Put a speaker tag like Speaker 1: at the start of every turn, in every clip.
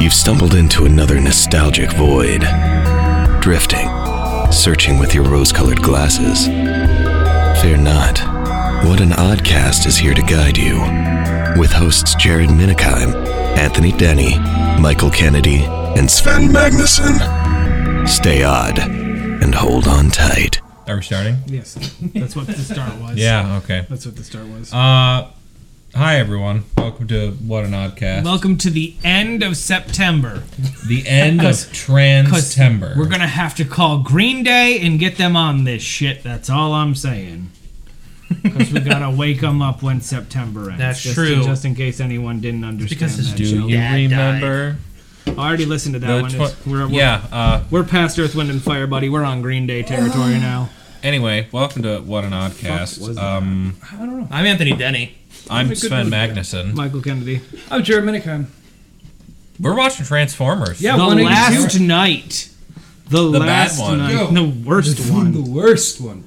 Speaker 1: You've stumbled into another nostalgic void. Drifting, searching with your rose colored glasses. Fear not. What an Oddcast is here to guide you. With hosts Jared Minikheim, Anthony Denny, Michael Kennedy, and Sven Magnuson. Stay odd and hold on tight.
Speaker 2: Are we starting?
Speaker 3: Yes, that's what the start was.
Speaker 2: Yeah, okay.
Speaker 3: that's what the start was.
Speaker 2: Uh, hi, everyone. Welcome to What an Oddcast.
Speaker 3: Welcome to the end of September.
Speaker 2: the end of
Speaker 3: 'Cause
Speaker 2: trans
Speaker 3: We're gonna have to call Green Day and get them on this shit. That's all I'm saying. Because we gotta wake them up when September ends.
Speaker 4: That's
Speaker 3: just,
Speaker 4: true.
Speaker 3: Just in case anyone didn't understand.
Speaker 4: because his
Speaker 3: that
Speaker 2: Do
Speaker 3: joke.
Speaker 2: you
Speaker 4: Dad
Speaker 2: remember?
Speaker 3: I already listened to that
Speaker 2: the
Speaker 3: one.
Speaker 2: tw-
Speaker 3: It's- we're, we're,
Speaker 2: yeah, uh,
Speaker 3: we're past Earth, Wind, and Fire, buddy. We're on Green Day territory now.
Speaker 2: anyway, welcome to What an
Speaker 3: fuck was
Speaker 2: Oddcast.
Speaker 3: that?
Speaker 2: Um,
Speaker 4: I'm Anthony Denny.
Speaker 2: I'm
Speaker 3: a good
Speaker 2: Sven
Speaker 3: movie.
Speaker 2: Magnuson.
Speaker 3: Michael Kennedy.
Speaker 5: Oh, Jared Minicom.
Speaker 2: We're watching Transformers.
Speaker 5: Yeah,
Speaker 3: The
Speaker 5: one eighty two.
Speaker 3: last night. The,
Speaker 2: bad
Speaker 3: last
Speaker 2: one.
Speaker 3: night.
Speaker 5: Yo.
Speaker 3: The worst
Speaker 5: the
Speaker 3: one.
Speaker 5: worst one.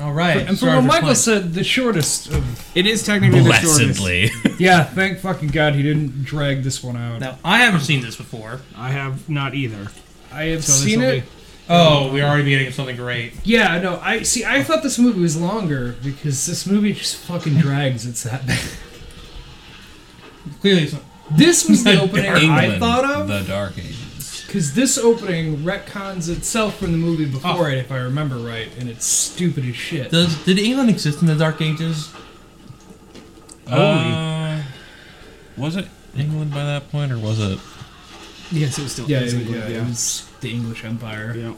Speaker 4: All right.
Speaker 5: And from what Michael said, the shortest. Of,
Speaker 3: It is technically the shortest.
Speaker 2: Blessedly.
Speaker 5: yeah, thank fucking God he didn't drag this one out.
Speaker 4: Now, I haven't seen this before.
Speaker 3: I have not either.
Speaker 5: I have
Speaker 3: So
Speaker 5: seen
Speaker 3: this'll
Speaker 5: it.
Speaker 4: Oh, we're already getting something great.
Speaker 5: Yeah, no, I see. I thought this movie was longer because this movie just fucking drags. It's that bad.
Speaker 4: Clearly, it's not-
Speaker 5: This was the opening I
Speaker 2: England,
Speaker 5: thought of
Speaker 2: The Dark Ages.
Speaker 5: because this opening retcons itself from the movie
Speaker 3: Oh.
Speaker 5: before it, if I remember right, and it's stupid as shit.
Speaker 4: does did England exist in the Dark Ages?
Speaker 2: Uh, was it England by that point, or was it?
Speaker 3: Yes, it was still
Speaker 5: yeah, yeah, yeah, it was the English Empire.
Speaker 3: yeah.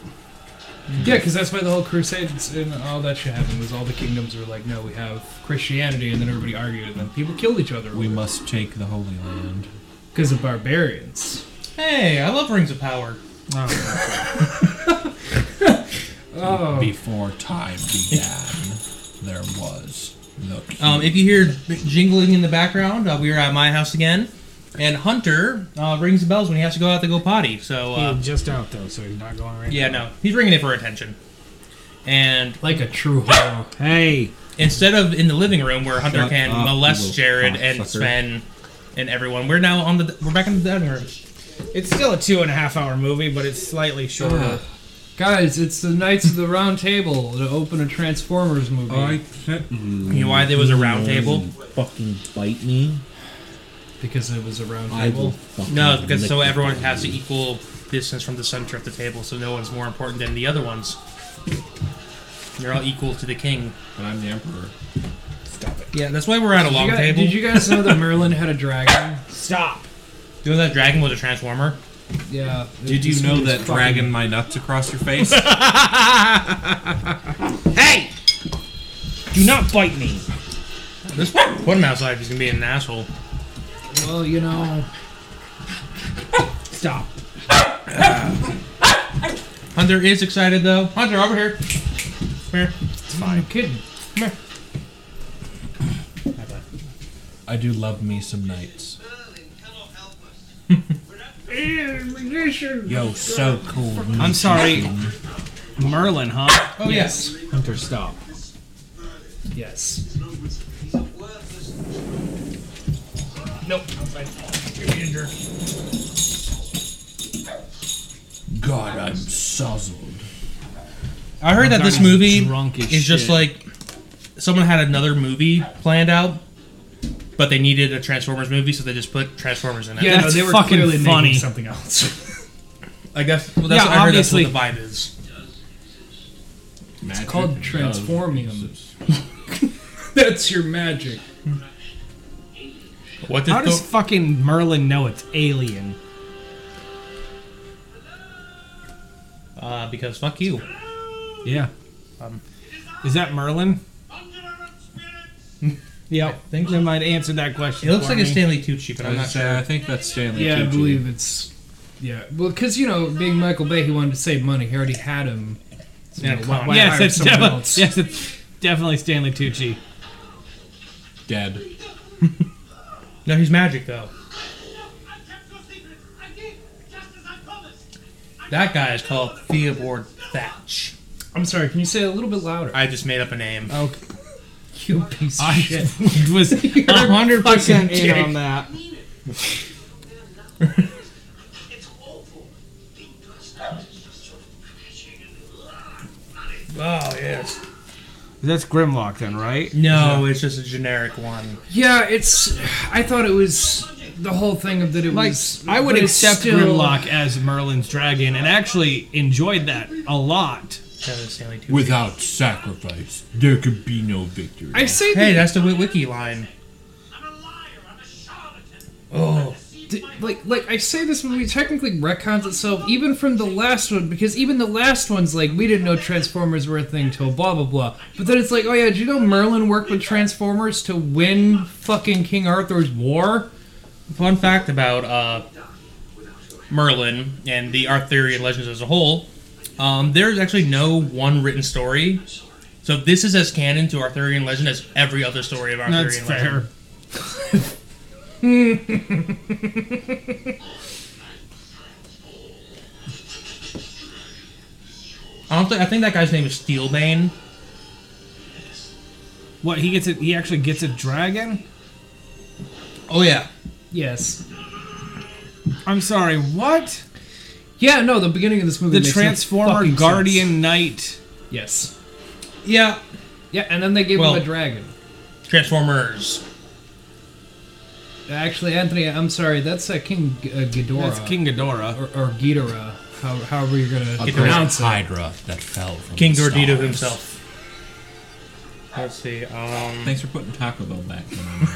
Speaker 5: Yeah, because that's why the whole Crusades and all that shit happened was all the kingdoms were like, no, we have Christianity, and then everybody argued, and then people killed each other
Speaker 2: We must take the Holy Land.
Speaker 5: because of barbarians.
Speaker 4: Hey, I love Rings of Power.
Speaker 5: Oh,
Speaker 2: Before time began, there was the
Speaker 4: Um, if you hear jingling in the background, uh, we are at my house again. And Hunter uh, rings the bells when he has to go out to go potty. So
Speaker 3: He
Speaker 4: uh,
Speaker 3: was just out though, so he's not going right.
Speaker 4: yeah, no, he's ringing it for attention. And
Speaker 5: like a true hero.
Speaker 3: Hey,
Speaker 4: instead of in the living room where Hunter
Speaker 2: Shut
Speaker 4: can
Speaker 2: up, you
Speaker 4: molest
Speaker 2: little
Speaker 4: Jared and
Speaker 2: cocksucker.
Speaker 4: Sven and everyone, we're now on the we're back in the dining room.
Speaker 3: it's still a two and a half hour Uh, movie, but it's slightly shorter.
Speaker 5: Guys, it's the Knights of the Round Table to open a Transformers movie.
Speaker 4: You know why there was a round table?
Speaker 6: fucking bite me.
Speaker 5: because it was a round
Speaker 6: I
Speaker 5: table.
Speaker 6: will fucking
Speaker 4: No, because
Speaker 6: lick
Speaker 4: so
Speaker 6: your
Speaker 4: everyone has an equal distance from the center of the table, so no one's more important than the other ones. They're all equal to the king.
Speaker 2: But I'm the emperor.
Speaker 4: Yeah, that's why we're at a long
Speaker 5: you guys,
Speaker 4: table.
Speaker 5: Did you guys know that Merlin had a dragon?
Speaker 3: Stop.
Speaker 4: Do you know that dragon was a transformer?
Speaker 5: Yeah.
Speaker 2: Did
Speaker 5: this
Speaker 2: you know
Speaker 5: movie's
Speaker 2: that
Speaker 5: fucking-
Speaker 2: dragging my nuts across your face?
Speaker 4: Hey!
Speaker 3: Do not bite me.
Speaker 4: This put him outside. He's gonna be an asshole.
Speaker 5: Well, you know,
Speaker 3: Stop.
Speaker 4: Hunter is excited though. Hunter, over here. Come here.
Speaker 5: I'm kidding.
Speaker 2: I do love me some nights. Yo, so cool.
Speaker 3: I'm sorry, Merlin, huh?
Speaker 4: Oh yes.
Speaker 3: Hunter, stop.
Speaker 5: Yes.
Speaker 4: Nope. I'm fine. You're being a jerk.
Speaker 2: God, I'm sozzled.
Speaker 4: I heard that this
Speaker 3: Hunter's
Speaker 4: movie
Speaker 3: drunk as
Speaker 4: is just
Speaker 3: shit.
Speaker 4: like someone had another movie planned out, but they needed a Transformers movie, so they just put Transformers in it.
Speaker 5: Yeah,
Speaker 3: That's
Speaker 5: no, they were
Speaker 3: fucking
Speaker 5: clearly making
Speaker 3: funny.
Speaker 5: something else.
Speaker 4: I guess. Well, that's
Speaker 3: Yeah,
Speaker 4: what I heard that's
Speaker 3: obviously.
Speaker 4: what the vibe is.
Speaker 2: It's
Speaker 5: called Transformium. That's your magic.
Speaker 4: What did
Speaker 3: How does
Speaker 4: Thor-
Speaker 3: fucking Merlin know it's alien?
Speaker 4: uh, because fuck you.
Speaker 3: Yeah. is that Merlin? Yep.
Speaker 4: think-
Speaker 3: they might answer that question.
Speaker 4: It looks
Speaker 3: for
Speaker 4: like a
Speaker 3: me.
Speaker 4: Stanley Tucci, but
Speaker 2: I,
Speaker 4: I'm not sure.
Speaker 2: think that's Stanley.
Speaker 5: Yeah, I believe it's. Yeah, well, because you know, being Michael Bay, he wanted to save money. He already had him. So,
Speaker 4: Yeah,
Speaker 5: you know,
Speaker 4: clown.
Speaker 5: why
Speaker 3: Yes,
Speaker 5: hire
Speaker 3: it's
Speaker 5: someone
Speaker 3: definitely
Speaker 5: else?
Speaker 3: yes, it's definitely Stanley Tucci.
Speaker 2: dead.
Speaker 4: No, he's magic though. That guy is called Theobald Thatch.
Speaker 5: I'm sorry. Can you say it a little bit louder?
Speaker 4: I just made up a name.
Speaker 3: Okay.
Speaker 5: you piece of shit.
Speaker 3: was
Speaker 5: You're a
Speaker 3: hundred percent
Speaker 5: fucking
Speaker 3: in
Speaker 5: dick.
Speaker 3: on that. oh, That's Grimlock, then, right?
Speaker 4: No, it's just a generic one.
Speaker 5: Yeah, it's. I thought it was the whole thing of that it
Speaker 3: Like,
Speaker 5: was.
Speaker 3: I would
Speaker 5: but it's
Speaker 3: accept
Speaker 5: still-
Speaker 3: Grimlock as Merlin's dragon and actually enjoyed that a lot.
Speaker 4: Instead of Stanley Tucci.
Speaker 7: Without sacrifice, there could be no victory.
Speaker 5: I say
Speaker 4: hey,
Speaker 5: that,
Speaker 4: that's the Wit Wiki line. Oh,
Speaker 5: d- like, like I say this movie technically retcons itself even from the last one because even the last one's like we didn't know Transformers were a thing till blah blah blah. But then it's like, oh yeah, did you know Merlin worked with Transformers to win fucking King Arthur's war?
Speaker 4: fun fact about uh, Merlin and the Arthurian legends as a whole. Um, there's actually no one written story, so this is as canon to Arthurian legend as every other story of Arthurian
Speaker 3: That's
Speaker 4: legend.
Speaker 3: fair.
Speaker 4: I don't think I think that guy's name is Steelbane.
Speaker 3: What he gets? A, he actually gets a dragon.
Speaker 4: Oh yeah,
Speaker 5: Yes.
Speaker 3: I'm sorry. What?
Speaker 5: Yeah, no, the beginning of this movie.
Speaker 3: The
Speaker 5: makes no
Speaker 3: Transformer
Speaker 5: fucking
Speaker 3: Guardian
Speaker 5: sense.
Speaker 3: Knight.
Speaker 5: Yes.
Speaker 4: yeah.
Speaker 5: Yeah, and then they gave
Speaker 4: Well-
Speaker 5: him a dragon.
Speaker 4: Transformers.
Speaker 5: Actually, Anthony, I'm sorry. That's uh, King G- uh, Ghidorah.
Speaker 3: That's King Ghidorah.
Speaker 5: or, or Ghidorah, how, however you're gonna
Speaker 4: Ghidorah.
Speaker 5: pronounce it.
Speaker 7: Hydra that fell from
Speaker 4: King
Speaker 7: the
Speaker 4: Gordito
Speaker 7: stars.
Speaker 4: himself. Let's see. Um,
Speaker 2: Thanks for putting Taco Bell back in. man.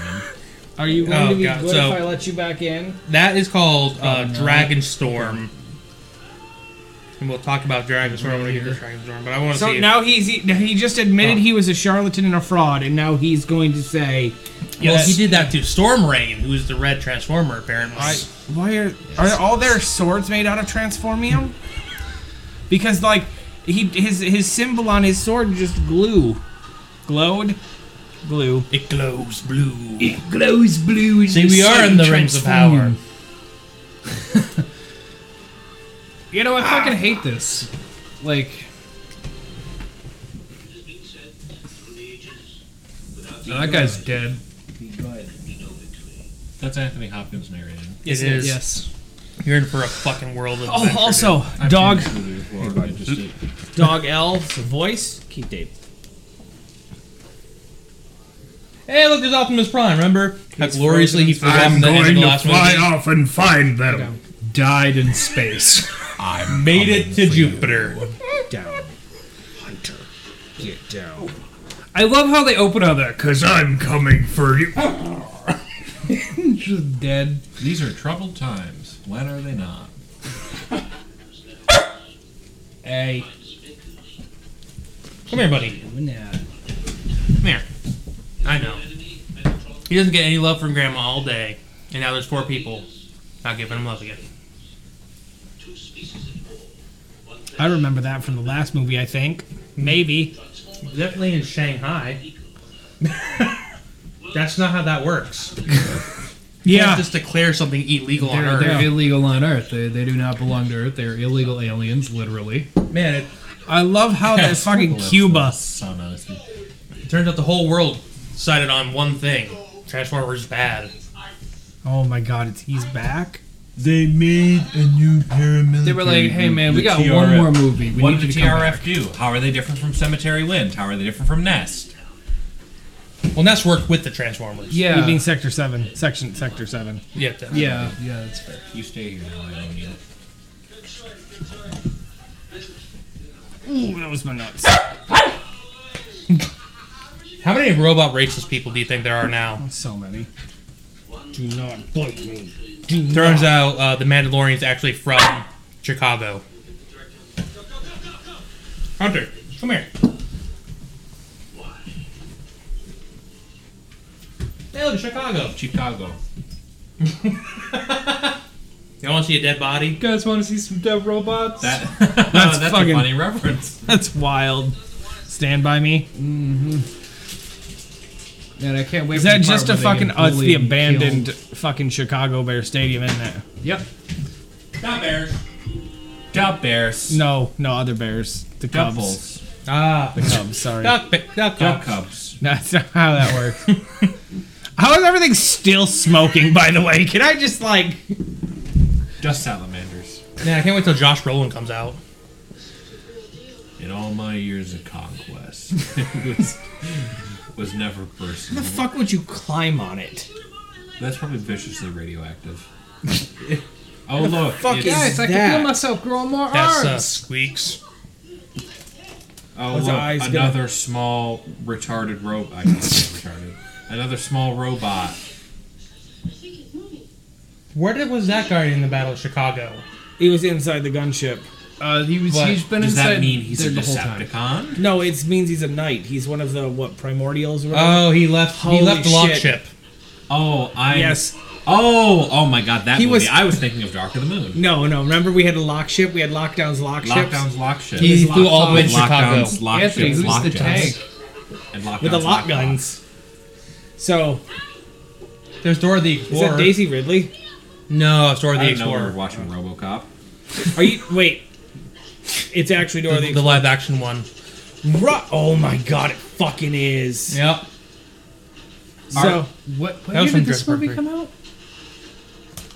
Speaker 3: Are you
Speaker 4: going to be God, good so- if I
Speaker 3: let you back in?
Speaker 4: that is called uh, Dragon Storm. And we'll talk about Dragon Storm when we get to Dragon Storm. But I want to
Speaker 3: So
Speaker 4: see.
Speaker 3: now he's he, he just
Speaker 4: Oh.
Speaker 3: admitted he was a charlatan and a fraud, and now he's going to say,
Speaker 4: well,
Speaker 3: yes.
Speaker 4: he did that to Storm Rain, who is the Red Transformer, apparently.
Speaker 3: I, "Why are are all their swords made out of transformium?" Because like he his his symbol on his sword just glue, glowed, glue.
Speaker 4: It glows blue.
Speaker 5: glows blue. And
Speaker 4: see, we are in the Rings of Power.
Speaker 5: You know, I fucking hate this. Like, Oh, that guy's dead.
Speaker 2: That's Anthony Hopkins narrating.
Speaker 4: It is.
Speaker 5: Yes.
Speaker 4: You're in for a fucking world of.
Speaker 3: Oh,
Speaker 4: adventure,
Speaker 3: also dog
Speaker 2: I just ate
Speaker 3: dog L's voice.
Speaker 6: Keep Dave.
Speaker 4: dude. Hey, look, there's Optimus Prime. Remember how gloriously he forgot the end of the last movie?
Speaker 5: off and find them. Died in space.
Speaker 7: I
Speaker 4: Made it to Jupiter.
Speaker 5: I love how they open on that. Cause I'm coming for you. Just dead.
Speaker 2: These are troubled times. When are they not?
Speaker 5: Hey.
Speaker 4: Come here, buddy.
Speaker 5: Nah.
Speaker 4: Come here. I know. He doesn't get any love from Grandma all day, and now there's four people not giving him love again.
Speaker 3: I remember that from the last movie, I think. Maybe.
Speaker 4: Definitely in Shanghai. That's not how that works. You can't
Speaker 3: Yeah.
Speaker 4: just declare something illegal on
Speaker 5: They're,
Speaker 4: Earth.
Speaker 5: they're illegal on Earth. They, they do not belong to Earth. They're illegal aliens, literally.
Speaker 4: Man, it,
Speaker 3: I love how that fucking Cuba.
Speaker 2: Sound honest.
Speaker 4: it turns out the whole world sided on one thing. Transformers bad.
Speaker 3: Oh my god, it's, he's back?
Speaker 7: They made a new paramilitary.
Speaker 5: They were like, hey man, we
Speaker 7: group,
Speaker 5: got
Speaker 7: the
Speaker 5: one
Speaker 7: TRF.
Speaker 5: more movie. We
Speaker 2: What
Speaker 5: need
Speaker 2: did
Speaker 5: you
Speaker 2: the
Speaker 5: to come back.
Speaker 2: TRF do? How are they different from Cemetery Wind? How are they different from Nest?
Speaker 4: Well, Ness worked with the Transformers.
Speaker 5: Yeah.
Speaker 3: You mean Sector 7. Section Sector 7.
Speaker 4: Yeah. that-
Speaker 5: yeah, yeah, that's fair.
Speaker 2: You stay here. I don't need it.
Speaker 3: Ooh, that was my nuts.
Speaker 4: How many robot racist people do you think there are now?
Speaker 3: So many.
Speaker 4: Turns out uh, the Mandalorian's actually from Chicago. Hunter, come here. Hey, look, Chicago.
Speaker 2: Chicago.
Speaker 4: You want to see a dead body?
Speaker 5: You guys want to see some dead robots?
Speaker 2: That, that's, that's
Speaker 3: fucking-
Speaker 2: a funny reference.
Speaker 3: That's wild. Stand by me.
Speaker 5: Man, I can't wait.
Speaker 3: Is
Speaker 5: for
Speaker 3: that
Speaker 5: the
Speaker 3: just a
Speaker 5: part where they
Speaker 3: fucking.
Speaker 5: get
Speaker 3: Oh, it's the
Speaker 5: bullied and
Speaker 3: abandoned
Speaker 5: killed.
Speaker 3: fucking Chicago Bear Stadium, isn't it?
Speaker 5: Yep.
Speaker 2: Dub Bears. Dub Bears.
Speaker 3: No, no, other Bears. The
Speaker 2: Dub
Speaker 3: Cubs.
Speaker 2: Bulls.
Speaker 4: Ah.
Speaker 3: The Cubs, sorry.
Speaker 4: Duck, duck,
Speaker 2: Dub
Speaker 4: duck.
Speaker 2: Cubs.
Speaker 3: That's not how that works. how is everything still smoking, by the way? Can I just, like.
Speaker 2: Just salamanders.
Speaker 4: Man, I can't wait till Josh Brolin comes out.
Speaker 7: in all my years of conquest. it was, was never personal.
Speaker 3: The fuck would you climb on it?
Speaker 7: That's probably viciously radioactive. oh look!
Speaker 3: fuck
Speaker 7: it's-
Speaker 5: Guys, I can
Speaker 6: that?
Speaker 5: feel myself growing more
Speaker 4: That's uh,
Speaker 5: arms.
Speaker 4: squeaks.
Speaker 7: Oh
Speaker 3: What's
Speaker 7: look!
Speaker 3: the eyes gonna-
Speaker 7: Another small retarded robot. I can't say retarded. Another small robot.
Speaker 4: Where did, was that guy in the Battle of Chicago?
Speaker 3: He was inside the gunship.
Speaker 5: Uh, he was,
Speaker 7: But
Speaker 5: he's been
Speaker 7: does
Speaker 5: inside
Speaker 7: that mean he's
Speaker 5: there
Speaker 7: a
Speaker 5: the whole time.
Speaker 7: Decepticon?
Speaker 3: No, it means he's a knight. He's one of the what primordials. Or whatever.
Speaker 4: Oh, he left.
Speaker 3: Holy
Speaker 4: he left the lock
Speaker 3: shit.
Speaker 4: ship.
Speaker 7: Oh, I
Speaker 3: yes.
Speaker 7: Oh, oh my God, that
Speaker 3: He
Speaker 7: movie.
Speaker 3: was-
Speaker 7: I was thinking of Dark of the Moon.
Speaker 3: No, no. Remember we had a lock ship. We had lockdowns, lock ships.
Speaker 7: Lockdowns, lock ships.
Speaker 4: He
Speaker 3: He's
Speaker 4: flew
Speaker 3: locked
Speaker 4: all the way to
Speaker 3: on.
Speaker 4: Chicago.
Speaker 7: Lockdowns, lock
Speaker 5: Anthony,
Speaker 7: ships,
Speaker 5: who's
Speaker 7: lock
Speaker 5: the
Speaker 7: jobs.
Speaker 5: tank?
Speaker 7: And lockdowns,
Speaker 3: with the lock
Speaker 7: lock
Speaker 3: guns. So
Speaker 4: There's Dora the
Speaker 3: is
Speaker 4: Explorer.
Speaker 3: that Daisy Ridley?
Speaker 4: No, it's Dora
Speaker 7: I
Speaker 4: the
Speaker 7: didn't know we were watching
Speaker 4: Explorer.
Speaker 7: RoboCop.
Speaker 3: Are you wait? It's actually Dora
Speaker 4: The,
Speaker 3: the,
Speaker 4: the live action one.
Speaker 3: Ru- Oh my god, it fucking is.
Speaker 4: Yep.
Speaker 3: So
Speaker 5: What, what
Speaker 4: That
Speaker 5: year
Speaker 4: was
Speaker 5: did
Speaker 4: from
Speaker 5: this
Speaker 4: Jurassic
Speaker 5: movie
Speaker 4: Park
Speaker 5: come out?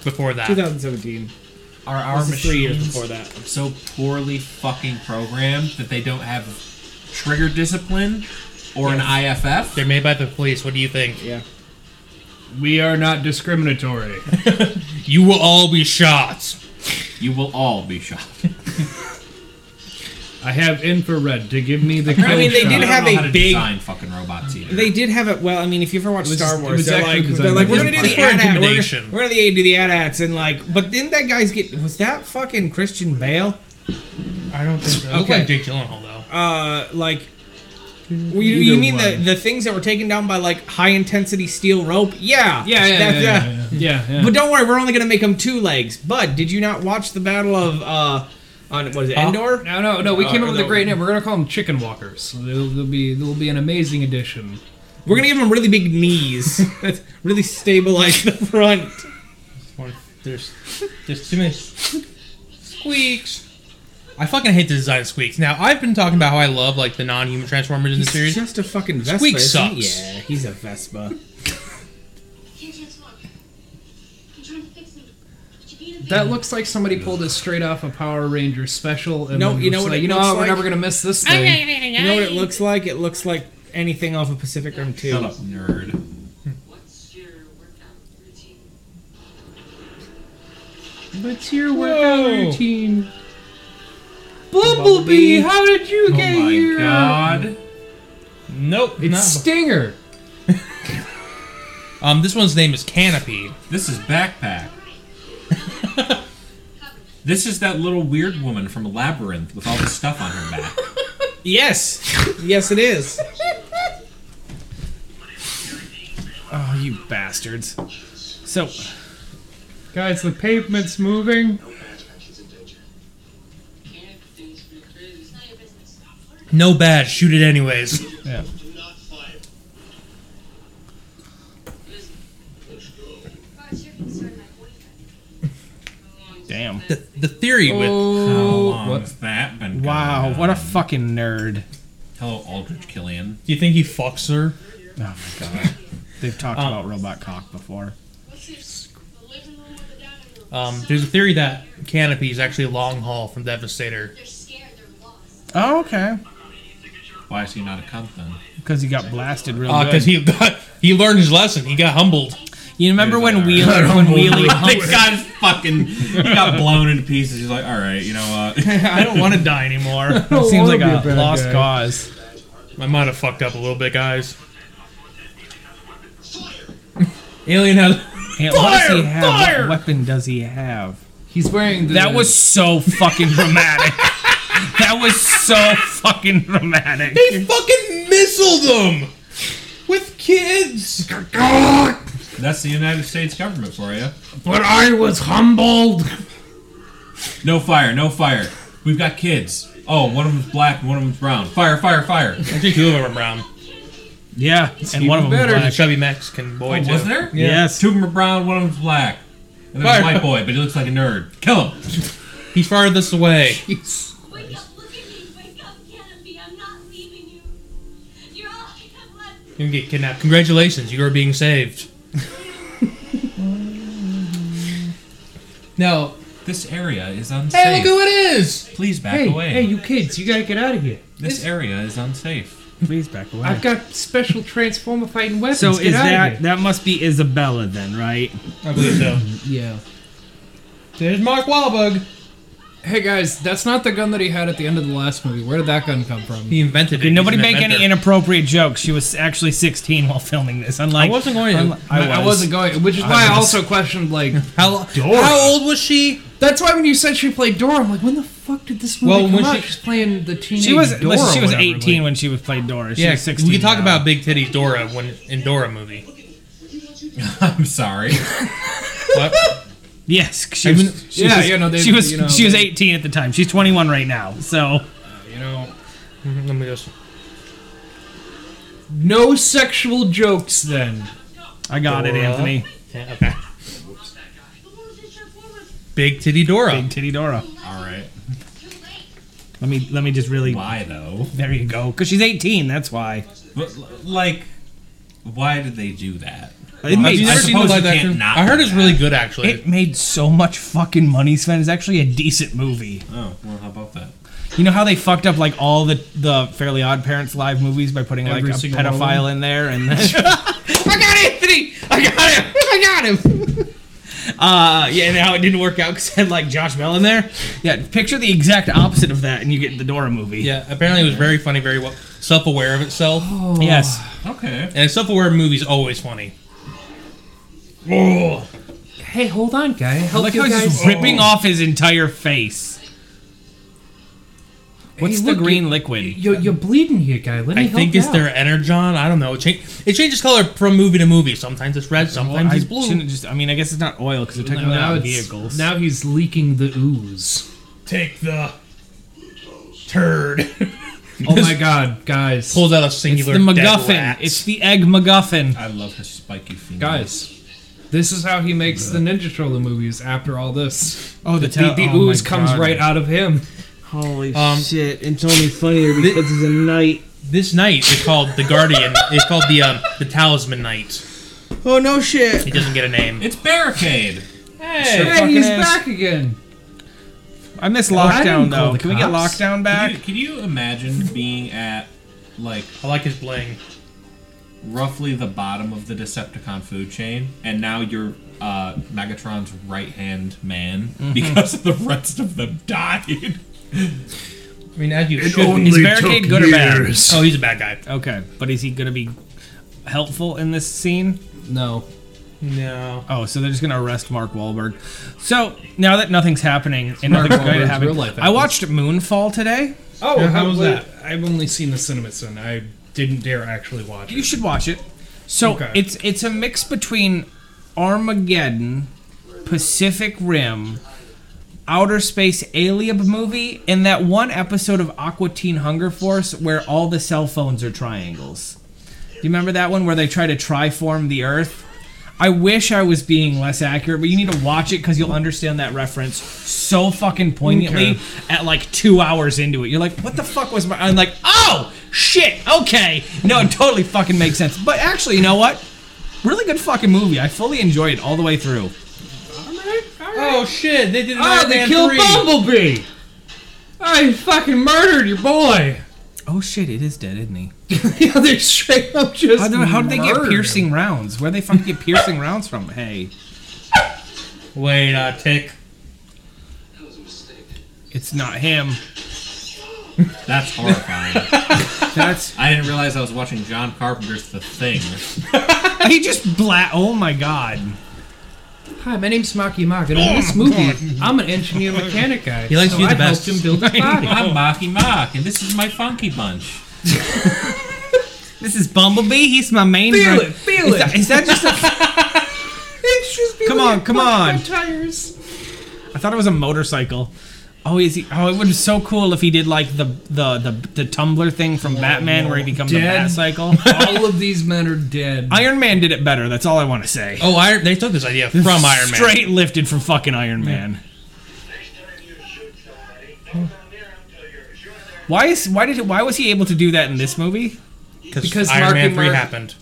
Speaker 4: Before that.
Speaker 3: 2017.
Speaker 7: Are our
Speaker 3: This is three years
Speaker 7: machines
Speaker 3: before that.
Speaker 7: so poorly fucking programmed that they don't have trigger discipline or an IFF?
Speaker 4: They're made by the police. What do you think?
Speaker 3: Yeah.
Speaker 5: We are not discriminatory.
Speaker 4: You will all be shot.
Speaker 7: You will all be shot.
Speaker 5: I have infrared to give me the kill
Speaker 3: I mean, they
Speaker 5: shot.
Speaker 3: did
Speaker 7: I don't
Speaker 3: have
Speaker 7: know
Speaker 3: a
Speaker 7: how to
Speaker 3: big-
Speaker 7: design fucking robots either.
Speaker 3: They did have it. Well, I mean, if you ever watched
Speaker 5: was-
Speaker 3: Star
Speaker 5: it
Speaker 3: Wars,
Speaker 5: was
Speaker 3: they're
Speaker 5: actually
Speaker 3: like,
Speaker 5: designed
Speaker 3: they're like,
Speaker 5: by
Speaker 3: we're gonna
Speaker 5: Disney.
Speaker 3: do the
Speaker 4: For
Speaker 3: ad ad, we're
Speaker 4: intimidation.
Speaker 3: gonna, we're gonna do the ad ads, and like, but didn't that guy's get was that fucking Christian Bale?
Speaker 4: I don't think so. Look
Speaker 3: Okay.
Speaker 4: like Jake Gyllenhaal though.
Speaker 3: Uh, like, well, you, you
Speaker 5: Either
Speaker 3: mean the
Speaker 5: one.
Speaker 3: the things that were taken down by like high intensity steel rope? Yeah,
Speaker 5: Yeah, yeah, yeah,
Speaker 3: That-
Speaker 5: yeah,
Speaker 3: that-
Speaker 5: yeah, yeah, yeah.
Speaker 3: But don't worry, we're only gonna make him two legs. Bud, did you not watch the battle of uh, on what is it,
Speaker 4: Uh,
Speaker 3: Endor?
Speaker 5: no, no, Oh, no. We came
Speaker 3: Uh,
Speaker 5: up with a
Speaker 3: no.
Speaker 5: great name. We're gonna call them Chicken Walkers. They'll, they'll be they'll be an amazing addition.
Speaker 3: We're gonna give him really big knees. That's really stabilize the front.
Speaker 4: One- There's, there's too many squeaks. I fucking hate the design of squeaks. Now I've been talking about how I love like the non-human transformers in the
Speaker 3: He's
Speaker 4: series.
Speaker 3: just a fucking Vespa.
Speaker 4: Squeak
Speaker 3: isn't he?
Speaker 4: sucks.
Speaker 3: Yeah, he's a Vespa.
Speaker 8: Can't transform. I'm trying to fix him. But you can't
Speaker 5: That looks like somebody pulled it straight off a Power Ranger special. And
Speaker 3: No,
Speaker 5: then
Speaker 3: you know
Speaker 5: was
Speaker 3: what
Speaker 5: like,
Speaker 3: it
Speaker 5: you know,
Speaker 3: looks
Speaker 5: what, we're
Speaker 3: like?
Speaker 5: never gonna miss this thing.
Speaker 3: You know what it looks like? It looks like anything off of Pacific Rim 2.
Speaker 7: Shut up, nerd.
Speaker 8: What's your workout routine?
Speaker 5: What's your workout
Speaker 4: Whoa.
Speaker 5: routine? Bumblebee, how did you
Speaker 7: Oh
Speaker 5: get
Speaker 7: my
Speaker 3: uh,
Speaker 5: here?
Speaker 7: god.
Speaker 4: Nope.
Speaker 5: It's
Speaker 4: Not.
Speaker 5: Stinger.
Speaker 4: Um, this one's name is Canopy.
Speaker 7: This is Backpack. this is that little weird woman from Labyrinth with all the stuff on her back.
Speaker 3: Yes. Yes, it is. oh, you bastards. So,
Speaker 5: Guys, the pavement's moving.
Speaker 8: Can't things be crazy? It's not your business. Stop flirting.
Speaker 4: No badge. Shoot it anyways.
Speaker 9: Do not fire.
Speaker 8: What's your concern, my boyfriend? How long is
Speaker 3: damn.
Speaker 4: The, the theory with
Speaker 7: How
Speaker 5: Oh,
Speaker 7: long has that been going
Speaker 3: Wow,
Speaker 7: on?
Speaker 3: what a fucking nerd.
Speaker 7: Hello, Aldrich Killian.
Speaker 4: do you think he fucks her?
Speaker 3: Oh my god. They've talked about robot cock before.
Speaker 8: What's this? The living room or the dining room?
Speaker 4: Um, there's a theory that Canopy is actually long haul from Devastator.
Speaker 8: They're scared. They're lost.
Speaker 3: Oh, okay.
Speaker 7: Why is he not a cunt then?
Speaker 3: Because he got blasted really
Speaker 4: Because Uh, he got, he learned his lesson. He got humbled.
Speaker 3: you remember when
Speaker 7: Alright.
Speaker 3: Wheeler when Wheeler
Speaker 7: This guy's fucking. He got blown into pieces. He's like, all right, you know what?
Speaker 3: I don't want to die anymore.
Speaker 5: don't
Speaker 3: It seems
Speaker 5: wanna
Speaker 3: like
Speaker 5: be a
Speaker 3: a
Speaker 5: bad
Speaker 3: lost
Speaker 5: guy.
Speaker 3: cause.
Speaker 4: I might have fucked up a little bit, guys. Alien has.
Speaker 3: Hey, what does he
Speaker 4: Fire!
Speaker 3: have?
Speaker 4: Fire!
Speaker 3: What weapon does he have?
Speaker 5: he's wearing the.
Speaker 3: That was so fucking dramatic. that was so fucking dramatic.
Speaker 4: He fucking missiled them with kids.
Speaker 7: That's the United States government for you.
Speaker 5: But I was humbled.
Speaker 7: No fire, no fire. We've got kids. Oh, one of them's black and one of them's brown. Fire, fire, fire.
Speaker 4: Actually, two of them are brown.
Speaker 3: Yeah, and one of them
Speaker 5: better.
Speaker 4: There's a
Speaker 3: was
Speaker 4: chubby Mexican boy too.
Speaker 7: Oh, Was there?
Speaker 3: Yes.
Speaker 7: Two of them are brown, one of them's black. And there's a
Speaker 4: Fire.
Speaker 7: white boy, but he looks like a nerd. Kill him.
Speaker 4: He fired this away.
Speaker 8: Wake up! Look at me! Wake up, Canopy! I'm not leaving you. You're all I have left.
Speaker 4: You can get kidnapped. Congratulations, you are being saved. now,
Speaker 7: This area is unsafe.
Speaker 4: Hey, look who it is!
Speaker 7: Please back
Speaker 5: Hey,
Speaker 7: away.
Speaker 5: hey, you kids, you gotta get out of here.
Speaker 7: this area is unsafe.
Speaker 3: Please back away.
Speaker 5: I've got special transformer fighting weapons.
Speaker 3: so
Speaker 5: get
Speaker 3: is
Speaker 5: out
Speaker 3: that
Speaker 5: Of here.
Speaker 3: that must be Isabella then, right?
Speaker 4: I believe so.
Speaker 5: Yeah.
Speaker 4: There's Mark Wahlberg.
Speaker 5: Hey guys, that's not the gun that he had at the end of the last movie. Where did that gun come from?
Speaker 4: He invented it.
Speaker 3: Did nobody
Speaker 4: He's an
Speaker 3: make any
Speaker 4: inventor.
Speaker 3: inappropriate jokes? She was actually 16 while filming this. Unlike
Speaker 4: I wasn't going to.
Speaker 3: unlike-
Speaker 5: I, I wasn't going, which is why I also questioned like.
Speaker 4: How, how old was she?
Speaker 5: That's why when you said she played Dora, I'm like, when the fuck did this movie
Speaker 4: Well,
Speaker 5: come
Speaker 4: when
Speaker 5: out?
Speaker 4: she-
Speaker 5: She's playing the teenage
Speaker 3: She was
Speaker 5: Dora.
Speaker 3: listen, she
Speaker 5: or
Speaker 3: was
Speaker 5: whatever,
Speaker 3: 18
Speaker 5: like-
Speaker 3: when she was played Dora. She
Speaker 4: Yeah,
Speaker 3: was 16.
Speaker 4: we can talk
Speaker 3: now.
Speaker 4: about Big Titties Dora when in Dora movie.
Speaker 7: I'm sorry.
Speaker 4: What?
Speaker 3: Yes, she
Speaker 4: I mean-
Speaker 3: was. She
Speaker 5: yeah,
Speaker 3: was,
Speaker 5: yeah, no, they-
Speaker 3: she was.
Speaker 5: you know,
Speaker 3: she was
Speaker 5: they-
Speaker 3: 18 at the time. She's 21 right now. So
Speaker 5: you know,
Speaker 4: Mm-hmm, Let me just.
Speaker 5: no sexual jokes then.
Speaker 3: I got it,
Speaker 4: Dora.
Speaker 3: Anthony.
Speaker 4: Yeah, okay. Big Titty Dora.
Speaker 3: Big titty Dora.
Speaker 7: All right.
Speaker 3: Let me let me just really.
Speaker 7: Why though?
Speaker 3: There you go. Because she's 18. That's why.
Speaker 7: But, l- like, why did they do that?
Speaker 3: It
Speaker 4: Have
Speaker 3: made,
Speaker 4: you never
Speaker 7: I
Speaker 4: seen the
Speaker 7: suppose
Speaker 4: live
Speaker 7: you can't
Speaker 4: action?
Speaker 7: not
Speaker 4: I heard
Speaker 7: do
Speaker 4: it's
Speaker 7: that.
Speaker 4: really good actually.
Speaker 3: it made so much fucking money. Sven It's actually a decent movie.
Speaker 7: Oh, well, how about that?
Speaker 3: You know how they fucked up like all the the Fairly Odd Parents live movies by putting like
Speaker 5: Every
Speaker 3: a
Speaker 5: single one of
Speaker 3: pedophile in there and then.
Speaker 4: I got Anthony. I got him. I got him.
Speaker 3: Uh, yeah, and how it didn't work out because it had like Josh Bell in there. Yeah, picture the exact opposite of that, and you get the Dora movie.
Speaker 4: Yeah, apparently it was very funny, very well, self-aware of itself,
Speaker 3: Oh.
Speaker 5: Oh.
Speaker 3: Yes.
Speaker 7: Okay.
Speaker 4: and a self-aware movie's always funny.
Speaker 5: Hey, hold on, guy. Help
Speaker 3: Look
Speaker 5: you
Speaker 3: how he's
Speaker 5: guys.
Speaker 3: just ripping off his entire face. What's
Speaker 5: Hey,
Speaker 3: the
Speaker 5: look,
Speaker 3: green
Speaker 5: you-
Speaker 3: liquid?
Speaker 5: You're, you're bleeding here, guy. Let me
Speaker 4: I
Speaker 5: help
Speaker 4: think
Speaker 5: you
Speaker 4: it's
Speaker 5: out.
Speaker 4: their energon. I don't know. It, change, it changes color from movie to movie. Sometimes it's red, sometimes
Speaker 3: I
Speaker 4: it's blue.
Speaker 3: shouldn't just. I mean, I guess it's not oil because they're
Speaker 5: Now,
Speaker 3: technically
Speaker 5: now
Speaker 3: not
Speaker 5: it's-
Speaker 3: uh, vehicles.
Speaker 5: now he's leaking the ooze.
Speaker 4: Take the turd.
Speaker 5: Oh my god, guys.
Speaker 4: Pulls out a
Speaker 3: it's the
Speaker 4: singular. dead
Speaker 3: MacGuffin.
Speaker 4: rat.
Speaker 3: It's the egg MacGuffin.
Speaker 7: I love the spiky feet.
Speaker 5: Guys, this is how he makes the Ninja Turtle movies after all this.
Speaker 3: Oh, the,
Speaker 5: The, the ooze comes right out of him.
Speaker 6: Holy
Speaker 4: Um,
Speaker 6: shit! It's only funnier because it's a night.
Speaker 4: this knight is called the Guardian. it's called the um, the Talisman Knight.
Speaker 6: Oh no shit!
Speaker 4: He doesn't get a name.
Speaker 7: It's barricade.
Speaker 5: Hey,
Speaker 3: fucking
Speaker 5: he's
Speaker 3: is.
Speaker 5: back again.
Speaker 3: I miss
Speaker 5: I didn't
Speaker 3: lockdown
Speaker 5: call
Speaker 3: though.
Speaker 5: the
Speaker 3: Can we get
Speaker 5: cops.
Speaker 3: lockdown
Speaker 7: Can
Speaker 3: back?
Speaker 7: you, can you imagine being at like
Speaker 4: I like his bling.
Speaker 7: roughly the bottom of the Decepticon food chain, and now you're uh, Megatron's right hand man because the rest of them died?
Speaker 4: I mean, as you should. be.
Speaker 3: Is barricade good or bad?
Speaker 4: Oh, he's a bad guy.
Speaker 3: Okay, but is he gonna be helpful in this scene?
Speaker 5: No.
Speaker 4: No.
Speaker 3: Oh, so they're just gonna arrest Mark Wahlberg. So now that nothing's happening and
Speaker 5: Mark
Speaker 3: nothing's going to
Speaker 5: Wahlberg's
Speaker 3: happen,
Speaker 5: real life
Speaker 3: I watched Moonfall today.
Speaker 5: Oh,
Speaker 4: how was
Speaker 5: wait,
Speaker 4: that?
Speaker 5: I've only seen the CinemaSin. I didn't dare actually watch
Speaker 3: You should watch it. So
Speaker 5: Okay.
Speaker 3: it's it's a mix between Armageddon, Pacific Rim, outer space alien movie, and that one episode of Aqua Teen Hunger Force where all the cell phones are triangles. Do you remember that one where they try to triform the Earth? I wish I was being less accurate, but you need to watch it because you'll understand that reference so fucking poignantly
Speaker 5: Okay.
Speaker 3: at like two hours into it. You're like, what the fuck was my. I'm like, oh, shit, okay. No, it totally fucking makes sense. But actually, you know what? Really good fucking movie. I fully enjoyed it all the way through.
Speaker 4: Oh shit! They did an
Speaker 5: Oh,
Speaker 4: Iron
Speaker 5: they
Speaker 4: Man
Speaker 5: killed
Speaker 4: 3.
Speaker 5: Bumblebee! Oh, you fucking murdered your boy!
Speaker 3: Oh shit, it is dead, isn't he?
Speaker 5: yeah, they straight up just.
Speaker 3: How do, how did they get
Speaker 5: murdered
Speaker 3: piercing
Speaker 5: him.
Speaker 3: rounds? Where they fucking get piercing rounds from? Hey,
Speaker 4: Wait a tick.
Speaker 3: it's not him.
Speaker 7: That's horrifying.
Speaker 3: That's
Speaker 7: I didn't realize I was watching John Carpenter's The Thing.
Speaker 3: he just bla. Oh my god.
Speaker 5: Hi, my name's Marky Mark, and in this movie, I'm an engineer mechanic guy. He
Speaker 4: likes
Speaker 5: so
Speaker 4: to be the
Speaker 5: I
Speaker 4: best.
Speaker 5: helped him build his body.
Speaker 7: I'm Marky Mark, and this is my funky bunch.
Speaker 3: This is Bumblebee. He's my main.
Speaker 5: Feel
Speaker 3: dri-
Speaker 5: it, feel
Speaker 3: Is
Speaker 5: it.
Speaker 3: that, is that just? A,
Speaker 5: It's just
Speaker 3: Come on, come on.
Speaker 5: Tires.
Speaker 3: I thought it was a motorcycle. Oh, is he? Oh, it would be so cool if he did like the the the, the tumbler thing from Batman, where he becomes
Speaker 5: Dead.
Speaker 3: a batcycle.
Speaker 5: All of these men are dead.
Speaker 3: Iron Man did it better. That's all I want to say.
Speaker 4: Oh, Iron, they took this idea from Iron Man.
Speaker 3: Straight lifted from fucking Iron Man.
Speaker 9: Next time you shoot somebody, don't come near 'em till you're sure they're
Speaker 3: Why is why did why was he able to do that in this movie?
Speaker 5: Because
Speaker 4: because Iron
Speaker 5: Marky
Speaker 4: Man three
Speaker 5: Mark-
Speaker 4: happened.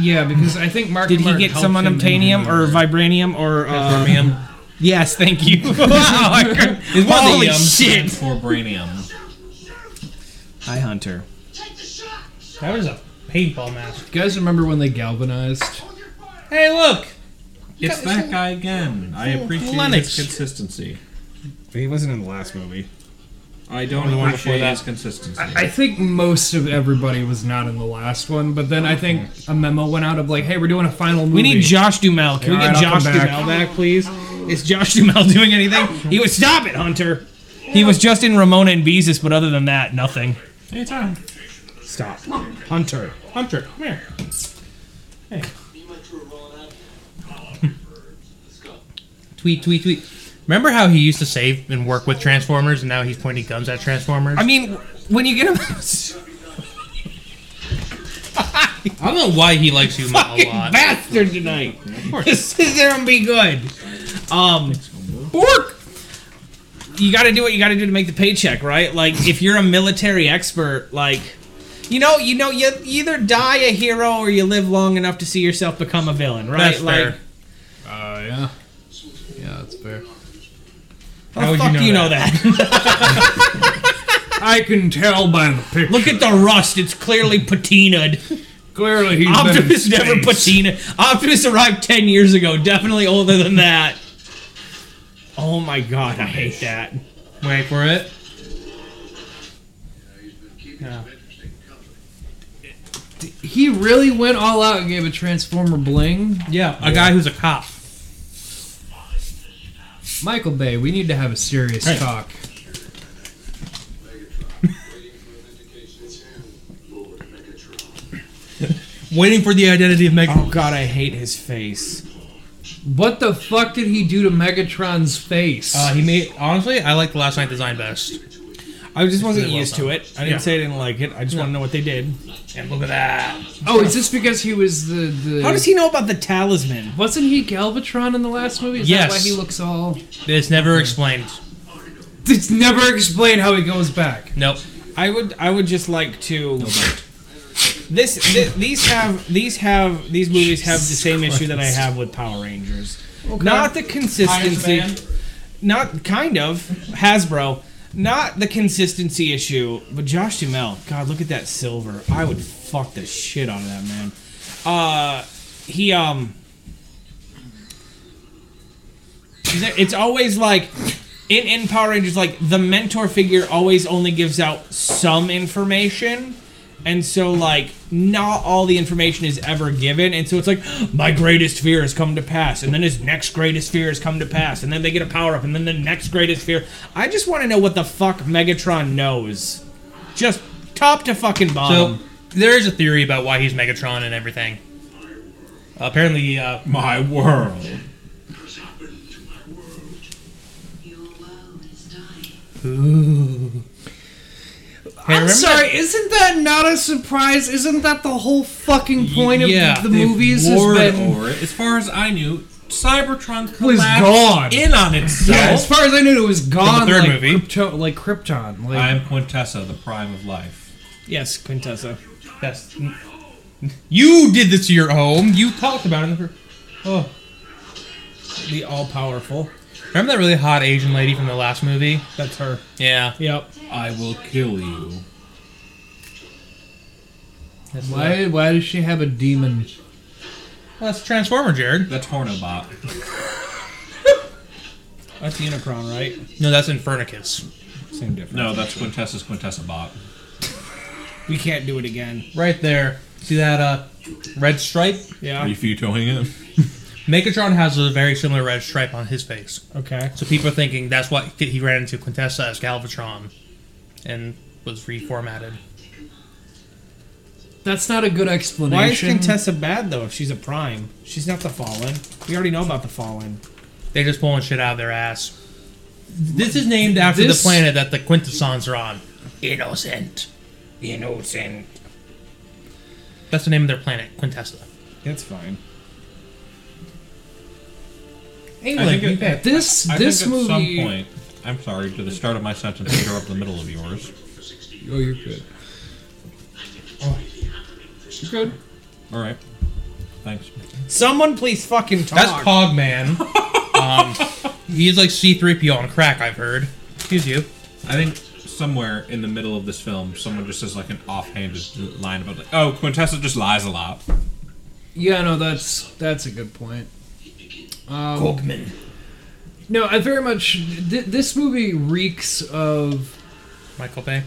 Speaker 5: Yeah, because I think Marky
Speaker 3: Did he
Speaker 5: Mark
Speaker 3: get
Speaker 5: helped
Speaker 3: some
Speaker 5: him
Speaker 3: unobtainium
Speaker 5: engineer.
Speaker 3: or vibranium or uh,
Speaker 4: Chromium.
Speaker 3: Yes, thank you. wow, I cou-
Speaker 4: It's one
Speaker 3: Holy
Speaker 4: of the um,
Speaker 3: shit!
Speaker 7: For Brainium.
Speaker 3: Hi, Hunter.
Speaker 9: Take the shot.
Speaker 4: That was a paintball mask.
Speaker 5: You guys remember when they galvanized?
Speaker 9: Hold your fire.
Speaker 4: Hey, look.
Speaker 7: It's that guy again. I appreciate
Speaker 4: Lennox.
Speaker 7: his consistency.
Speaker 3: He wasn't in the last movie.
Speaker 7: I don't
Speaker 4: the one
Speaker 7: appreciate
Speaker 4: before that.
Speaker 7: his consistency.
Speaker 5: I think most of everybody was not in the last one, but then I think a memo went out of like, "Hey, we're doing a final movie."
Speaker 3: We need Josh Dumel. Can we
Speaker 5: All
Speaker 3: get
Speaker 5: right, I'll
Speaker 3: Josh
Speaker 5: come back. Uh,
Speaker 3: Dumel back, please? Is Josh Dumel doing anything? He was stop it, Hunter. He was just in Ramona and Beezus, but other than that, nothing.
Speaker 7: Hey, Tom.
Speaker 3: Stop, Hunter.
Speaker 4: Hunter, come here.
Speaker 9: Me and my crew are rolling out. Let's go.
Speaker 4: Tweet, tweet, tweet. Remember how he used to save and work with Transformers, and now he's pointing guns at Transformers?
Speaker 3: I mean, when you get him,
Speaker 4: I don't know why he likes you a lot.
Speaker 3: bastard tonight. This is gonna be good. Um, Bork. You got to do what you got to do to make the paycheck, right? Like if you're a military expert, like you know, you know, you either die a hero or you live long enough to see yourself become a villain, right?
Speaker 4: That's
Speaker 3: like,
Speaker 4: fair.
Speaker 5: Oh yeah, yeah, that's fair.
Speaker 3: How the
Speaker 4: would you
Speaker 3: fuck
Speaker 4: know
Speaker 3: do you know that?
Speaker 5: I can tell by the picture.
Speaker 3: Look at the rust; it's clearly patinaed.
Speaker 5: clearly he's
Speaker 3: Optimus
Speaker 5: been in
Speaker 3: never
Speaker 5: space.
Speaker 3: patina. Optimus arrived ten years ago, definitely older than that. Oh my god, I hate that.
Speaker 4: Wait for it.
Speaker 9: He's been keeping some interesting company.
Speaker 5: He really went all out and gave a Transformer bling.
Speaker 4: Yeah, a guy who's a cop.
Speaker 5: Michael Bay, we need to have a serious talk.
Speaker 9: Megatron. Waiting for an indication. It's him. Lord Megatron.
Speaker 4: Waiting for the identity of Megatron.
Speaker 3: Oh god, I hate his face.
Speaker 5: What the fuck did he do to Megatron's face?
Speaker 4: Uh, he made honestly, I like the last night design best.
Speaker 3: I just wasn't
Speaker 4: really well
Speaker 3: used
Speaker 4: done.
Speaker 3: to it. I didn't
Speaker 4: Yeah.
Speaker 3: say I didn't like it. I just want to know what they did.
Speaker 4: And look at that.
Speaker 5: oh, is this because he was the, the
Speaker 3: How does he know about the talisman?
Speaker 5: Wasn't he Galvatron in the last movie? Is
Speaker 4: Yes.
Speaker 5: that why he looks all?
Speaker 4: It's never explained.
Speaker 5: It's never explained how he goes back.
Speaker 4: Nope.
Speaker 3: I would I would just like to this, thi- these have these have these movies have the same issue that I have with Power Rangers. Not the consistency. Not kind of Hasbro. Not the consistency issue, but Josh Dumel. God, look at that silver. I would fuck the shit out of that man. Uh, he um. It's always like in in Power Rangers, like the mentor figure always only gives out some information, and so like not all the information is ever given, and so it's like my greatest fear has come to pass, and then his next greatest fear has come to pass, and then they get a power up, and then the next greatest fear. I just want to know what the fuck Megatron knows, just top to fucking
Speaker 4: So
Speaker 3: bottom.
Speaker 4: there is a theory about why he's Megatron and everything. Apparently, uh,
Speaker 7: My world.
Speaker 9: What's happened to my world?
Speaker 8: Your world is dying.
Speaker 4: hey,
Speaker 5: I'm
Speaker 4: remember
Speaker 5: sorry, isn't that not a surprise? Isn't that the whole fucking point of
Speaker 4: yeah,
Speaker 5: the
Speaker 7: They've
Speaker 5: movies has
Speaker 7: warred
Speaker 5: been?
Speaker 7: over it. As far as I knew, Cybertron collapsed
Speaker 5: Was gone.
Speaker 7: in on itself.
Speaker 5: Yeah, as far as I knew, it was gone.
Speaker 4: third
Speaker 5: like
Speaker 4: movie.
Speaker 5: Krypto- like Krypton. Like
Speaker 7: I'm Quintessa, the prime of life.
Speaker 3: yes, Quintessa.
Speaker 4: That's, you did this to your home. You talked about it. in the fir- Oh,
Speaker 3: The all powerful.
Speaker 4: remember that really hot Asian lady from the last movie?
Speaker 3: That's her.
Speaker 4: Yeah.
Speaker 3: Yep.
Speaker 7: I will kill you.
Speaker 4: That's, well,
Speaker 5: why? Why does she have a demon?
Speaker 4: that's Transformer, Jared.
Speaker 7: That's Hornobot.
Speaker 3: That's Unicron, right?
Speaker 4: No, that's Infernicus.
Speaker 3: Same difference.
Speaker 7: No, that's Quintessa's Quintessa Bot.
Speaker 3: We can't do it again.
Speaker 4: Right there. See that uh, red stripe?
Speaker 7: Are
Speaker 3: Yeah.
Speaker 7: you vetoing it?
Speaker 4: Megatron has a very similar red stripe on his face.
Speaker 3: Okay.
Speaker 4: So people are thinking that's why he ran into Quintessa as Galvatron and was reformatted.
Speaker 5: That's not a good explanation.
Speaker 3: Why is Contessa bad though? If she's a prime, she's not the Fallen. We already know about the Fallen.
Speaker 4: They're just pulling shit out of their ass. This is named after
Speaker 5: This-
Speaker 4: the planet that the Quintessons are on. Innocent. Innocent. That's the name of their planet, Quintessa.
Speaker 3: It's fine.
Speaker 4: England.
Speaker 7: think it-
Speaker 4: UK.
Speaker 5: This
Speaker 7: I
Speaker 5: this
Speaker 7: think at
Speaker 5: movie.
Speaker 7: some point, I'm sorry, to the start of my sentence, interrupt the middle of yours.
Speaker 5: Oh, you're good. Oh, You're good.
Speaker 7: All right. Thanks.
Speaker 3: Someone please fucking talk.
Speaker 4: That's Pogman. um, He's like C3PO on crack, I've heard. Excuse you.
Speaker 7: I think somewhere in the middle of this film, someone just says like an offhanded line about like, "Oh, Quintessa just lies a lot."
Speaker 5: Yeah, no, that's that's a good point. Um, No, I very much. Th- this movie reeks of.
Speaker 4: Michael Bay.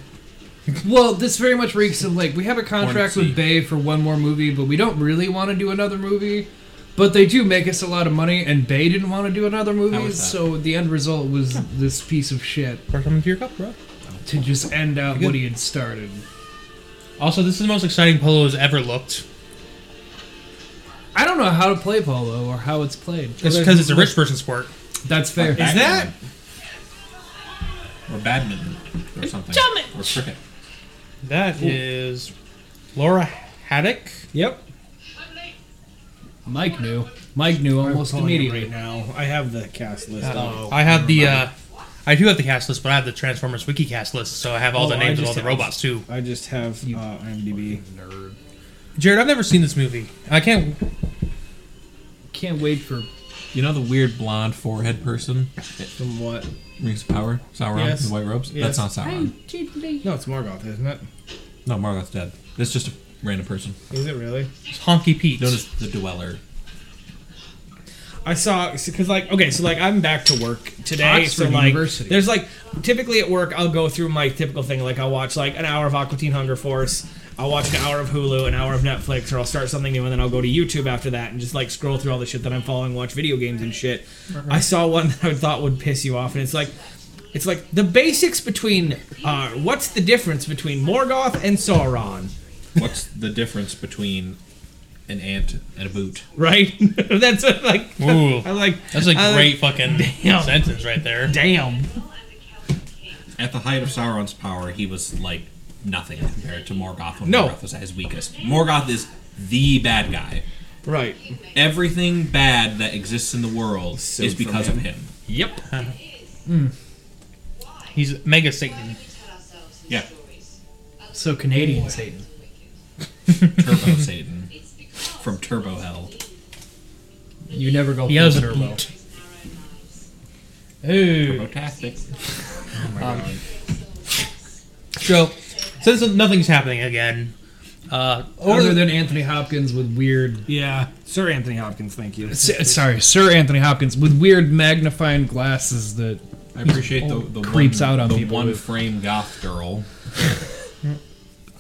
Speaker 5: Well, this very much reeks of like we have a contract with Bay for one more movie, but we don't really want to do another movie. But they do make us a lot of money, and Bay didn't want to do another movie,
Speaker 7: was that?
Speaker 5: so the end result was this piece of shit
Speaker 4: Pour something to your cup, bro.
Speaker 5: to just end out what he had started.
Speaker 4: Also, this is the most exciting polo has ever looked.
Speaker 5: I don't know how to play polo or how it's played.
Speaker 4: It's because it's a rich person sport.
Speaker 5: That's fair.
Speaker 7: Is
Speaker 3: that-
Speaker 7: or badminton or something or cricket?
Speaker 4: That is Laura Haddock.
Speaker 3: Yep.
Speaker 5: Mike knew. Mike knew almost immediately.
Speaker 3: right now. I have the cast list. Oh. up.
Speaker 4: I have the. Uh, I do have the cast list, but I have the Transformers wiki cast list, so I have all
Speaker 3: Oh,
Speaker 4: the
Speaker 3: I
Speaker 4: names of
Speaker 3: just
Speaker 4: all the
Speaker 3: have-
Speaker 4: robots too.
Speaker 3: I just have uh, IMDb.
Speaker 4: Jared, I've never seen this movie. I can't.
Speaker 5: Can't wait for
Speaker 7: You know the weird blonde forehead person,
Speaker 3: From what?
Speaker 7: rings of power, Sauron,
Speaker 3: Yes.
Speaker 7: in the white robes.
Speaker 3: Yes.
Speaker 7: That's not Sauron.
Speaker 3: No, it's Morgoth, isn't it?
Speaker 7: No, Margoth's dead. That's just a random person
Speaker 3: Is it really?
Speaker 4: It's Honky Pete.
Speaker 7: known as the Dweller.
Speaker 3: I saw because like okay, so like I'm back to work today. so
Speaker 5: Oxford
Speaker 3: like,
Speaker 5: University.
Speaker 3: there's like typically at work I'll go through my typical thing. Like I'll watch like an hour of Aqua Teen Hunger Force. I'll watch an hour of Hulu, an hour of Netflix, or I'll start something new, and then I'll go to YouTube after that and just like scroll through all the shit that I'm following, watch video games and shit. I saw one that I thought would piss you off, and it's like, it's like the basics between uh, what's the difference between Morgoth and Sauron,
Speaker 7: What's the difference between an ant and a boot?
Speaker 3: right? That's what, like
Speaker 4: Ooh.
Speaker 3: I like
Speaker 4: That's a
Speaker 3: I like,
Speaker 4: great fucking
Speaker 3: Damn.
Speaker 4: sentence right there.
Speaker 3: damn.
Speaker 7: At the height of Sauron's power, he was like nothing compared to Morgoth when
Speaker 3: No.
Speaker 7: Morgoth was at his weakest. Morgoth is the bad guy.
Speaker 3: Right.
Speaker 7: Everything bad that exists in the world is
Speaker 3: from
Speaker 7: because of him.
Speaker 3: Yep.
Speaker 7: Uh-huh. Hmm.
Speaker 4: He's mega Satan.
Speaker 7: Yeah,
Speaker 5: so Canadian Satan.
Speaker 7: Turbo Satan from Turbo Hell.
Speaker 5: You never go
Speaker 4: He
Speaker 5: full
Speaker 4: has a
Speaker 5: turbo.
Speaker 4: boot. Ooh.
Speaker 7: Rotastic.
Speaker 4: So, since nothing's happening again, uh,
Speaker 5: Other than Anthony Hopkins with weird.
Speaker 3: Yeah, Sir Anthony Hopkins. Thank you.
Speaker 5: S- Sorry, Sir Anthony Hopkins with weird magnifying glasses that.
Speaker 7: I appreciate the, the
Speaker 5: Creeps
Speaker 7: one,
Speaker 5: out on
Speaker 7: the
Speaker 5: people
Speaker 7: one
Speaker 5: with-
Speaker 7: frame goth girl.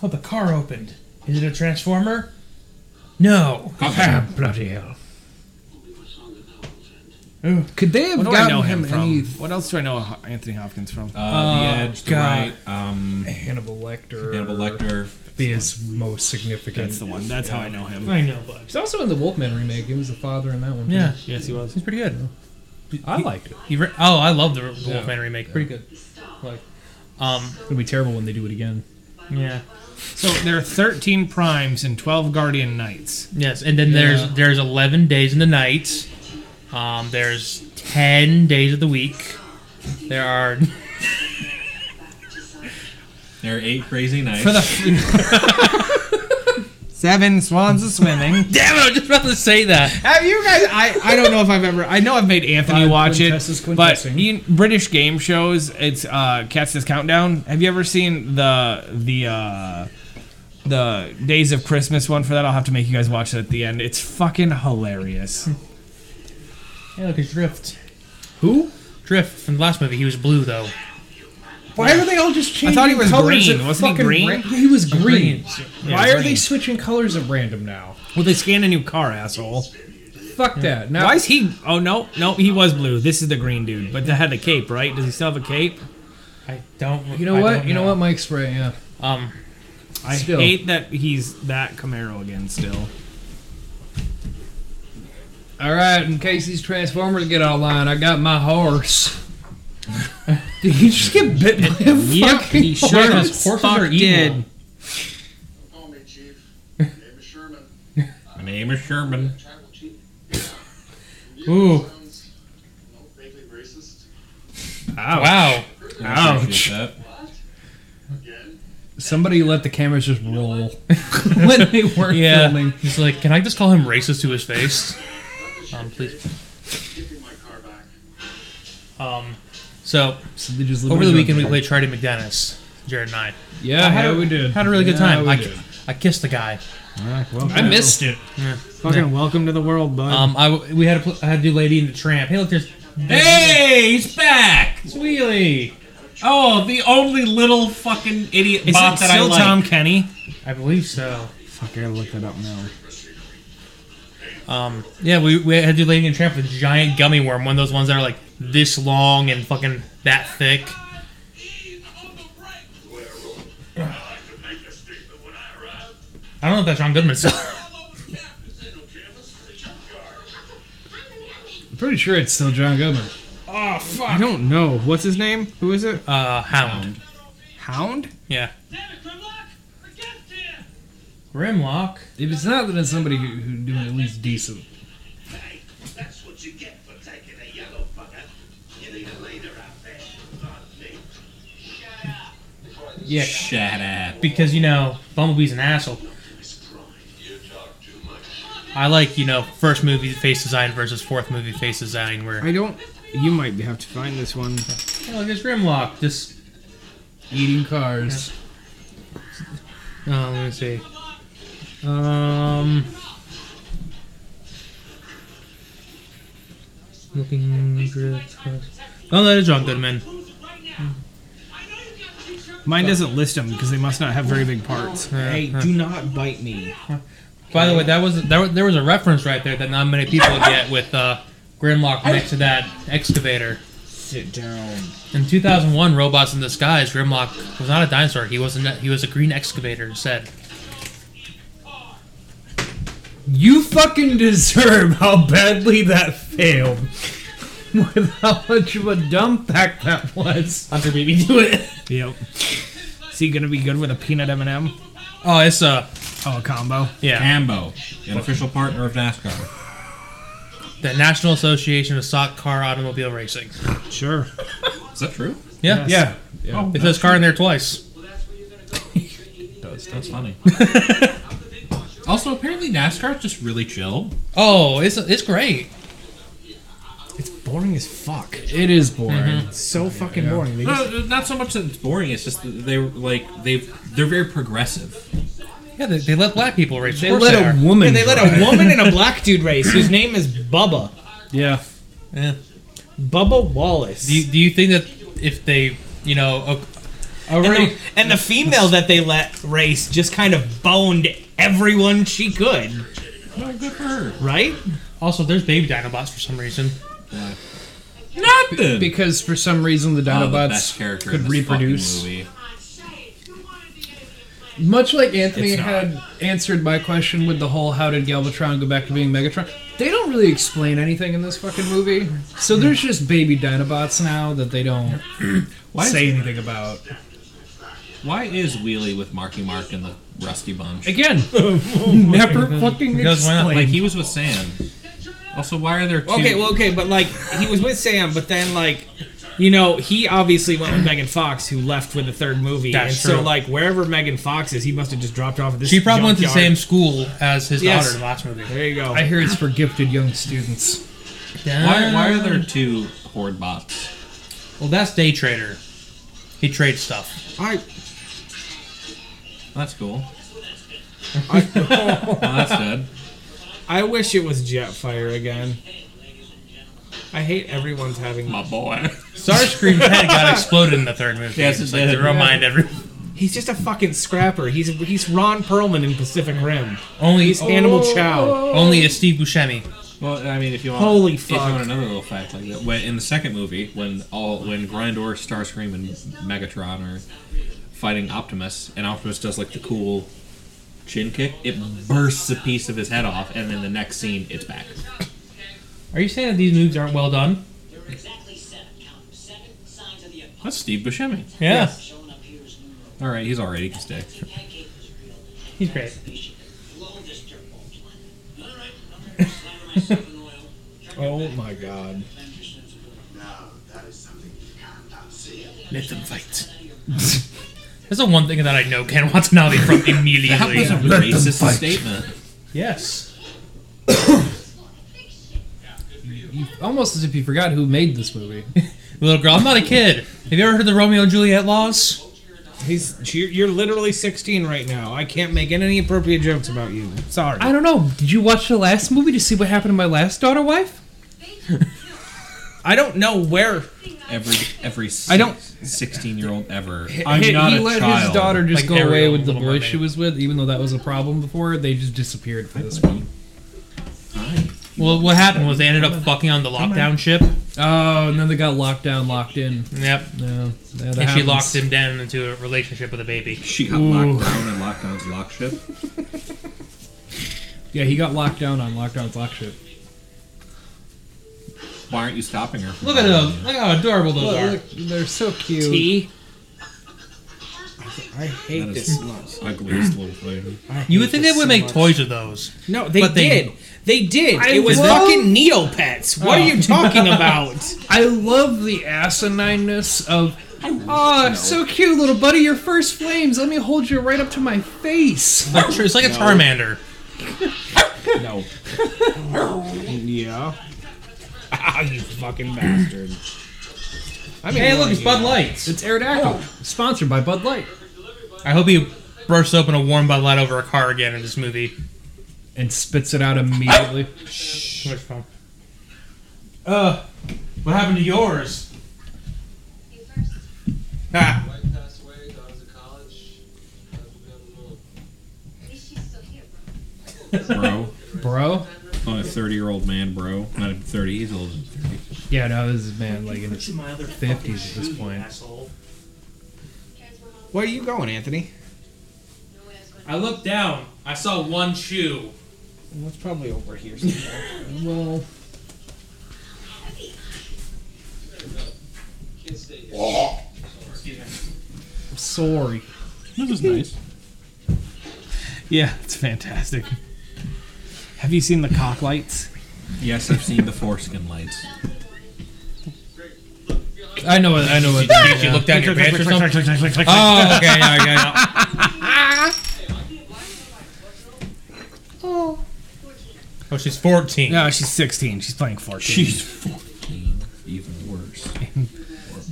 Speaker 4: oh, the car opened. Is it a transformer? No.
Speaker 5: Ah, bloody hell. Oh, Could they have
Speaker 3: What do I
Speaker 5: gotten
Speaker 3: know
Speaker 5: him,
Speaker 3: him, from?
Speaker 5: any
Speaker 3: What else do I know Ho- Anthony Hopkins from?
Speaker 7: Uh, the Edge, the
Speaker 4: God.
Speaker 7: Right, um,
Speaker 5: Hannibal Lecter?
Speaker 7: Hannibal Lecter.
Speaker 5: Be his most significant.
Speaker 3: That's the one. That's how I know him.
Speaker 4: I know, but
Speaker 5: He's also in the Wolfman remake. He was the father in that one.
Speaker 4: yeah,
Speaker 3: Yes, he was.
Speaker 4: he's pretty good.
Speaker 5: I liked it.
Speaker 4: He re- oh, I love the the Wolfman remake. Pretty good. Like, um,
Speaker 5: It'll be terrible when they do it again.
Speaker 4: yeah,
Speaker 3: So there are 13 primes and 12 guardian knights.
Speaker 4: yes. And then
Speaker 5: Yeah.
Speaker 4: there's there's eleven days in the night. Um, there's ten days of the week. There are
Speaker 7: There are eight crazy nights.
Speaker 3: For the seven swans a swimming.
Speaker 4: damn it! I was just about to say that.
Speaker 3: Have you guys? I, I don't know if I've ever. I know I've made Anthony
Speaker 5: Five
Speaker 3: watch it,
Speaker 5: quintesses
Speaker 3: but
Speaker 5: quintessing.
Speaker 3: in British game shows, it's uh, Cats This Countdown. Have you ever seen the the uh, the Days of Christmas one for that? I'll have to make you guys watch it at the end. It's fucking hilarious.
Speaker 4: Yeah, look, it's Drift.
Speaker 5: Who?
Speaker 4: Drift from the last movie. He was blue though.
Speaker 5: Why are they all just changing
Speaker 3: thought he was
Speaker 5: colors?
Speaker 3: green.
Speaker 5: at
Speaker 3: Wasn't he
Speaker 5: fucking
Speaker 3: green?
Speaker 5: ran- he was green.
Speaker 4: Yeah,
Speaker 5: Why are
Speaker 4: green.
Speaker 5: they switching colors at random now?
Speaker 3: Well, they scan a new car, asshole.
Speaker 5: Fuck that. Now,
Speaker 3: Why is he? Oh no, no, he was blue. This is the green dude, but that had the cape, right? Does he still have a cape?
Speaker 4: I don't.
Speaker 5: You know
Speaker 4: I
Speaker 5: what?
Speaker 4: don't
Speaker 5: You know what? Mike's right. Yeah.
Speaker 4: Um,
Speaker 3: I
Speaker 5: Still.
Speaker 3: hate that he's that Camaro again. Still,
Speaker 5: All right. In case these Transformers get online, I got my horse. Did he just get bit by a
Speaker 3: Yep,
Speaker 5: fucking
Speaker 3: he sure
Speaker 5: horse?
Speaker 3: as fuck did.
Speaker 9: Call me Chief. My name is Sherman.
Speaker 7: My name is Sherman.
Speaker 9: Tribal Chief.
Speaker 4: Ooh.
Speaker 9: Sounds, you know, vaguely racist.
Speaker 4: wow.
Speaker 7: I appreciate that.
Speaker 9: Again.
Speaker 5: Somebody let the cameras just roll when they weren't
Speaker 4: Yeah.
Speaker 5: filming.
Speaker 4: He's like, can I just call him racist to his face? Um, please.
Speaker 9: Give me my car back.
Speaker 4: Um, so
Speaker 5: So they just live
Speaker 4: over
Speaker 5: in
Speaker 4: the
Speaker 5: a
Speaker 4: weekend we
Speaker 5: jungle.
Speaker 4: played Charlie McDennis, Jared and I.
Speaker 5: Yeah,
Speaker 4: I had
Speaker 5: yeah,
Speaker 4: a,
Speaker 5: we did.
Speaker 4: Had a really good
Speaker 5: Yeah,
Speaker 4: time.
Speaker 5: we
Speaker 4: I,
Speaker 5: did.
Speaker 4: I kissed the guy.
Speaker 5: I missed it.
Speaker 6: Fucking welcome to the world, bud.
Speaker 4: Um, I w- we had a pl- I had to do Lady and the Tramp. Hey, look, there's
Speaker 7: Hey, he's back!
Speaker 4: Sweelie.
Speaker 7: Oh, the only little fucking idiot
Speaker 3: Is
Speaker 7: bot
Speaker 3: it
Speaker 7: that I
Speaker 3: still
Speaker 7: like.
Speaker 3: Tom Kenny?
Speaker 4: I believe so.
Speaker 6: Fuck, I gotta look that up now.
Speaker 4: Um, yeah, we, we had to do Lady and the Tramp with a giant gummy worm, one of those ones that are like this long and fucking that thick. I don't know if that's John Goodman. So.
Speaker 5: I'm pretty sure it's still John Goodman.
Speaker 6: I don't know. What's his name? Who is it?
Speaker 4: Uh, Hound.
Speaker 3: Hound?
Speaker 4: Yeah. Grimlock.
Speaker 5: If it's not, then it's somebody who, who doing at least decent.
Speaker 9: That's what you get for taking a yellow bugger. You need a leader out there.
Speaker 4: Yeah,
Speaker 7: Shut up.
Speaker 4: because you know Bumblebee's an asshole. I like you know first movie face design versus fourth movie face design where
Speaker 6: I don't. You might have to find this one.
Speaker 4: oh there's Grimlock just
Speaker 5: Eating cars.
Speaker 4: oh let me see um looking oh that is John Goodman
Speaker 3: Mine doesn't list them because they must not have very big parts. Oh, Hey, do not bite me.
Speaker 4: By the way, that was there, there was a reference right there that not many people get with uh, Grimlock next to that excavator.
Speaker 3: Sit down.
Speaker 4: In 2001, Robots in Disguise, Grimlock was not a dinosaur. He wasn't. He was a green excavator instead.
Speaker 5: You fucking deserve how badly that failed. With how much of a dump pack that was.
Speaker 4: Hunter made me do it.
Speaker 3: Yep. Is he gonna be good with a peanut M&M?
Speaker 4: Oh, it's uh,
Speaker 3: Oh, a combo.
Speaker 4: yeah.
Speaker 7: Cambo, an official partner of NASCAR.
Speaker 4: The National Association of Stock Car Automobile Racing.
Speaker 3: Sure.
Speaker 7: Is that true?
Speaker 4: Yeah,
Speaker 5: Yeah.
Speaker 4: It says car in there twice.
Speaker 7: That's, that's funny. also, apparently NASCAR's just really chill.
Speaker 4: Oh, it's it's great.
Speaker 2: It's boring as fuck.
Speaker 5: It is boring.
Speaker 2: It's so fucking boring. They just-
Speaker 7: No, not so much that it's boring. It's just that they were like they've they're very progressive.
Speaker 4: Yeah, they, they let black people race. They
Speaker 5: They let a woman.
Speaker 3: And they let a woman and a black dude race whose name is Bubba.
Speaker 5: yeah.
Speaker 3: Bubba Wallace.
Speaker 4: Do you, do you think that if they, you know, a, a
Speaker 3: and,
Speaker 4: race-
Speaker 3: the, and the female that they let race just kind of boned everyone she could,
Speaker 7: Oh, good for her.
Speaker 3: right?
Speaker 4: uh, also there's baby Dinobots for some reason.
Speaker 7: Nothing.
Speaker 5: Because for some reason the
Speaker 7: Oh, the
Speaker 5: Dinobots
Speaker 7: best character
Speaker 5: could
Speaker 7: in this fucking
Speaker 5: reproduce.
Speaker 7: Movie.
Speaker 5: Much like Anthony
Speaker 7: It's not.
Speaker 5: had answered my question with the whole how did Galvatron go back to being Megatron, they don't really explain anything in this fucking movie. So there's just baby Dinobots now that they don't
Speaker 7: Why
Speaker 5: say
Speaker 7: is,
Speaker 5: anything about.
Speaker 7: why is Wheelie with Marky Mark and the Rusty Bunch?
Speaker 5: Again, never fucking
Speaker 4: Because why not?
Speaker 5: explained.
Speaker 7: Like he was with Sam. Also, why are there two?
Speaker 3: Okay, well, okay, but like he was with Sam, but then like, you know, he obviously went with Megan Fox, who left with the third movie,
Speaker 4: That's
Speaker 3: and so
Speaker 4: true.
Speaker 3: like wherever Megan Fox is, he must have just dropped her off at this.
Speaker 4: She probably went to the same
Speaker 3: junkyard.
Speaker 4: school as his
Speaker 3: Yes.
Speaker 4: daughter in the last movie.
Speaker 3: There you go.
Speaker 5: I hear it's for gifted young students. uh,
Speaker 7: why, why are there two horde bots?
Speaker 4: Well, that's Day Trader. He trades stuff.
Speaker 6: I.
Speaker 7: That's cool. well, that's dead.
Speaker 3: I wish it was Jetfire again. I hate everyone's having.
Speaker 7: My boy.
Speaker 4: Starscream's head got exploded in the third movie.
Speaker 7: Yes, it
Speaker 4: Just, like,
Speaker 7: did.
Speaker 4: to remind everyone.
Speaker 3: He's just a fucking scrapper. He's he's Ron Perlman in Pacific Rim.
Speaker 4: Only
Speaker 3: He's Animal Chow.
Speaker 4: only is Steve Buscemi.
Speaker 7: Well, I mean, if you want,
Speaker 3: Holy
Speaker 7: if you
Speaker 3: fuck.
Speaker 7: want another little fact like that, when in the second movie, when all when Grindor, Starscream, and Megatron are fighting Optimus, and Optimus does like the cool chin kick, it bursts a piece of his head off, and then the next scene, it's back.
Speaker 4: Are you saying that these movies aren't well done?
Speaker 10: There are exactly seven. Count 'em, Seven signs of the empire.
Speaker 7: That's Steve Buscemi.
Speaker 4: Yeah.
Speaker 10: Showing up here is numero
Speaker 7: All right, he's already can stay.
Speaker 10: one. Pancake was real.
Speaker 4: He's great.
Speaker 10: They should blow this dirtball planet. All right, I'm gonna slather myself in oil.
Speaker 3: Oh my god.
Speaker 10: Avengers sense of humor.
Speaker 9: Now, that is something you cannot see.
Speaker 4: Let them fight. That's the one thing that I know Ken Watanabe from
Speaker 7: That
Speaker 4: immediately.
Speaker 7: was a racist statement.
Speaker 4: yes.
Speaker 5: Almost as if you forgot who made this movie.
Speaker 4: The little girl, I'm not a kid. Have you ever heard of the Romeo and Juliet laws?
Speaker 3: He's you're, you're literally 16 right now. I can't make any appropriate jokes about you. Sorry.
Speaker 5: I don't know. Did you watch the last movie to see what happened to my last daughter wife?
Speaker 3: I don't know where.
Speaker 7: Every every
Speaker 3: I don't-
Speaker 7: sixteen year old ever.
Speaker 5: i he,
Speaker 7: not
Speaker 5: he
Speaker 7: a
Speaker 5: let his
Speaker 7: child.
Speaker 5: daughter just
Speaker 4: Like
Speaker 5: go
Speaker 4: Ariel
Speaker 5: away
Speaker 4: in
Speaker 5: with the
Speaker 4: Little
Speaker 5: boy
Speaker 4: Mermaid.
Speaker 5: she was with, even though that was a problem before. They just disappeared for this one.
Speaker 4: Well, what happened was they ended up fucking on the lockdown ship.
Speaker 5: Oh, and then they got locked down, locked in.
Speaker 4: Yep.
Speaker 5: No, that
Speaker 4: And she
Speaker 5: happens.
Speaker 4: locked him down into a relationship with a baby.
Speaker 7: She got locked down and locked down to lock ship.
Speaker 5: Yeah, he got locked down on lockdown's lock ship.
Speaker 7: Why aren't you stopping her? from
Speaker 4: Look at
Speaker 7: following
Speaker 4: those. Look how adorable those
Speaker 5: Look,
Speaker 4: are.
Speaker 5: look, they're so cute.
Speaker 3: Tea.
Speaker 7: you? That is the ugliest little thing.
Speaker 4: You would think they would make toys of those.
Speaker 3: No, they
Speaker 4: But they-
Speaker 3: did. They did.
Speaker 5: I
Speaker 3: it was
Speaker 5: love-
Speaker 3: fucking Neopets. What are you talking about?
Speaker 5: I love the asinineness of. Oh, so cute, little buddy. Your first flames. Let me hold you right up to my face.
Speaker 4: Like, it's like a Charmander.
Speaker 7: No,
Speaker 3: yeah. Ah, you fucking bastard. I mean,
Speaker 4: Hey, look, it's Bud Lights.
Speaker 5: It's Aerodactyl, sponsored by Bud Light
Speaker 4: I hope he bursts open a warm Bud Light over a car again in this movie.
Speaker 5: and spits it out immediately.
Speaker 4: Which phone? Uh, what happened to yours? Ah. Ha.
Speaker 10: Wife passed away, daughter's in college. I
Speaker 7: bro.
Speaker 5: Bro?
Speaker 7: I'm a thirty year old man, bro. Not even thirty. He's older than thirty.
Speaker 5: Yeah, no, this is, man, like, in his 50s at this point.
Speaker 3: Where are you going, Anthony?
Speaker 4: I looked down. I saw one shoe.
Speaker 3: Well, it's probably over here.
Speaker 5: Well,
Speaker 4: Excuse me.
Speaker 5: I'm sorry.
Speaker 7: This is nice.
Speaker 3: yeah, it's fantastic. Have you seen the cock lights?
Speaker 7: Yes, I've seen the foreskin lights.
Speaker 5: I know what, I know what.
Speaker 4: Did you look down your pants or something? Oh, okay, yeah, yeah. Oh, she's 14.
Speaker 3: No, she's 16. She's playing 14.
Speaker 7: She's fourteen. Even worse.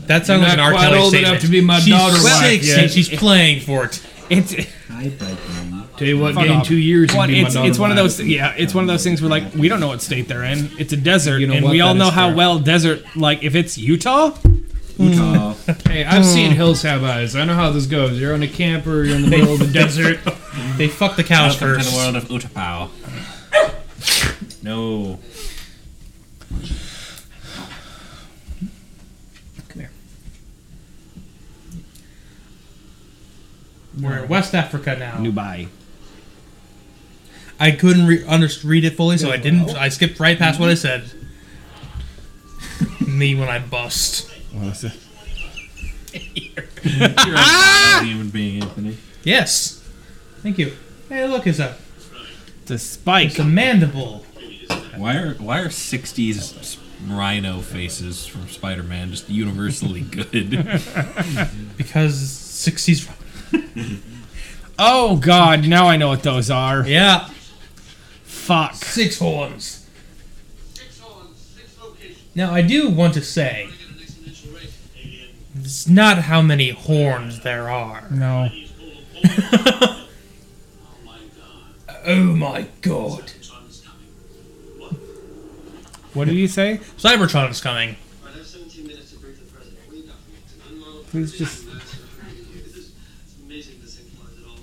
Speaker 4: That sounds like an
Speaker 5: Not
Speaker 4: R.
Speaker 5: quite
Speaker 4: Kelly
Speaker 5: old enough
Speaker 4: statement.
Speaker 5: to be my
Speaker 4: she's
Speaker 5: daughter wife
Speaker 4: 16.
Speaker 5: yet.
Speaker 4: She's playing for it.
Speaker 3: it's
Speaker 7: Hi, baby.
Speaker 5: Tell you what,
Speaker 3: Fuck
Speaker 5: getting
Speaker 3: off.
Speaker 5: two years
Speaker 3: one,
Speaker 5: would be my
Speaker 3: it's,
Speaker 5: daughter
Speaker 3: it's one of
Speaker 5: wife.
Speaker 3: those yeah, it's one of those things where like we don't know what state they're in. It's a desert
Speaker 5: You know
Speaker 3: and
Speaker 5: what?
Speaker 3: we all
Speaker 5: That
Speaker 3: know
Speaker 5: is
Speaker 3: how
Speaker 5: fair.
Speaker 3: well desert like if it's Utah,
Speaker 4: Hmm.
Speaker 7: Utah.
Speaker 5: Hey, I've seen Hills Have Eyes. I know how this goes. You're on a camper, you're in the middle of the desert.
Speaker 4: They fuck the cows
Speaker 7: Welcome to
Speaker 4: first.
Speaker 7: the world of Utapau. No.
Speaker 4: We're in West Africa now.
Speaker 3: Dubai.
Speaker 4: I couldn't re- under- read it fully, so I didn't. I skipped right past what I said. Me when I bust.
Speaker 7: You're
Speaker 4: Ah!
Speaker 7: a human being, Anthony.
Speaker 4: Yes. Thank you. Hey, look, it's a,
Speaker 3: It's a spike.
Speaker 4: it's a mandible.
Speaker 7: Why are why are sixties rhino faces from Spider Man just universally good?
Speaker 4: Because 60s.
Speaker 3: Oh god, now I know what those are.
Speaker 4: Yeah.
Speaker 3: Fuck.
Speaker 4: Six horns. Now, I do want to say it's not how many horns there are.
Speaker 3: No.
Speaker 4: Oh my god.
Speaker 3: What did you say?
Speaker 4: Cybertron is coming.
Speaker 10: have 17 minutes to brief the president. What do you got for me? It's an unmodeled
Speaker 3: Please just-
Speaker 10: It's amazing this thing flies at all.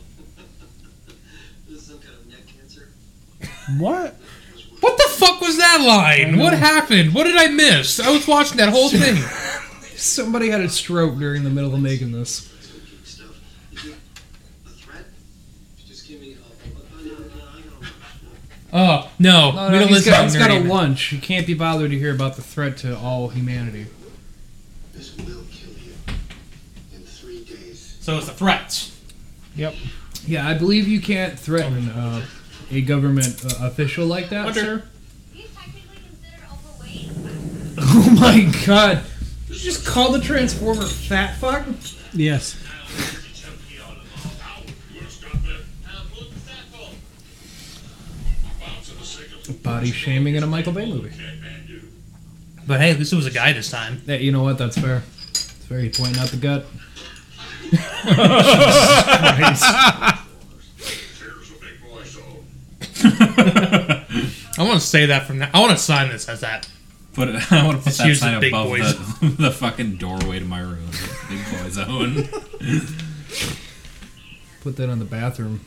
Speaker 10: this is some kind of neck cancer.
Speaker 3: What?
Speaker 4: What the fuck was that line? What happened? What did I miss? I was watching that whole thing.
Speaker 5: Somebody had a stroke during the middle of making this.
Speaker 10: Geek stuff. You got a threat? Just give me a. Oh, no, no, I don't know.
Speaker 4: Oh, no.
Speaker 5: No,
Speaker 4: we
Speaker 5: no,
Speaker 4: don't
Speaker 5: he's
Speaker 4: listen
Speaker 5: got,
Speaker 4: to
Speaker 5: he's got a
Speaker 4: nerdy-
Speaker 5: lunch. He can't be bothered to hear about the threat to all humanity.
Speaker 10: This will kill you in three days.
Speaker 4: So it's a threat.
Speaker 5: Yeah, I believe you can't threaten uh, a government uh, official like that,
Speaker 4: Hunter.
Speaker 5: sir.
Speaker 8: He's technically considered overweight.
Speaker 5: Oh my god. Did you just call the Transformer fat fuck?
Speaker 3: Yes.
Speaker 5: Body shaming in a Michael Bay movie.
Speaker 4: But hey, at least it was a guy this time.
Speaker 5: Hey, you know what? That's fair. It's fair. You're pointing out the gut.
Speaker 10: Here's a big boy, so
Speaker 4: I want to say that from now. I want to sign this as that.
Speaker 3: Put it, I want to put
Speaker 4: Just
Speaker 3: that
Speaker 4: use the
Speaker 3: sign
Speaker 4: big
Speaker 3: above
Speaker 4: boys.
Speaker 3: the, the fucking doorway to my room. Big boy zone.
Speaker 5: Put that on the bathroom.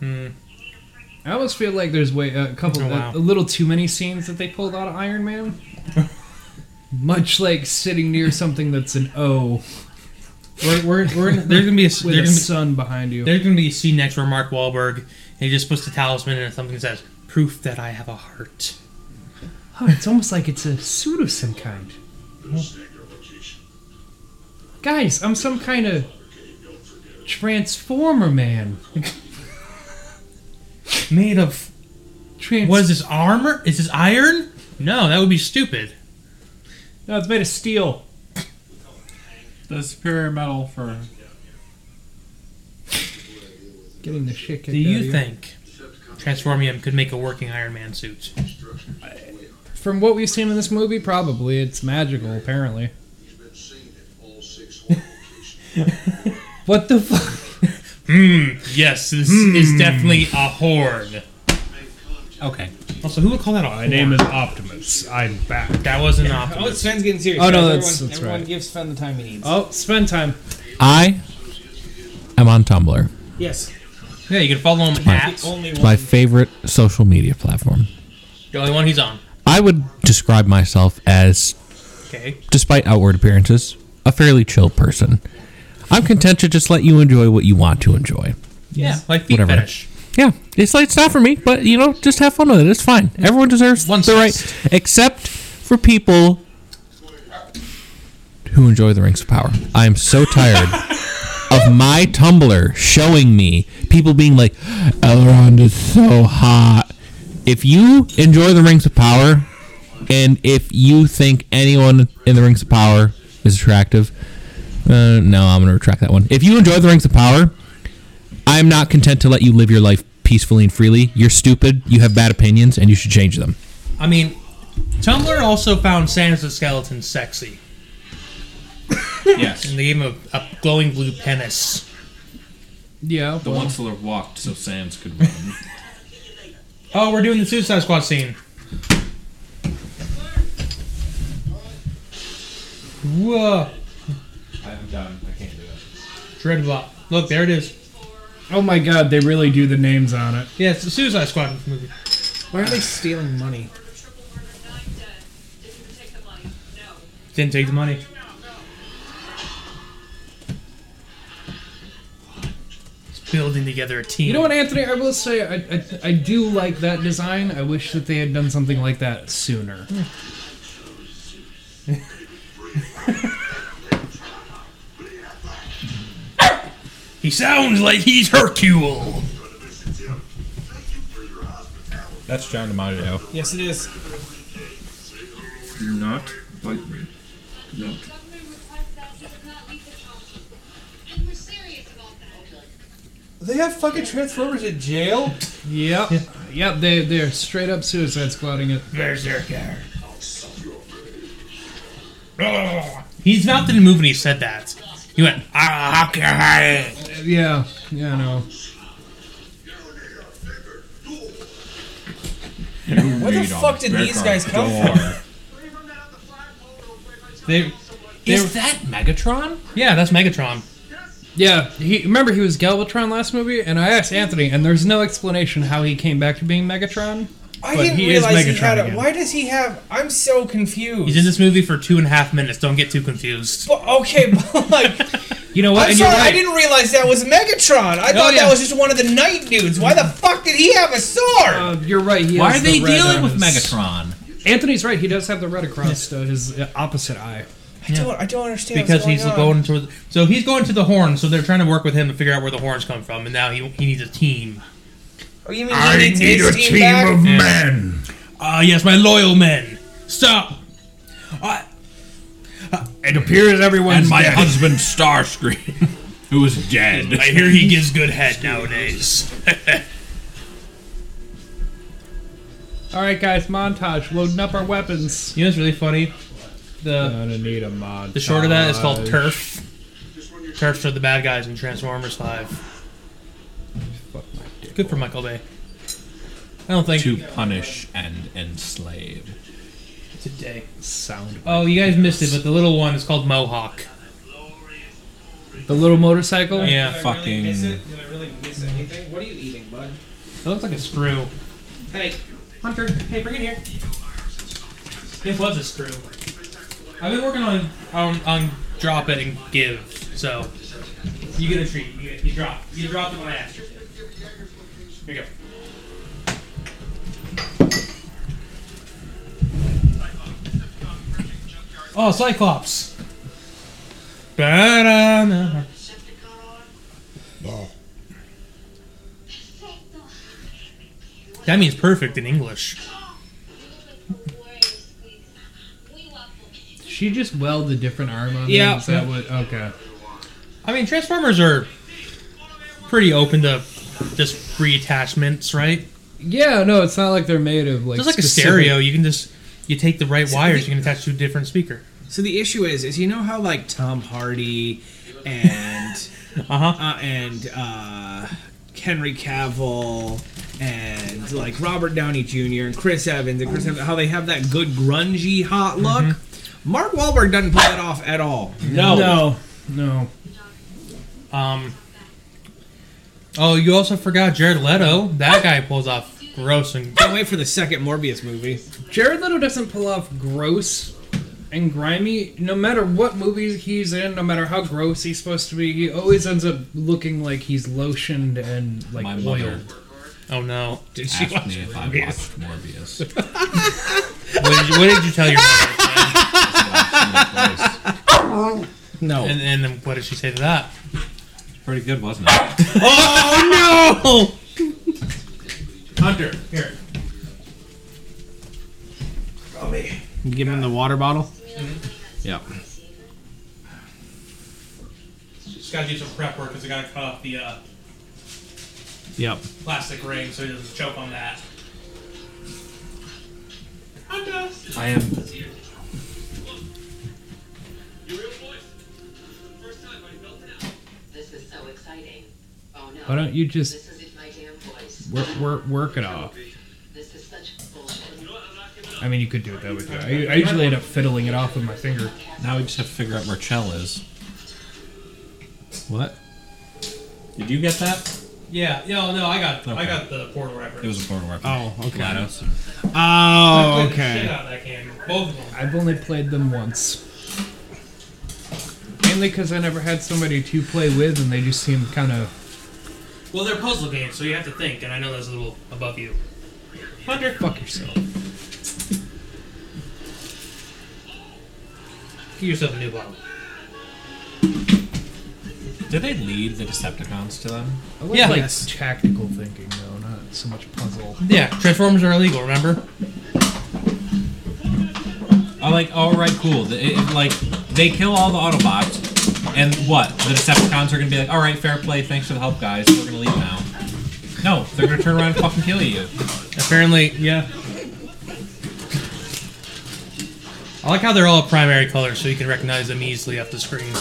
Speaker 4: Hmm.
Speaker 5: I almost feel like there's way a couple,
Speaker 4: Oh, wow.
Speaker 5: a, a little too many scenes that they pulled out of Iron Man. Much like sitting near something that's an O
Speaker 4: We're, we're, we're in, there's gonna be a there's
Speaker 5: with a
Speaker 4: gonna be,
Speaker 5: sun behind you.
Speaker 4: there's gonna be a scene next where Mark Wahlberg and he just puts the talisman and something that says proof that I have a heart.
Speaker 5: Oh, it's almost like it's a suit of some kind. Guys, I'm some kind of transformer man.
Speaker 4: Made of
Speaker 5: Trans-
Speaker 4: what is this armor? Is this iron? No, that would be stupid.
Speaker 5: No, it's made of steel.
Speaker 3: the superior metal for
Speaker 5: Getting the shit
Speaker 4: Do
Speaker 5: kicked out of
Speaker 4: you
Speaker 5: you.
Speaker 4: think Transformium could make a working Iron Man suit?
Speaker 5: From what we've seen in this movie, probably it's magical. Apparently.
Speaker 10: he's been seen at all six locations.
Speaker 5: What the fuck?
Speaker 4: Hmm. Yes, this is definitely a horn.
Speaker 3: okay.
Speaker 4: Also, who would call that a horn?
Speaker 11: Optimus. I'm back.
Speaker 4: That wasn't an optimal.
Speaker 6: Oh, Sven's getting serious.
Speaker 5: Oh, no,
Speaker 6: guys.
Speaker 5: that's-
Speaker 6: everyone,
Speaker 5: that's
Speaker 6: everyone
Speaker 5: right.
Speaker 6: gives Sven the time he needs.
Speaker 5: Oh, spend time.
Speaker 7: I am on Tumblr,
Speaker 6: Yes,
Speaker 4: Yeah, you can follow him at
Speaker 6: only
Speaker 4: the
Speaker 6: one.
Speaker 7: my favorite social media platform.
Speaker 4: only one he's on.
Speaker 7: I would describe myself as
Speaker 4: Okay.
Speaker 7: despite outward appearances, a fairly chill person. I'm content to just let you enjoy what you want to enjoy.
Speaker 4: Yeah, like feet
Speaker 7: Whatever.
Speaker 4: fetish.
Speaker 7: Yeah, it's like it's not for me, but you know, just have fun with it. It's fine. Everyone deserves
Speaker 4: One
Speaker 7: the right, except for people who enjoy the Rings of Power. I am so tired of my Tumblr showing me people being like, "Elrond is so hot." If you enjoy the Rings of Power, and if you think anyone in the Rings of Power is attractive, uh, no, I'm gonna retract that one. If you enjoy the Rings of Power, I am not content to let you live your life peacefully and freely. You're stupid. You have bad opinions, and you should change them.
Speaker 4: I mean, Tumblr also found Santa's the skeleton sexy,
Speaker 3: Yes.
Speaker 4: and they gave him a, a glowing blue penis.
Speaker 5: Yeah.
Speaker 3: The
Speaker 5: well,
Speaker 3: Onceler walked so Sans could run.
Speaker 4: Oh, we're doing the Suicide Squad scene. Whoa,
Speaker 3: I'm done. I can't do it.
Speaker 4: Dreadbot. Look, there it is.
Speaker 5: Oh my god, they really do the names on it.
Speaker 4: Yeah, it's the Suicide Squad movie.
Speaker 6: why are they stealing money?
Speaker 8: Murder, triple murder, nine dead. Did you take the money? No.
Speaker 4: Didn't take the money. It's building together a team.
Speaker 5: You know what, Anthony? I will say I, I, I do like that design. I wish that they had done something like that sooner.
Speaker 4: He sounds like he's Hercule.
Speaker 3: That's John DiMaggio.
Speaker 6: Yes, it is.
Speaker 3: Do not bite me.
Speaker 8: Government requests that does not meet the policy. And we're serious about that.
Speaker 6: They have fucking Transformers in jail.
Speaker 5: Yep. Yep, they, they're straight up suicide squatting it.
Speaker 4: Berserker. He's not in the movie when he said that. He went, ah, okay. hey."
Speaker 5: Yeah, yeah, I know.
Speaker 6: Where the fuck did these guys come from?
Speaker 4: They, they were-
Speaker 3: Is that Megatron?
Speaker 4: yeah, that's Megatron.
Speaker 5: Yeah, he remember he was Galvatron last movie, and I asked Anthony, and there's no explanation how he came back to being Megatron.
Speaker 6: I
Speaker 5: But
Speaker 6: didn't
Speaker 5: he is
Speaker 6: realize he
Speaker 5: Megatron
Speaker 6: had a.
Speaker 5: again.
Speaker 6: Why does he have? I'm so confused.
Speaker 4: He's in this movie for two and a half minutes. Don't get too confused.
Speaker 6: But- okay, but like,
Speaker 5: You know what?
Speaker 6: I'm
Speaker 5: and you're
Speaker 6: sorry, I
Speaker 5: right. Oh,
Speaker 6: didn't realize that was Megatron. I thought
Speaker 5: yeah.
Speaker 6: that was just one of the night dudes. Why the fuck did he have a sword?
Speaker 5: Uh, you're right. He
Speaker 3: Why are
Speaker 5: has
Speaker 3: they
Speaker 5: the red
Speaker 3: dealing
Speaker 5: on
Speaker 3: with
Speaker 5: his-
Speaker 3: Megatron?
Speaker 5: Anthony's right. He does have the red across uh, his uh, opposite eye.
Speaker 6: I don't. I don't understand. what's
Speaker 4: Because he's
Speaker 6: going on.
Speaker 4: going to, so he's going to the horn. So they're trying to work with him to figure out where the horns come from. And now he, he needs a team.
Speaker 6: Oh, you mean he needs his team back?
Speaker 4: men. Ah, yes, my loyal men. Stop. I
Speaker 11: It appears everyone's
Speaker 3: And my
Speaker 11: dead.
Speaker 3: husband Starscream.
Speaker 7: who was dead.
Speaker 4: I hear he gives good head nowadays.
Speaker 5: All right, guys, montage. Loading up our weapons.
Speaker 4: you know what's really funny? The
Speaker 5: Gonna need a montage.
Speaker 4: the short of that is called turf. Turfs are the bad guys in Transformers Five. Good for Michael Bay. I don't think
Speaker 7: To punish and enslave.
Speaker 4: today.
Speaker 5: sound.
Speaker 4: Oh, you guys missed it, but the little one is called Mohawk.
Speaker 5: The little motorcycle.
Speaker 4: Yeah,
Speaker 3: Did I really
Speaker 7: Fucking-
Speaker 3: miss it? Did I really miss anything? What are you eating, bud?
Speaker 4: it looks like a screw.
Speaker 3: Hey, Hunter. Hey, bring it here.
Speaker 4: It was a screw. I've been working on on, on drop it and give. So you get a treat. You, get, you drop. You drop it when I ask you. Here you go. Oh, Cyclops. Ba-da-na. That means perfect in English.
Speaker 5: She just weld a different arm on.
Speaker 3: Yeah.
Speaker 5: It? Is that what? Okay.
Speaker 4: I mean, Transformers are pretty open to just reattachments, right?
Speaker 5: Yeah. No, it's not like they're made of like.
Speaker 4: Just like a
Speaker 5: specific-
Speaker 4: stereo, you can just you take the right wires, you can attach to a different speaker.
Speaker 3: So the issue is, is you know how like Tom Hardy and
Speaker 4: Uh huh.
Speaker 3: uh, and uh, Henry Cavill and like Robert Downey Jr. and Chris Evans and Chris Evans, how they have that good grungy hot look. Mark Wahlberg doesn't pull that off at all.
Speaker 4: No.
Speaker 5: No. No.
Speaker 4: Um. Oh, you also forgot Jared Leto. That guy pulls off gross and
Speaker 3: Can't wait for the second Morbius movie.
Speaker 5: Jared Leto doesn't pull off gross and grimy. No matter what movie he's in, no matter how gross he's supposed to be, he always ends up looking like he's lotioned and like
Speaker 7: My
Speaker 5: oiled.
Speaker 7: mother
Speaker 4: oh no. Did she?
Speaker 7: asked me if I watched Morbius.
Speaker 4: What did you, what did you tell your mother?
Speaker 3: No.
Speaker 4: And, and then what did she say to that?
Speaker 7: Pretty good, wasn't it?
Speaker 4: Oh no! Hunter, here.
Speaker 3: Give him the water bottle.
Speaker 7: Yeah.
Speaker 4: Just gotta do some prep work because I gotta cut off the uh,
Speaker 3: Yep.
Speaker 4: plastic ring so he doesn't choke on that.
Speaker 7: I am.
Speaker 8: This is so exciting. Oh no.
Speaker 5: Why don't you just
Speaker 8: This isn't my damn voice.
Speaker 5: work, work, work it off?
Speaker 8: This is such bullshit.
Speaker 5: I mean, you could do it that way. too. I, I usually end up fiddling it off with my finger.
Speaker 7: Now we just have to figure out where Chell is. What? Did you get that?
Speaker 4: Yeah, no, no, I got, I
Speaker 7: Okay.
Speaker 4: got the portal reference.
Speaker 7: It was a portal weapon. Oh, okay. GLaDOS.
Speaker 3: Oh,
Speaker 4: Shit
Speaker 3: okay.
Speaker 4: out of that game. Both of them.
Speaker 5: I've only played them once. Mainly because I never had somebody to play with, and they just seemed kind of
Speaker 4: Well, they're puzzle games, so you have to think, and I know that's a little above you. Hunter,
Speaker 5: fuck yourself.
Speaker 4: get yourself a new bottle.
Speaker 7: Did they lead the Decepticons to them?
Speaker 5: I like,
Speaker 4: Yeah.
Speaker 5: like
Speaker 4: Yes.
Speaker 5: tactical thinking though, not so much puzzle.
Speaker 4: Yeah, Transformers are illegal. Remember?
Speaker 7: i like, all right, cool. The- it- it- like, they kill all the Autobots, and what? The Decepticons are gonna be like, all right, fair play, thanks for the help, guys. We're gonna leave now. No, they're gonna turn around and fucking kill you.
Speaker 4: Apparently, yeah. I like how they're all primary colors, so you can recognize them easily off the screen.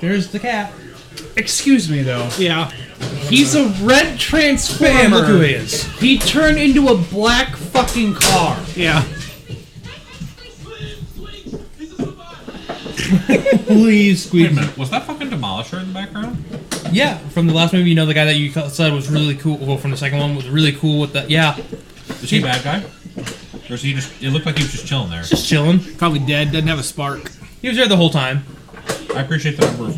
Speaker 4: There's the cat.
Speaker 5: Excuse me though.
Speaker 3: Yeah.
Speaker 5: He's a red transformer.
Speaker 4: Bam! Look who he is.
Speaker 5: He turned into a black fucking car.
Speaker 3: Yeah.
Speaker 4: Please
Speaker 7: Wait
Speaker 4: squeeze.
Speaker 7: a minute, was that fucking Demolisher in the background?
Speaker 4: Yeah, from the last movie, you know the guy that you said was really cool. Well, from the second one was really cool with that. Yeah,
Speaker 7: Is he a bad guy? Or is he just? It looked like he was just chilling there.
Speaker 4: just chilling.
Speaker 3: Probably dead. Doesn't have a spark.
Speaker 4: He was there the whole time.
Speaker 7: I appreciate the number. of-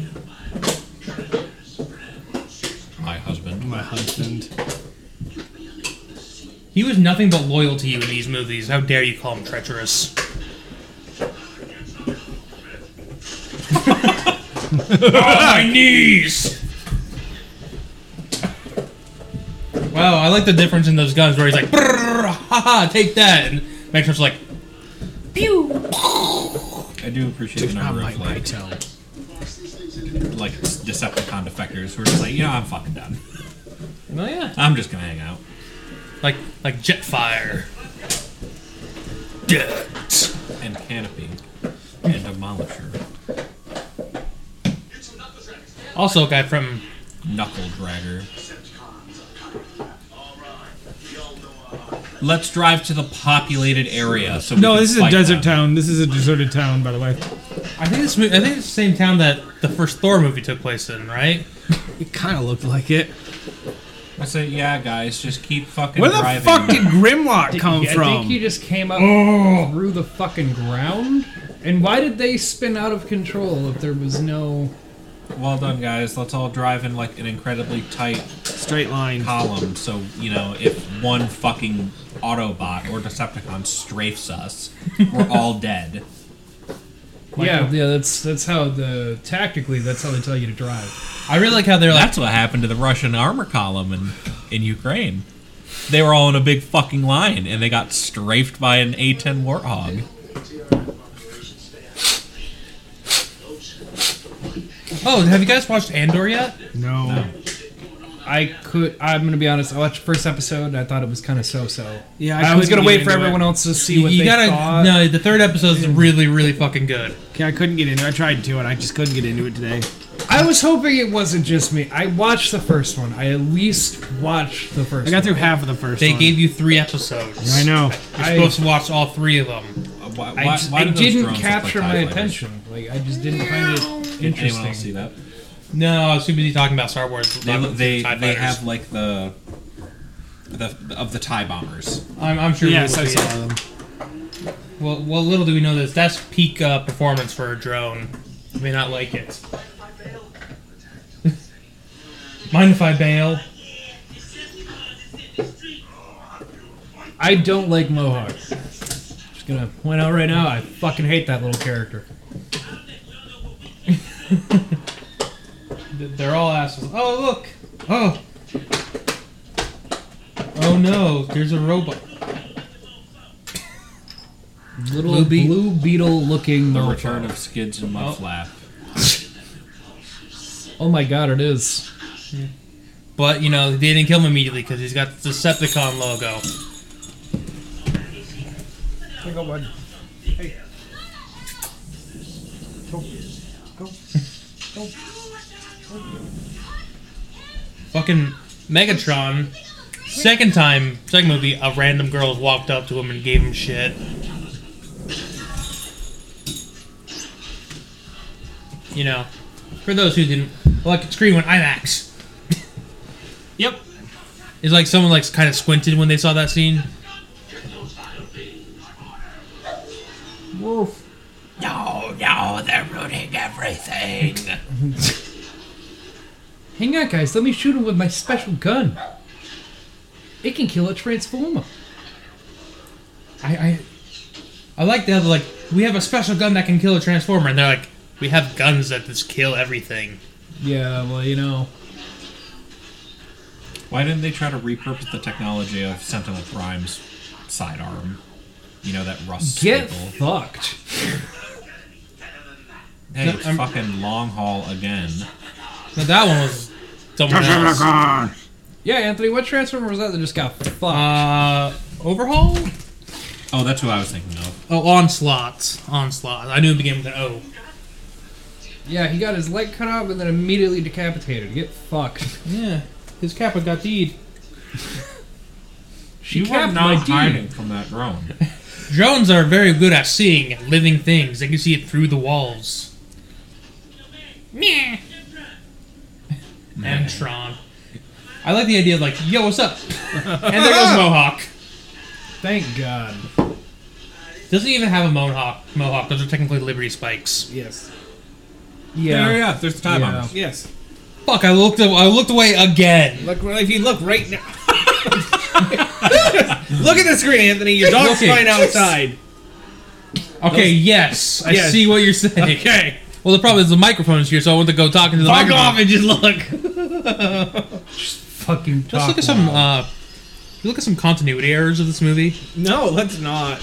Speaker 7: My husband.
Speaker 3: My husband.
Speaker 4: He was nothing but loyal to you in these movies. How dare you call him treacherous? oh, my knees! Wow, I like the difference in those guns where he's like, "Brrr, haha, take that. And Megatron's like,
Speaker 7: I do appreciate the number of like like Decepticon defectors who are just like, you know, I'm fucking done.
Speaker 4: Oh yeah,
Speaker 7: I'm just gonna hang out.
Speaker 4: like like Jetfire. Death.
Speaker 7: And Canopy. And Demolisher.
Speaker 4: Also, a guy from
Speaker 7: Knuckle Dragger. Let's drive to the populated area. So we
Speaker 6: No,
Speaker 7: can
Speaker 6: this is a
Speaker 7: fight
Speaker 6: desert
Speaker 7: them.
Speaker 6: town. This is a deserted town, by the way.
Speaker 4: I think this mo- I think it's the same town that the first Thor movie took place in, right?
Speaker 3: It kind of looked like it.
Speaker 7: I say, yeah, guys, just keep fucking
Speaker 3: Where the
Speaker 7: driving.
Speaker 3: fuck did Grimlock come
Speaker 5: I
Speaker 3: from?
Speaker 5: think you just came up through the fucking ground. And why did they spin out of control if there was no?
Speaker 7: Well done, guys. Let's all drive in like an incredibly tight
Speaker 6: Straight line.
Speaker 7: column. So you know, if one fucking Autobot or Decepticon strafes us, we're all dead.
Speaker 5: yeah, yeah. That's that's how the tactically that's how they tell you to drive.
Speaker 4: I really like how they're like
Speaker 7: That's what happened to the Russian armor column in in Ukraine. They were all in a big fucking line, and they got strafed by an A-10 Warthog.
Speaker 4: Oh, have you guys watched Andor yet?
Speaker 6: No.
Speaker 5: I could. I'm gonna be honest. I watched the first episode. and I thought it was kind of so-so.
Speaker 6: Yeah,
Speaker 5: I,
Speaker 6: I
Speaker 5: was gonna
Speaker 6: couldn't
Speaker 5: wait
Speaker 6: get
Speaker 5: for
Speaker 6: into it.
Speaker 5: everyone else to see what
Speaker 4: you
Speaker 5: they
Speaker 4: gotta
Speaker 5: thought.
Speaker 4: no. The third episode is really, really fucking good.
Speaker 6: Okay, I couldn't get into it. I tried to, and I just couldn't get into it today.
Speaker 5: I was hoping it wasn't just me. I watched the first one. I at least watched the first.
Speaker 6: I got
Speaker 5: one.
Speaker 6: through half of the first
Speaker 4: They
Speaker 6: one.
Speaker 4: gave you three episodes.
Speaker 6: I know.
Speaker 4: You're
Speaker 5: I-
Speaker 4: supposed to watch all three of them.
Speaker 7: Uh, Why,
Speaker 5: I,
Speaker 7: why-
Speaker 5: just,
Speaker 7: why
Speaker 5: I
Speaker 7: do those
Speaker 5: didn't
Speaker 7: drones look like
Speaker 5: capture
Speaker 7: TIE
Speaker 5: my
Speaker 7: fighters?
Speaker 5: attention. Like I just didn't find it
Speaker 7: Did anyone else see
Speaker 5: interesting.
Speaker 7: that?
Speaker 4: No, I was too busy talking about Star Wars.
Speaker 7: They
Speaker 4: weapons
Speaker 7: they,
Speaker 4: and TIE
Speaker 7: they
Speaker 4: fighters.
Speaker 7: have like the the of the Tie bombers.
Speaker 4: I'm, I'm sure.
Speaker 6: Yes,
Speaker 4: we
Speaker 6: I
Speaker 4: will see
Speaker 6: saw
Speaker 4: it.
Speaker 6: them.
Speaker 4: Well, well, little do we know this. That's peak uh, performance for a drone. You may not like it. Mind if I bail?
Speaker 5: I don't like Mohawk. Just gonna point out right now. I fucking hate that little character.
Speaker 4: Th- They're all assholes. Oh look! Oh. Oh no! There's a robot.
Speaker 5: Little
Speaker 4: Blue
Speaker 5: blue,
Speaker 4: Beetle.
Speaker 5: beetle looking.
Speaker 7: The
Speaker 5: Mohawk.
Speaker 7: return of Skids and Mudflap.
Speaker 5: Oh my god, it is.
Speaker 4: But you know they didn't kill him immediately because he's got the Decepticon logo. Fucking Megatron. Second time, second movie, a random girl walked up to him and gave him shit. You know, for those who didn't, like Scream went IMAX. yep. It's like someone like kind of squinted when they saw that scene.
Speaker 7: No, no, they're ruining everything.
Speaker 5: Hang on, guys. Let me shoot him with my special gun. It can kill a transformer.
Speaker 4: I, I, I like that. Like we have a special gun that can kill a transformer, and they're like, we have guns that just kill everything.
Speaker 5: Yeah, well, you know.
Speaker 7: Why didn't they try to repurpose the technology of Sentinel Prime's sidearm? You know that rust
Speaker 5: Get
Speaker 7: staple.
Speaker 5: fucked.
Speaker 7: Hey, it's fucking long haul again.
Speaker 4: Now that one was someone else.
Speaker 5: Yeah, Anthony, what transformer was that that just got fucked?
Speaker 4: Uh, overhaul?
Speaker 7: Oh, that's what I was thinking of.
Speaker 4: Oh, onslaught, onslaught. I knew it began with an O.
Speaker 5: yeah, he got his leg cut off and then immediately decapitated. Get fucked.
Speaker 4: Yeah, his kappa got deed.
Speaker 5: She
Speaker 7: you are
Speaker 5: capped
Speaker 7: not
Speaker 5: my dude.
Speaker 7: hiding from that drone.
Speaker 4: Drones are very good at seeing living things. They can see it through the walls. Meh. Antron. I like the idea of like, yo, what's up? and there goes Mohawk.
Speaker 5: Thank God.
Speaker 4: Doesn't even have a mohawk. Mohawk. Those are technically Liberty Spikes.
Speaker 6: Yes.
Speaker 7: Yeah,
Speaker 5: Yeah.
Speaker 7: Oh, yeah, there's the time
Speaker 5: Yeah.
Speaker 7: bombers.
Speaker 6: Yes.
Speaker 4: Fuck! I looked. I looked away again.
Speaker 6: Look, if you look right now. look at the screen, Anthony. Your dog's
Speaker 4: Okay.
Speaker 6: flying outside.
Speaker 4: Okay. Yes, I
Speaker 6: Yes.
Speaker 4: see what you're saying.
Speaker 6: Okay.
Speaker 4: Well, the problem is the microphone's here, so I want to go talk into the
Speaker 6: Fuck
Speaker 4: microphone.
Speaker 6: off and just look.
Speaker 5: Fucking talk.
Speaker 4: Let's look at some.
Speaker 5: loud.
Speaker 4: Uh, you look at some continuity errors of this movie.
Speaker 6: No, let's not.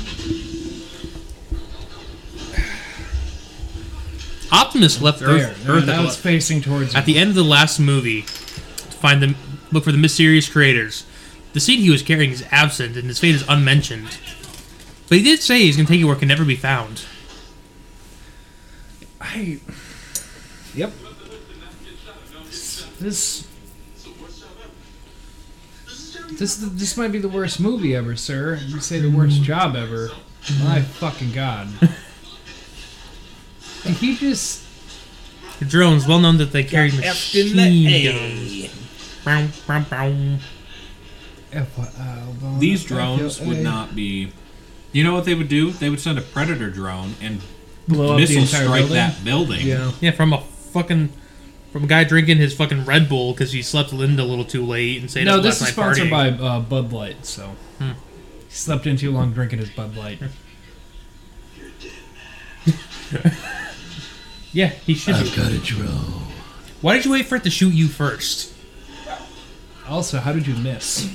Speaker 4: Optimus left
Speaker 5: There,
Speaker 4: Earth,
Speaker 5: no,
Speaker 4: Earth at,
Speaker 5: now
Speaker 4: the-
Speaker 5: it's facing towards.
Speaker 4: at the end of the last movie to find them, look for the mysterious creators. The seed he was carrying is absent, and his fate is unmentioned. But he did say he's going to take it where it can never be found.
Speaker 5: I. Yep. This. This this might be the worst movie ever, sir. You say the worst job ever. My fucking god. Did he just
Speaker 4: The drones, well known that they carry
Speaker 3: effed in the
Speaker 4: machine guns. Bow, bow, bow.
Speaker 7: These drones would not be. You know what they would do? They would send a predator drone and
Speaker 5: blow up the
Speaker 7: missile
Speaker 5: entire
Speaker 7: strike
Speaker 5: building?
Speaker 7: that building.
Speaker 5: Yeah.
Speaker 4: Yeah, from a fucking from a guy drinking his fucking Red Bull because he slept Linda a little too late and stayed
Speaker 5: No,
Speaker 4: up
Speaker 5: this is
Speaker 4: last night
Speaker 5: sponsored
Speaker 4: partying.
Speaker 5: by uh, Bud Light, so
Speaker 7: Hmm.
Speaker 5: he slept in too long drinking his Bud Light.
Speaker 4: Yeah, he should. I've got a drone. Why did you wait for it to shoot you first?
Speaker 5: Also, how did you miss?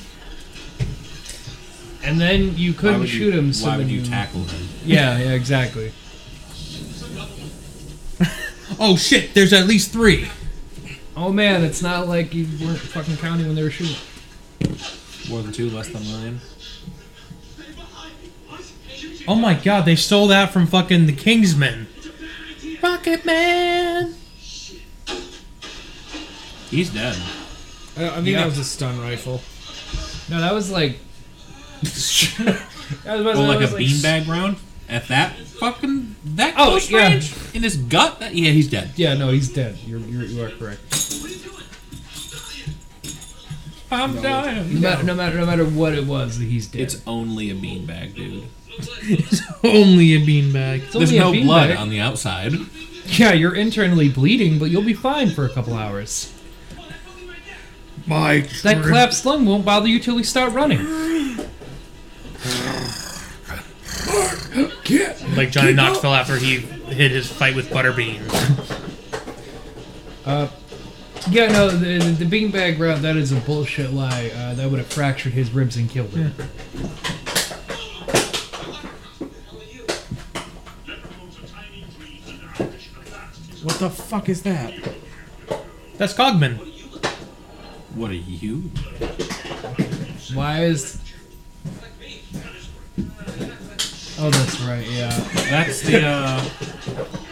Speaker 5: And then you couldn't
Speaker 7: would you-
Speaker 5: shoot him, so
Speaker 7: Why
Speaker 5: then
Speaker 7: would you tackle him?
Speaker 5: Yeah, yeah, exactly.
Speaker 4: Oh shit! There's at least three.
Speaker 5: Oh man, it's not like you weren't fucking counting when they were shooting.
Speaker 7: More than two, less than a million.
Speaker 4: Oh my god! They stole that from fucking the Kingsmen. Rocket Man.
Speaker 7: He's dead.
Speaker 6: I, I think that was a stun rifle.
Speaker 5: No, that was like. that was,
Speaker 7: Well,
Speaker 5: that
Speaker 7: Oh, like
Speaker 5: was
Speaker 7: a beanbag round at that fucking that
Speaker 5: Oh,
Speaker 7: close
Speaker 5: yeah.
Speaker 7: range in his gut. That, yeah, he's dead.
Speaker 5: Yeah, no, he's dead. You're, you're you are correct.
Speaker 7: I'm dying.
Speaker 5: No, matter, no matter no matter what it was, he's dead.
Speaker 7: It's only a beanbag, dude.
Speaker 4: Only a beanbag.
Speaker 5: It's
Speaker 7: There's
Speaker 5: only a
Speaker 7: no
Speaker 5: beanbag.
Speaker 7: blood on the outside.
Speaker 5: Yeah, you're internally bleeding, but you'll be fine for a couple hours.
Speaker 4: My
Speaker 5: That collapsed lung won't bother you till we start running.
Speaker 4: Like Johnny Knoxville after he hit his fight with Butterbean.
Speaker 5: Yeah, no, the, the beanbag route, that is a bullshit lie. Uh, that would have fractured his ribs and killed him.
Speaker 6: What the fuck is that?
Speaker 4: That's Cogman.
Speaker 7: What are you?
Speaker 5: Why is. Oh, that's right, yeah.
Speaker 7: That's the uh,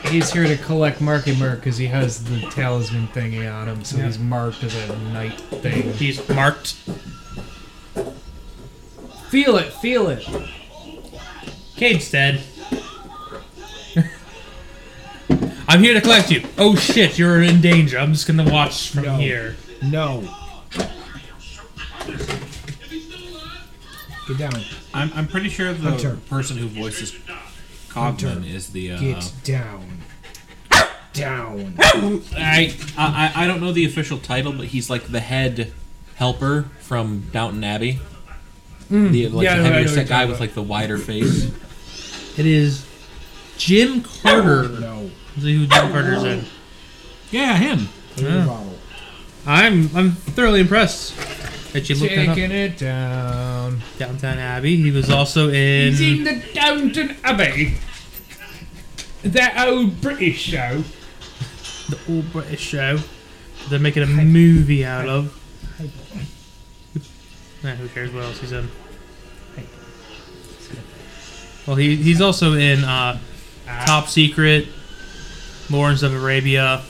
Speaker 5: He's here to collect Marky Mark because he has the talisman thingy on him, so he's marked as a knight thing.
Speaker 4: He's marked.
Speaker 5: Feel it, feel it.
Speaker 4: Cade's dead. I'm here to collect you. Oh shit, you're in danger. I'm just gonna watch from here.
Speaker 6: No. Get down.
Speaker 7: I'm, I'm pretty sure the
Speaker 6: Hunter.
Speaker 7: person who voices Cogman is the. Uh,
Speaker 6: Get down. Down.
Speaker 7: I, I I don't know the official title, but he's like the head helper from Downton Abbey. the like
Speaker 5: Hmm. Yeah,
Speaker 7: the
Speaker 5: I know- I know
Speaker 7: heavier
Speaker 5: what you're
Speaker 7: set guy
Speaker 5: talking
Speaker 7: with
Speaker 5: about.
Speaker 7: like the wider face.
Speaker 4: It is Jim Carter.
Speaker 6: No.
Speaker 4: Is who Jim Carter's in?
Speaker 7: yeah, him.
Speaker 4: I'm I'm thoroughly impressed that you looked that up.
Speaker 5: Taking it down.
Speaker 4: Downtown Abbey. He was also
Speaker 5: He's
Speaker 4: in.
Speaker 5: in the Downton Abbey. That old British show.
Speaker 4: the All British show. They're making a movie out of. Nah, who cares what else he's in? Well, he, he's also in uh, Top Secret, Lawrence of Arabia,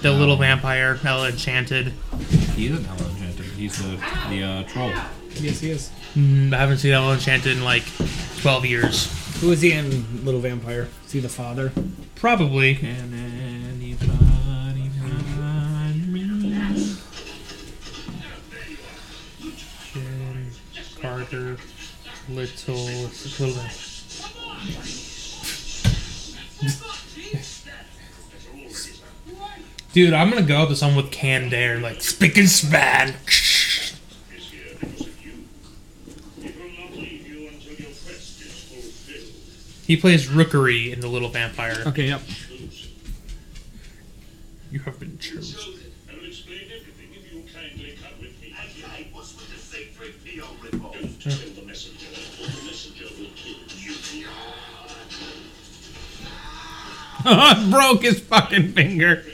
Speaker 4: The Little Vampire, Ella Enchanted.
Speaker 7: He's an Ellen Enchanted. He's the the uh, troll.
Speaker 6: Yes, he is.
Speaker 4: Mm, I haven't seen Ella Enchanted in like 12 years.
Speaker 6: Who is he in Little Vampire? Is he the father?
Speaker 4: Probably.
Speaker 7: Can anybody find me?
Speaker 4: Jim Carter, Little, Little Dude, I'm gonna go up to someone with canned air, like spick and span. He plays Rookery in The Little Vampire.
Speaker 6: Okay, yep.
Speaker 4: You have been chosen.
Speaker 6: Broke his fucking finger.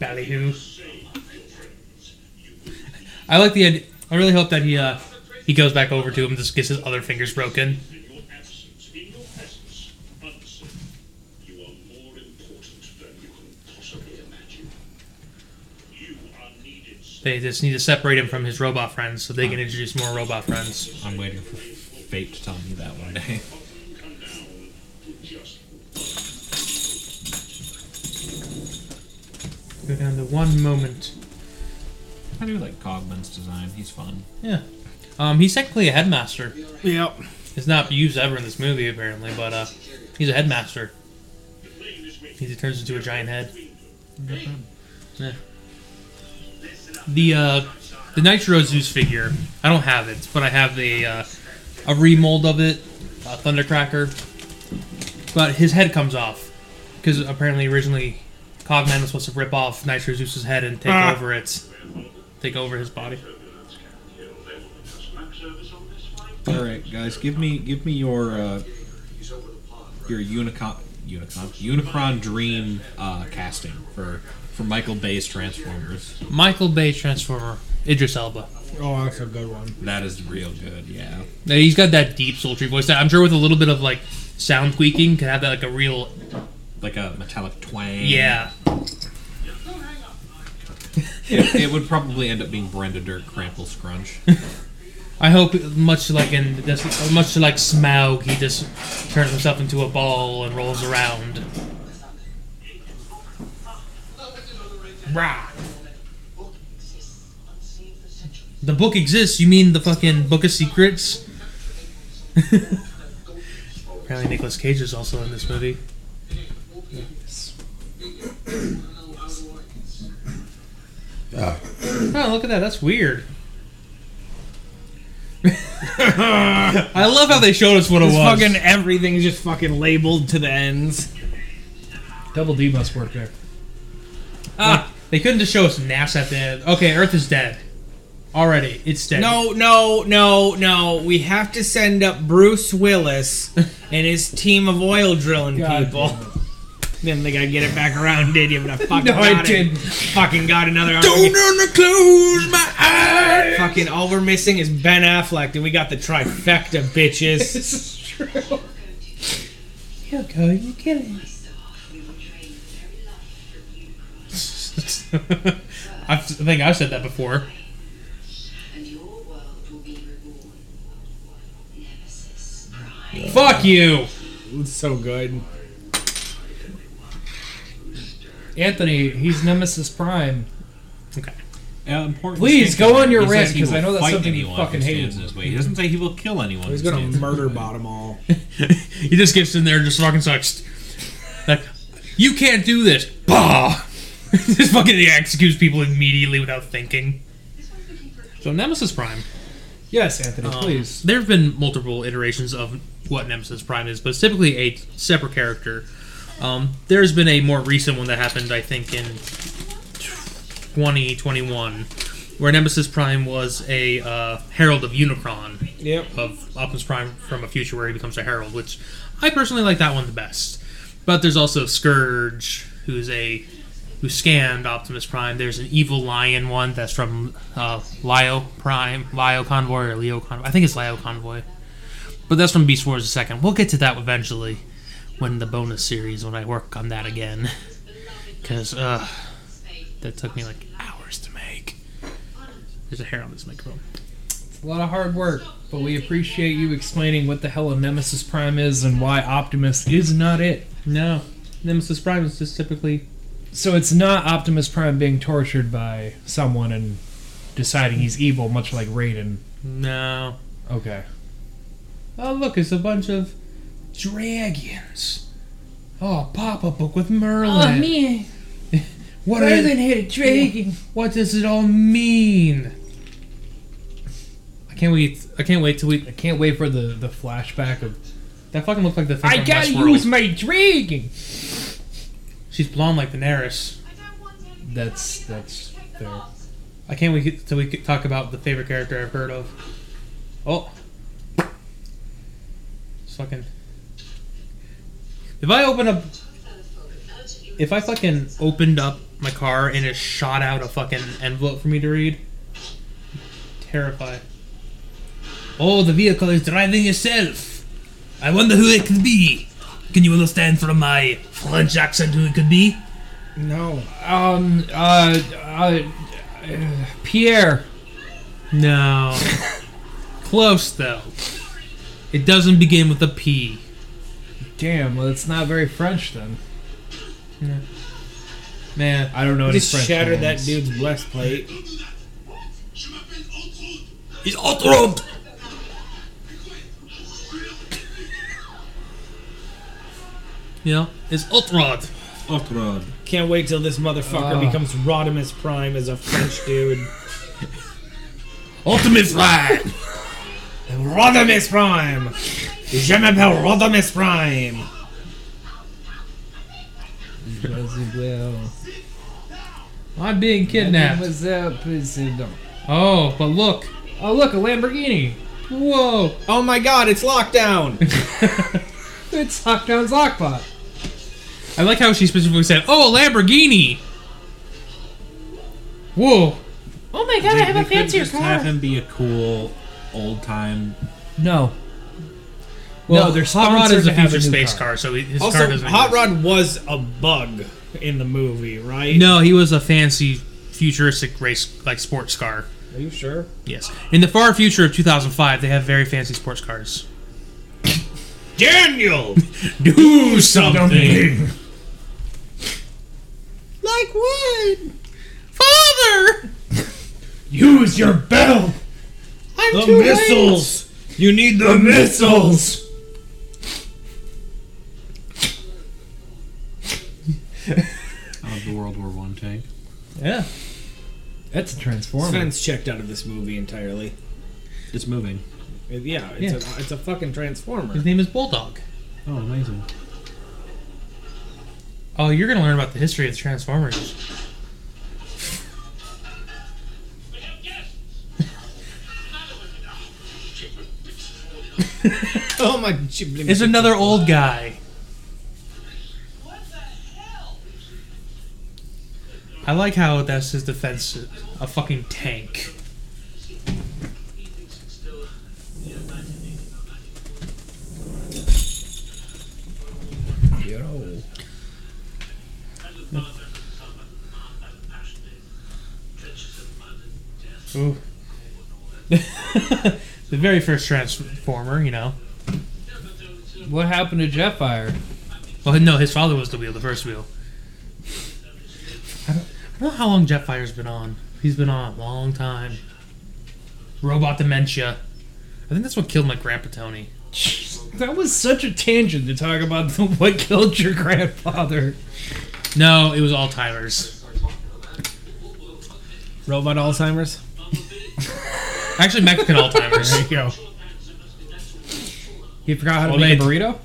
Speaker 4: Ballyhoo. I like the. id- I really hope that he uh, he goes back over to him and just gets his other fingers broken. They just need to separate him from his robot friends so they can introduce more robot friends.
Speaker 7: I'm waiting for fate to tell me that one day.
Speaker 4: Go down to one moment.
Speaker 7: I do like Cogman's design. He's fun.
Speaker 4: Yeah. Um, he's technically a headmaster.
Speaker 6: Yep.
Speaker 4: It's not used ever in this movie apparently, but uh, he's a headmaster. He turns into a giant head. Yeah. The uh, the Nitro Zeus figure. I don't have it, but I have the uh, a remold of it, a Thundercracker. But his head comes off because apparently originally Cogman was supposed to rip off Nitro Zeus's head and take
Speaker 6: Ah.
Speaker 4: over its take over his body.
Speaker 7: All right, guys, give me give me your uh, your Unicron Unicron Unicron Dream uh, casting for for Michael Bay's Transformers.
Speaker 4: Michael Bay Transformer Idris Elba.
Speaker 6: Oh, that's a good one.
Speaker 7: That is real good. Yeah.
Speaker 4: Yeah, he's got that deep, sultry voice that I'm sure with a little bit of like sound tweaking can have that like a real
Speaker 7: Like a metallic twang.
Speaker 4: yeah.
Speaker 7: It, it would probably end up being Brenda Dirk Crample Scrunch.
Speaker 4: I hope much like in this, much like Smaug, he just turns himself into a ball and rolls around.
Speaker 6: Rah.
Speaker 4: The book exists. You mean the fucking Book of Secrets? Apparently, Nicolas Cage is also in this movie. Oh, look at that. That's weird. I love how they showed us what it
Speaker 3: It's
Speaker 4: was.
Speaker 3: fucking everything's just fucking labeled to the ends.
Speaker 5: Double D must work there.
Speaker 4: They couldn't just show us NASA at the end. Okay, Earth is dead. Already, it's dead.
Speaker 3: No, no, no, no. We have to send up Bruce Willis and his team of oil drilling
Speaker 5: God
Speaker 3: people. Then they gotta get it back around, did you? But I fucking
Speaker 5: No, I
Speaker 3: got it.
Speaker 5: didn't.
Speaker 3: Fucking got another. Don't close my eyes. Fucking all we're missing is Ben Affleck, and we got the trifecta, bitches.
Speaker 5: This is true.
Speaker 4: Yeah, go, you kidding. I think I've said that before. Fuck you!
Speaker 6: It's so good.
Speaker 5: Anthony, he's Nemesis Prime.
Speaker 7: Uh, important
Speaker 5: Please,
Speaker 7: distinction.
Speaker 5: go on your
Speaker 7: He says
Speaker 5: rant,
Speaker 7: he
Speaker 5: 'cause I
Speaker 7: will
Speaker 5: know that's
Speaker 7: fight
Speaker 5: something you
Speaker 7: anyone
Speaker 5: fucking
Speaker 7: who
Speaker 5: hate.
Speaker 7: stands in his way. He doesn't say he will kill anyone.
Speaker 6: He's
Speaker 7: who
Speaker 6: gonna
Speaker 7: stands in his
Speaker 6: murder
Speaker 7: way.
Speaker 6: bottom all.
Speaker 4: he just gets in there and just fucking sucks. Like, you can't do this. Bah! just fucking executes people immediately without thinking. So Nemesis Prime.
Speaker 5: Yes, Anthony, please.
Speaker 4: There have been multiple iterations of what Nemesis Prime is, but it's typically a separate character. Um, there's been a more recent one that happened, I think, in 2021, where Nemesis Prime was a uh, herald of Unicron,
Speaker 6: Yep.
Speaker 4: of Optimus Prime from a future where he becomes a herald, which I personally like that one the best. But there's also Scourge, who's a who scanned Optimus Prime. There's an evil lion one that's from uh, Lio Prime, Lio Convoy, or Leo Convoy. I think it's Lio Convoy, but that's from Beast Wars the second. We'll get to that eventually when the bonus series when I work on that again, because uh, that took me like hours to make. There's a hair on this microphone.
Speaker 5: It's a lot of hard work, but we appreciate you explaining what the hell a Nemesis Prime is and why Optimus is not it.
Speaker 4: No, Nemesis Prime is just typically
Speaker 5: So it's not Optimus Prime being tortured by someone and deciding he's evil, much like Raiden.
Speaker 4: no.
Speaker 5: Okay.
Speaker 4: Oh, look, it's a bunch of dragons. Oh, pop a book with Merlin.
Speaker 5: me.
Speaker 4: what Oh, Merlin hit a dragon. What does it all mean? I can't wait. I can't wait till we.
Speaker 5: I can't wait for the, the flashback of.
Speaker 4: That fucking looks like the thing from Westworld.
Speaker 5: my dragon.
Speaker 4: She's blonde like Daenerys.
Speaker 5: That's that's fair.
Speaker 4: I can't wait till we could talk about the favorite character I've heard of. Oh, it's fucking If I open up, if I fucking opened up my car and it shot out a fucking envelope for me to read, terrified. Oh, the vehicle is driving itself. I wonder who it could be. Can you understand from my French accent who it could be?
Speaker 5: No. Um. Uh. uh uh, Pierre.
Speaker 4: No. Close though. It doesn't begin with a P.
Speaker 5: Damn. Well, it's not very French then.
Speaker 4: Man,
Speaker 5: I don't know any
Speaker 3: Just
Speaker 5: French.
Speaker 3: shattered that
Speaker 5: names.
Speaker 3: dude's breastplate.
Speaker 4: He's outrod. You know, it's outrod.
Speaker 7: Otrod.
Speaker 3: Can't wait till this
Speaker 4: Ah.
Speaker 3: motherfucker becomes Rodimus Prime as a French dude.
Speaker 4: Ultimate ride.
Speaker 3: Rodimus Prime! Je m'appelle Rodimus Prime!
Speaker 4: I'm being kidnapped.
Speaker 5: What's up, is it- no.
Speaker 4: Oh, but look.
Speaker 5: Oh, look, a Lamborghini.
Speaker 4: Whoa.
Speaker 3: Oh my god, it's lockdown!
Speaker 5: It's Lockdown's Lockbot.
Speaker 4: I like how she specifically said, "Oh, a Lamborghini." Whoa.
Speaker 5: Oh my god, I have a fancier
Speaker 7: Just have him be a cool, old time.
Speaker 5: No.
Speaker 4: Well,
Speaker 5: they're
Speaker 4: Hot Rod
Speaker 5: sponsored
Speaker 4: is
Speaker 5: to
Speaker 4: a
Speaker 5: have a
Speaker 4: future
Speaker 5: new
Speaker 4: space
Speaker 5: car.
Speaker 4: car, so he- his car
Speaker 3: also,
Speaker 4: doesn't.
Speaker 3: Hot
Speaker 4: exist.
Speaker 3: Rod was a bug in the movie, right?
Speaker 4: No, he was a fancy, futuristic race like sports car.
Speaker 3: Are you sure?
Speaker 4: Yes. In the far future of 2005, they have very fancy sports cars.
Speaker 3: Daniel!
Speaker 4: Do something.
Speaker 3: like what?
Speaker 4: Father!
Speaker 3: Use your bell!
Speaker 4: I'm
Speaker 3: The
Speaker 4: too late.
Speaker 3: missiles! You need the missiles!
Speaker 7: Out of the World War One tank.
Speaker 4: Yeah.
Speaker 5: That's a Transformer.
Speaker 3: Sven's checked out of this movie entirely.
Speaker 7: It's moving.
Speaker 3: Yeah, it's, A, it's a fucking
Speaker 4: His
Speaker 3: Transformer.
Speaker 4: name is Bulldog.
Speaker 7: Oh, amazing.
Speaker 4: Oh, you're going to learn about the history of the Transformers.
Speaker 9: We have guests.
Speaker 3: Oh my ghibli-
Speaker 4: It's another old guy.
Speaker 9: What the hell?
Speaker 4: I like how that's his defense a fucking tank.
Speaker 10: He thinks it's still, you know, 1980, no, 1980. As a father, someone, I was passionate. Trenches of mud and death.
Speaker 4: Ooh. the very first Transformer, you know.
Speaker 10: Yeah, but there was, uh,
Speaker 5: What happened to Jetfire?
Speaker 4: Well, no, his father was the wheel, the first wheel. I don't, I don't know how long Jetfire's been on. He's been on a long time. Robot dementia. I think that's what killed my grandpa Tony.
Speaker 5: That was such a tangent to talk about the, what killed your grandfather.
Speaker 4: No, it was all Tyler's.
Speaker 3: Robot Alzheimer's?
Speaker 4: Actually, Mexican Alzheimer's.
Speaker 3: There you go.
Speaker 5: He forgot how to
Speaker 4: Well,
Speaker 5: make a
Speaker 4: they-
Speaker 5: burrito?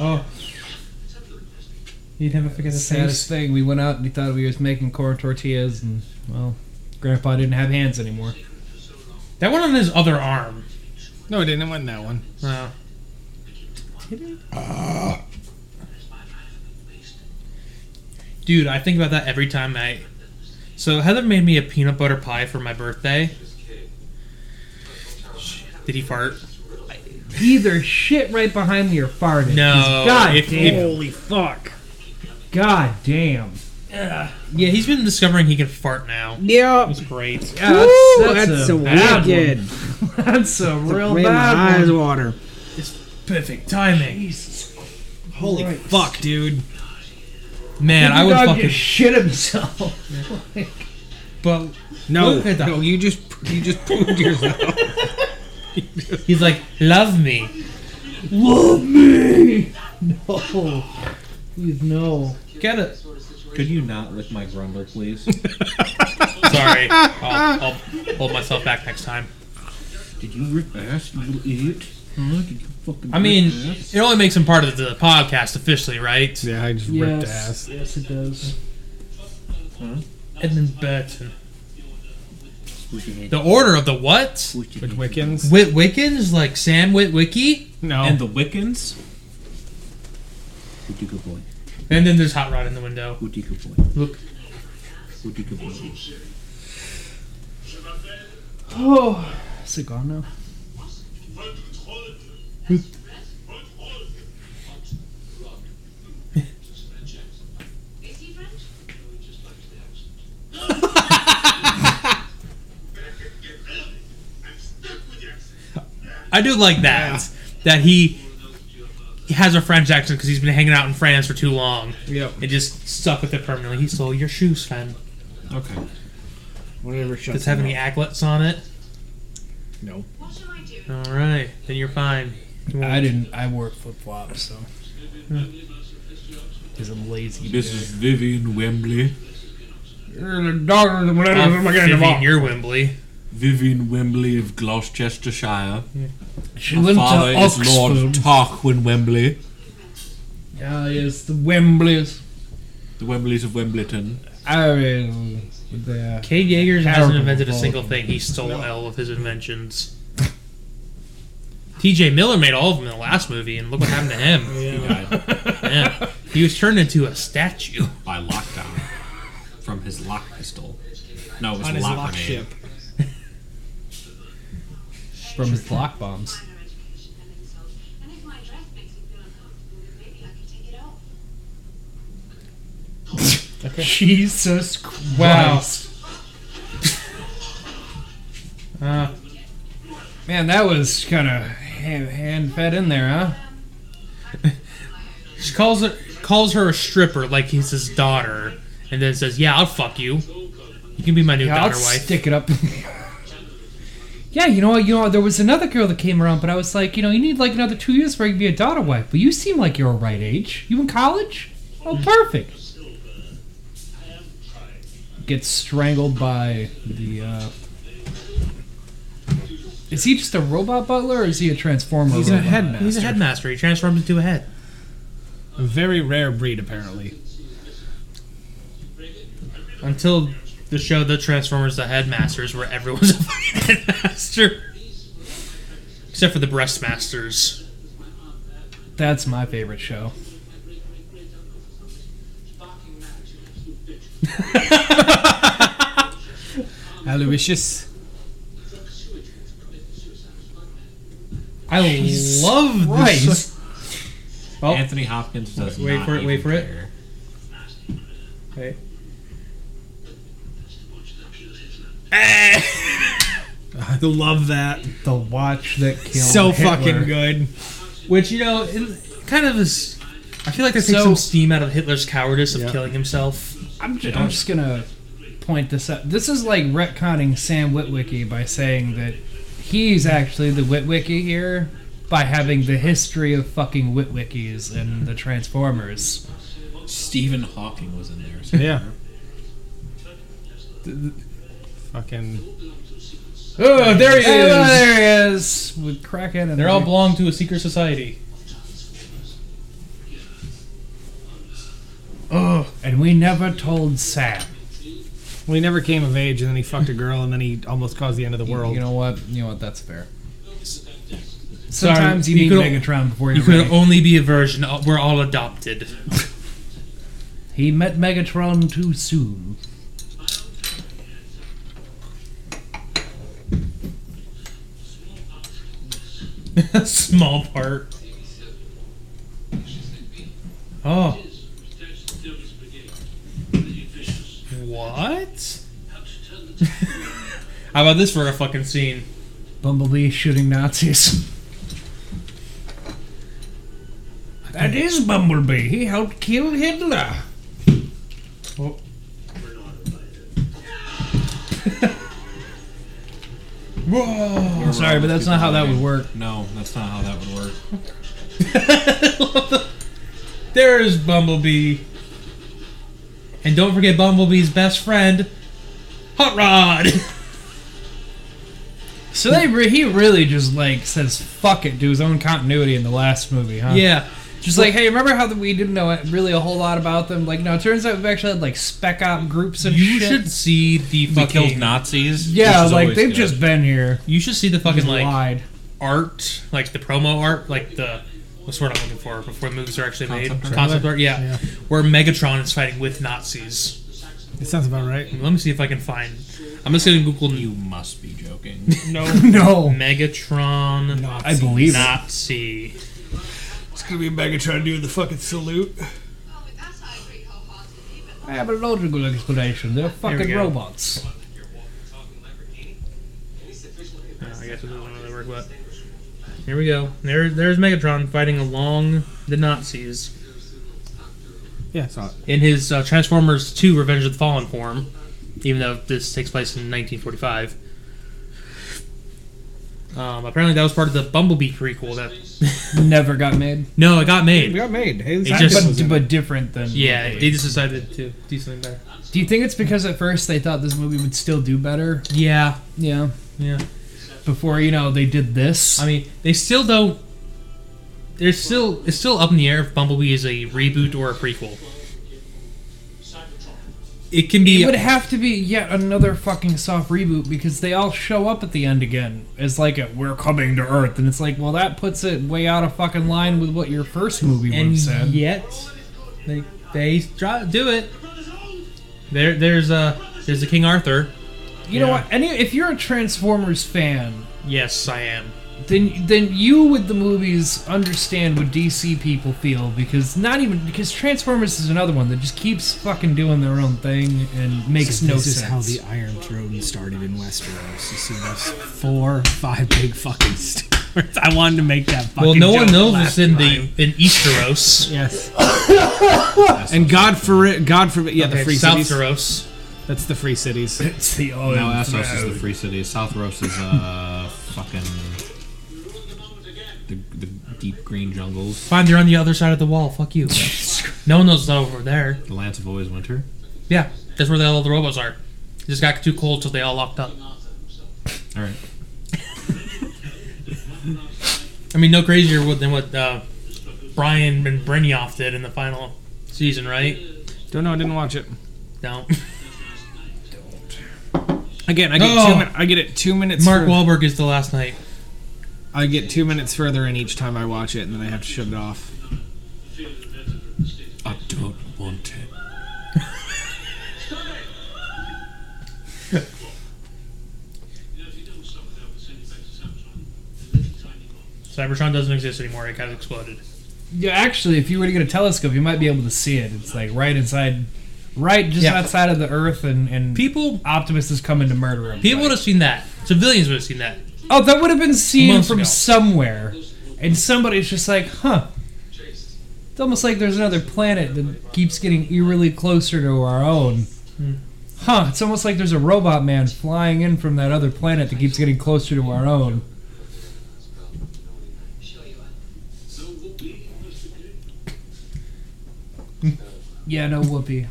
Speaker 4: Oh. You'd never forget the
Speaker 5: The saddest
Speaker 4: saddest.
Speaker 5: thing, we went out and he thought we was making corn tortillas and, well, Grandpa didn't have hands anymore.
Speaker 4: That one on his other arm.
Speaker 3: No, I didn't win that one.
Speaker 4: No. Dude, I think about that every time I. So Heather made me a peanut butter pie for my birthday. Did he fart?
Speaker 5: Either shit right behind me or farted.
Speaker 4: No.
Speaker 5: God
Speaker 4: If-
Speaker 5: damn.
Speaker 4: if-
Speaker 3: Holy fuck.
Speaker 5: God damn.
Speaker 4: yeah, he's been discovering he can fart now.
Speaker 3: Yeah.
Speaker 4: That's great.
Speaker 5: Yeah, that's, that's, a, bad one. That's a real bad one.
Speaker 3: water.
Speaker 4: Perfect timing.
Speaker 3: Holy fuck, dude.
Speaker 4: Man, I would
Speaker 5: dog
Speaker 4: fucking.
Speaker 5: just shit himself.
Speaker 4: but
Speaker 3: No,
Speaker 4: Look at that.
Speaker 3: no, you just you just pooed yourself.
Speaker 4: he's like, love me.
Speaker 5: Love me! No. Please, no.
Speaker 4: Get it.
Speaker 7: Could you not lick my grumbler, please?
Speaker 4: Sorry. I'll, I'll hold myself back next time.
Speaker 7: Did you rip ass, you little idiot? Huh? Did you fucking
Speaker 4: I mean, it only makes him part of the podcast officially, right?
Speaker 6: Yeah, I just ripped
Speaker 5: Yes,
Speaker 6: ass.
Speaker 5: yes, it does.
Speaker 4: Edmund Burton. The Order of the what?
Speaker 6: Wiccans?
Speaker 4: Witwickens, like Sam Witwicky,
Speaker 6: No.
Speaker 7: And the Wiccans?
Speaker 12: Hootika boy.
Speaker 4: and then there's Hot Rod in the window.
Speaker 12: Hootika boy.
Speaker 4: Look,
Speaker 12: Hootika boy.
Speaker 5: Oh, is it gone now?
Speaker 8: Is he French?
Speaker 4: I do like that. That he he has a French accent because he's been hanging out in France for too long.
Speaker 6: Yep.
Speaker 4: It just stuck with it permanently. He stole your shoes, Sven.
Speaker 7: Okay.
Speaker 12: Whatever shuts
Speaker 4: Does it have
Speaker 12: him
Speaker 4: any
Speaker 12: up.
Speaker 4: acklets on it?
Speaker 5: No.
Speaker 8: What shall I do?
Speaker 4: All right, then you're fine.
Speaker 5: I didn't. I wore flip flops, so. Hmm. Because I'm lazy.
Speaker 7: This is Vivian Wembley.
Speaker 6: You're the daughter of the whatever
Speaker 4: I'm
Speaker 6: I'm getting
Speaker 4: Vivian,
Speaker 6: involved.
Speaker 4: you're Wembley.
Speaker 7: Vivian Wembley of Gloucestershire.
Speaker 5: She went
Speaker 7: Father
Speaker 5: to
Speaker 7: is Lord
Speaker 5: Oxford.
Speaker 7: Tarquin Wembley.
Speaker 5: Ah, yes, the Wembleys.
Speaker 7: The Wembleys of Wembleton.
Speaker 5: I mean, the
Speaker 4: Cade Yeager hasn't
Speaker 5: Terrible
Speaker 4: invented a
Speaker 5: vote.
Speaker 4: single thing. He stole all of his inventions. T.J. Miller made all of them in the last movie, and look what happened to him.
Speaker 7: He died
Speaker 4: yeah. He was turned into a statue.
Speaker 7: by lockdown from his lock pistol. No, it was
Speaker 6: On
Speaker 7: a
Speaker 6: his
Speaker 7: lock,
Speaker 6: lock
Speaker 7: grenade.
Speaker 6: ship.
Speaker 5: from his block bombs.
Speaker 8: Minor education and insult. And if my dress makes you feel uncomfortable, then maybe I could take it off.
Speaker 5: Jesus Christ.
Speaker 6: Wow. Uh,
Speaker 5: Man, that was kind of hand, hand fed in there, huh?
Speaker 4: She calls her calls her a stripper like he's his daughter, and then says, "Yeah, I'll fuck you. You can be my new
Speaker 5: Yeah, I'll
Speaker 4: daughter wife."
Speaker 5: stick it up. yeah, you know what? You know, there was another girl that came around, but I was like, you know, you need like another two years for you to be a daughter wife. But you seem like you're a right age. You in college? Oh, perfect. Gets strangled by the. uh... Is he just a robot butler, or is he a transformer?
Speaker 6: he's a
Speaker 5: robot?
Speaker 6: headmaster.
Speaker 4: he's a headmaster. He transforms into a head.
Speaker 6: A very rare breed, apparently.
Speaker 4: Until the show The Transformers The Headmasters, where everyone's a fucking headmaster. Except for the breastmasters.
Speaker 5: That's my favorite show.
Speaker 6: Aloysius.
Speaker 4: I love this. Oh.
Speaker 7: Anthony Hopkins does
Speaker 4: Wait
Speaker 7: not
Speaker 4: for it,
Speaker 7: even
Speaker 4: wait for it.
Speaker 7: care.
Speaker 6: I love that.
Speaker 5: The watch that killed
Speaker 6: so
Speaker 5: Hitler.
Speaker 6: fucking good.
Speaker 4: Which, you know, it kind of is. I feel like that takes
Speaker 5: So-
Speaker 4: some steam out of Hitler's cowardice of killing himself.
Speaker 5: I'm just, I'm just gonna point this out. This is like retconning Sam Witwicky by saying that he's actually the Witwicky here by having the history of fucking Witwickies and the Transformers.
Speaker 7: Stephen Hawking was in there.
Speaker 6: Yeah. Th- th- Fucking.
Speaker 4: Oh, there he
Speaker 5: Hey, well, there he is with Kraken and
Speaker 4: They're all belong to a secret society.
Speaker 5: Ugh, and we never told Sam.
Speaker 6: Well, he never came of age, and then he fucked a girl, and then he almost caused the end of the world.
Speaker 5: You know what? You know what? That's fair. Sometimes
Speaker 4: you
Speaker 5: you need
Speaker 4: could-
Speaker 5: Megatron before
Speaker 4: You
Speaker 5: you're
Speaker 4: can
Speaker 5: ready.
Speaker 4: only be a version. Of, we're all adopted.
Speaker 5: He met Megatron too soon.
Speaker 4: Small part. Oh. What? How about this for a fucking scene?
Speaker 5: Bumblebee shooting Nazis. That is Bumblebee. He helped kill Hitler.
Speaker 6: Oh.
Speaker 4: Whoa!
Speaker 5: I'm sorry, but that's not how that would work.
Speaker 7: No, that's not how that would work.
Speaker 4: There's Bumblebee. And don't forget Bumblebee's best friend, Hot Rod.
Speaker 5: So they re- he really just like says fuck it to his own continuity in the last movie, huh?
Speaker 4: Yeah,
Speaker 5: Just like, hey, remember how we didn't know really a whole lot about them? Like, no, it turns out we've actually had like spec op groups and
Speaker 4: You
Speaker 5: shit.
Speaker 4: should see the
Speaker 7: We
Speaker 4: fucking
Speaker 7: killed Nazis.
Speaker 5: yeah,
Speaker 7: which is
Speaker 5: like
Speaker 7: always
Speaker 5: they've
Speaker 7: good.
Speaker 5: just been here.
Speaker 4: You should see the fucking
Speaker 5: Just
Speaker 4: like
Speaker 5: lied.
Speaker 4: art, like the promo art, like the what's the word I'm looking for before the movies are actually
Speaker 7: Concept
Speaker 4: made.
Speaker 7: art.
Speaker 4: Concept art, yeah.
Speaker 3: Yeah.
Speaker 4: Where Megatron is fighting with Nazis.
Speaker 3: It sounds about right.
Speaker 4: Let me see if I can find. I'm just gonna Google
Speaker 7: You must be joking.
Speaker 4: no
Speaker 5: No.
Speaker 4: Megatron
Speaker 3: I believe it.
Speaker 4: Nazi.
Speaker 3: It's gonna be Megatron doing the fucking salute.
Speaker 5: I have a logical explanation. They're
Speaker 4: we
Speaker 5: fucking
Speaker 4: go.
Speaker 5: robots.
Speaker 4: Oh, I guess it doesn't really work, but here we go. There, there's Megatron fighting along the Nazis
Speaker 3: Yeah, I saw it.
Speaker 4: in his uh, Transformers 2: Revenge of the Fallen form, even though this takes place in 1945. Um, apparently, that was part of the Bumblebee prequel. That
Speaker 5: Never got made.
Speaker 4: no, it got made.
Speaker 3: We got made. Hey, this
Speaker 4: It
Speaker 3: happened.
Speaker 4: just-
Speaker 5: But, but different than.
Speaker 4: Yeah, they just decided to do something better.
Speaker 5: Do you think it's because at first they thought this movie would still do better?
Speaker 4: Yeah,
Speaker 5: Yeah.
Speaker 4: yeah.
Speaker 5: Before, you know, they did this.
Speaker 4: I mean, they still don't. There's still it's still up in the air if Bumblebee is a reboot or a prequel. It can be.
Speaker 5: It would have to be yet another fucking soft reboot because they all show up at the end again as like a "We're coming to Earth" and it's like, well, that puts it way out of fucking line with what your first movie would
Speaker 4: and
Speaker 5: have said.
Speaker 4: yet they they try, do it. There there's a there's a King Arthur.
Speaker 5: you know what? Any if you're a Transformers fan,
Speaker 4: Yes, I am.
Speaker 5: then then you with the movies understand what DC people feel because not even because Transformers is another one that just keeps fucking doing their own thing and makes
Speaker 3: So
Speaker 5: no
Speaker 3: this
Speaker 5: sense.
Speaker 3: is how the Iron Throne started in Westeros. You see those four, five big fucking stars. I wanted to make that fucking
Speaker 4: Well, no one
Speaker 3: joke
Speaker 4: knows
Speaker 3: last
Speaker 4: it's in
Speaker 3: time.
Speaker 4: the in Easteros.
Speaker 3: Yes. and God forbid, God forbid, yeah, the
Speaker 4: Okay,
Speaker 3: free
Speaker 4: South
Speaker 3: cities.
Speaker 4: Eros.
Speaker 3: That's the free cities.
Speaker 5: it's the oh,
Speaker 7: No, Essos is the free city. South Roast is uh fucking the, the deep green jungles.
Speaker 4: Fine, they're on the other side of the wall. Fuck you. no one knows it's over there.
Speaker 7: The lands of always winter.
Speaker 4: Yeah, that's where the, all the robots are. It just got too cold, so they all locked up.
Speaker 7: All right.
Speaker 4: I mean, no crazier wo- than what uh, Brian and Brynioff did in the final season, right?
Speaker 3: Don't know. I didn't watch it.
Speaker 4: No.
Speaker 3: Again, I get
Speaker 4: Oh.
Speaker 3: two. Min- I get it two minutes.
Speaker 4: Mark
Speaker 3: fur-
Speaker 4: Wahlberg is the last night.
Speaker 3: I get two minutes further in each time I watch it, and then I have to shut it off.
Speaker 7: I don't want it.
Speaker 4: Cybertron doesn't exist anymore. It kind of exploded.
Speaker 5: Yeah, actually, if you were to get a telescope, you might be able to see it. It's like right inside, right just
Speaker 4: Yeah.
Speaker 5: outside of the Earth, and and
Speaker 4: People,
Speaker 5: Optimus is coming to murder him.
Speaker 4: people would have seen that. Civilians would have seen that.
Speaker 5: oh, that would have been seen
Speaker 4: Months
Speaker 5: from
Speaker 4: ago.
Speaker 5: somewhere, and somebody's just like, huh. It's almost like there's another planet that keeps getting eerily closer to our own. Huh, it's almost like there's a robot man flying in from that other planet that keeps getting closer to our own. Yeah, no whoopee.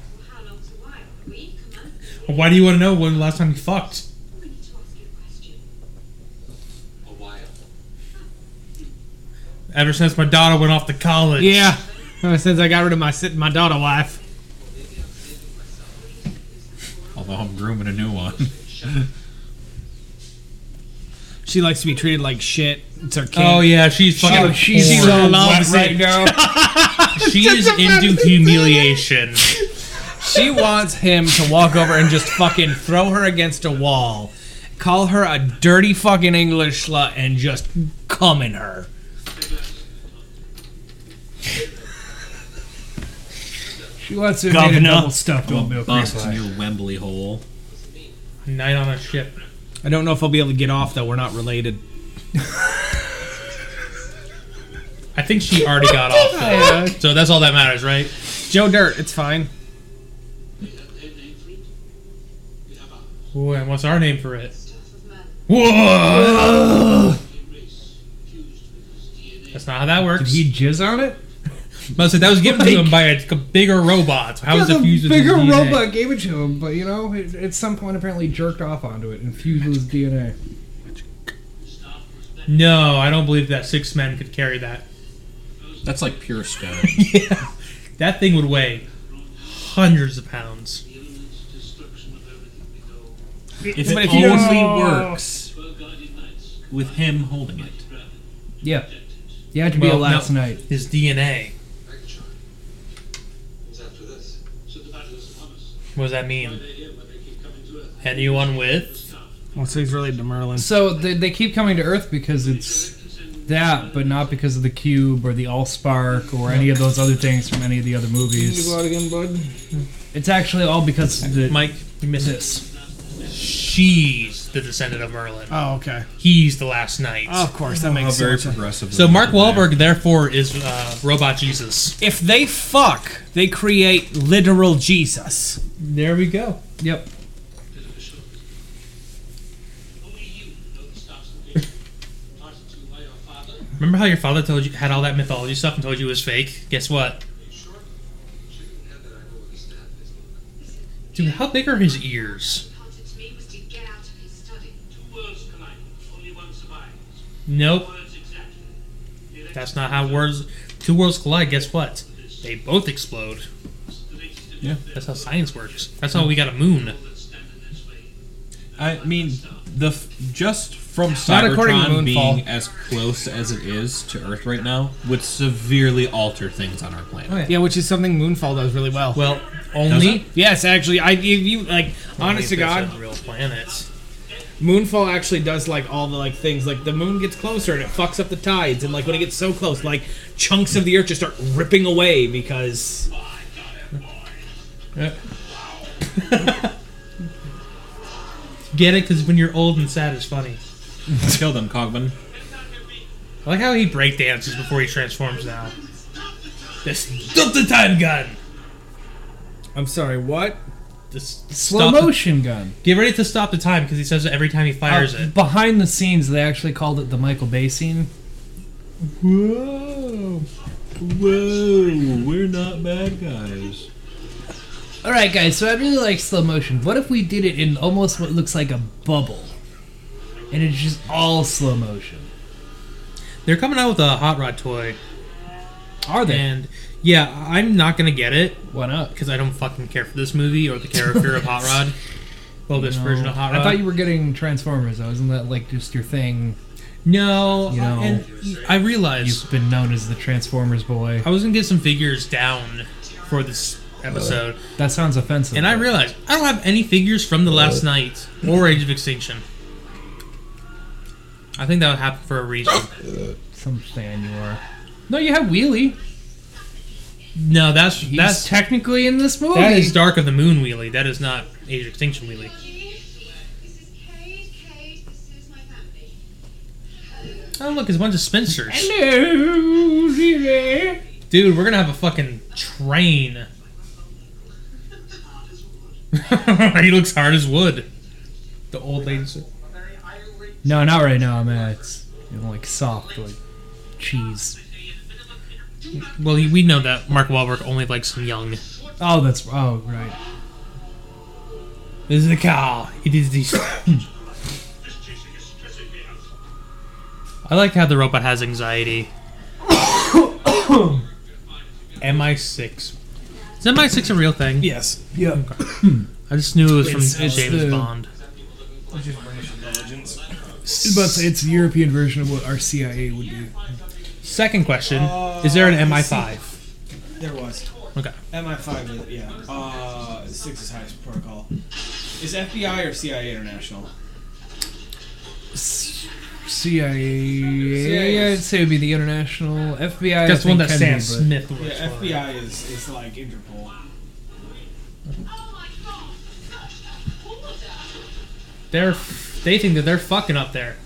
Speaker 4: Why do you want to know when the last time you fucked? Ever since my daughter went off to college.
Speaker 3: Yeah. Ever since I got rid of my sit- my daughter wife.
Speaker 7: Although I'm grooming a new one.
Speaker 3: She likes to be treated like shit. It's her kid.
Speaker 4: Oh yeah, she's fucking.
Speaker 5: Oh, she's
Speaker 4: horrible.
Speaker 5: so wet
Speaker 3: loves
Speaker 5: right
Speaker 3: it.
Speaker 5: now.
Speaker 4: she is into humiliation.
Speaker 3: She wants him to walk over and just fucking throw her against a wall, call her a dirty fucking English slut, and just cum in her.
Speaker 5: She wants to invade a
Speaker 3: Governor.
Speaker 5: double stuffed oatmeal cream
Speaker 7: Bust in
Speaker 5: pie.
Speaker 7: your Wembley hole.
Speaker 4: Night on a ship.
Speaker 3: I don't know if I'll be able to get off though. We're not related.
Speaker 4: I think she already got off. though. So that's all that matters, right?
Speaker 3: Joe Dirt, it's fine.
Speaker 4: Ooh, and what's our name for it? Whoa! That's not how that
Speaker 5: Did
Speaker 4: works.
Speaker 5: he jizz on it?
Speaker 4: But I said Oh, that was given to him by a, a bigger robot. So how is
Speaker 5: Yeah,
Speaker 4: it
Speaker 5: the
Speaker 4: fused with his
Speaker 5: bigger
Speaker 4: DNA?
Speaker 5: robot gave it to him, but you know, it, at some point apparently jerked off onto it and fused with his DNA.
Speaker 4: No, I don't believe that six men could carry that.
Speaker 7: That's like pure stone.
Speaker 4: yeah, that thing would weigh hundreds of pounds.
Speaker 7: If it
Speaker 4: But if you-
Speaker 7: only works with him holding it.
Speaker 5: Yeah. You have to be
Speaker 4: Well,
Speaker 5: a last
Speaker 4: no,
Speaker 5: night.
Speaker 4: His DNA. What does that mean? Anyone with?
Speaker 6: Once he's related to Merlin.
Speaker 5: So they, they keep coming to Earth because it's that, but not because of the cube or the Allspark or any of those other things from any of the other movies.
Speaker 12: again, bud?
Speaker 5: It's actually all because of the,
Speaker 4: Mike, you missed
Speaker 5: this.
Speaker 4: She's the descendant of Merlin.
Speaker 6: Oh, okay.
Speaker 4: He's the last knight.
Speaker 6: Of course, that makes sense.
Speaker 7: progressive.
Speaker 4: So Mark Wahlberg, therefore, is uh, Robot Jesus.
Speaker 3: If they fuck, they create literal Jesus.
Speaker 6: There we go.
Speaker 5: Yep.
Speaker 4: Remember how your father told you had all that mythology stuff and told you it was fake? Guess what? Dude, how big are his ears? Nope, that's not how words. Two worlds collide. Guess what? They both explode.
Speaker 7: Yeah.
Speaker 4: That's how science works. That's how we got a moon.
Speaker 7: I mean, the f- just from
Speaker 6: Not according to
Speaker 7: Cybertron
Speaker 6: Moonfall.
Speaker 7: being as close as it is to Earth right now would severely alter things on our planet.
Speaker 6: Oh, Yeah, which is something Moonfall does really well.
Speaker 4: Well, only
Speaker 6: yes, actually, I if you like, honest to
Speaker 4: Only if
Speaker 6: God,
Speaker 4: there's a real planets.
Speaker 6: Moonfall actually does like all the like things. Like the moon gets closer and it fucks up the tides, and like when it gets so close, like chunks of the earth just start ripping away because
Speaker 4: Get it? Because when you're old and sad, it's funny.
Speaker 7: Kill them, Cogman.
Speaker 4: I like how he breakdances before he transforms now. This stop the time gun.
Speaker 6: I'm sorry, what?
Speaker 4: This
Speaker 5: Slow
Speaker 4: stop. The,
Speaker 5: motion gun.
Speaker 4: get ready to stop the time because he says it every time he fires
Speaker 5: Uh, behind the scenes, they actually called it the Michael Bay scene.
Speaker 7: Whoa, we're not bad guys.
Speaker 5: All right, guys. So I really like slow motion. What if we did it in almost what looks like a bubble, and it's just all slow motion?
Speaker 4: it. They're coming out with a hot rod toy,
Speaker 5: Are they?
Speaker 4: and yeah, I'm not gonna get it
Speaker 5: Why not?
Speaker 4: because I don't fucking care for this movie or the character of Hot Rod. Well, this version of Hot Rod.
Speaker 5: I thought you were getting Transformers. Though. Isn't that like just your thing?
Speaker 4: no,
Speaker 5: You know,
Speaker 4: and I realized
Speaker 5: You've been known as the Transformers boy.
Speaker 4: I was gonna get some figures down for this episode.
Speaker 5: That sounds offensive.
Speaker 4: And I realized I don't have any figures from the last night or Age of Extinction. I think that would happen for a reason.
Speaker 5: some fan you are. No, you have Wheelie.
Speaker 4: No, that's
Speaker 5: He's
Speaker 4: that's
Speaker 5: technically in this movie.
Speaker 4: that is Dark of the Moon Wheelie. That is not Age of Extinction Wheelie. Oh look, it's a bunch of Spencers.
Speaker 5: Hello, Zero.
Speaker 4: Dude, we're gonna have a fucking train. he looks hard as wood. The old lady's
Speaker 5: No, not right now, man. It's you know, like soft, like cheese.
Speaker 4: Well, we know that Mark Wahlberg only likes young.
Speaker 5: Oh, that's oh right.
Speaker 4: This is the cow. It is the. I like how the robot has anxiety. MI6. Is MI6 a real thing?
Speaker 6: Yes,
Speaker 4: I just knew it was from
Speaker 5: It's- it's
Speaker 4: James
Speaker 5: the-
Speaker 4: Bond.
Speaker 5: But it's the European version of what our CIA would do.
Speaker 4: Second question
Speaker 5: Uh,
Speaker 4: Is there an MI5?
Speaker 6: there was
Speaker 4: Okay.
Speaker 6: MI5. Yeah, uh, six is highest protocol. Is FBI or CIA International?
Speaker 5: CIA. I'd say it would be the international FBI.
Speaker 4: That's
Speaker 5: I
Speaker 4: the one
Speaker 5: think
Speaker 4: that
Speaker 5: can
Speaker 4: Sam
Speaker 5: be, but-
Speaker 4: Smith works
Speaker 6: Yeah,
Speaker 4: for.
Speaker 6: FBI is is like Interpol.
Speaker 4: They're, they think that they're fucking up there.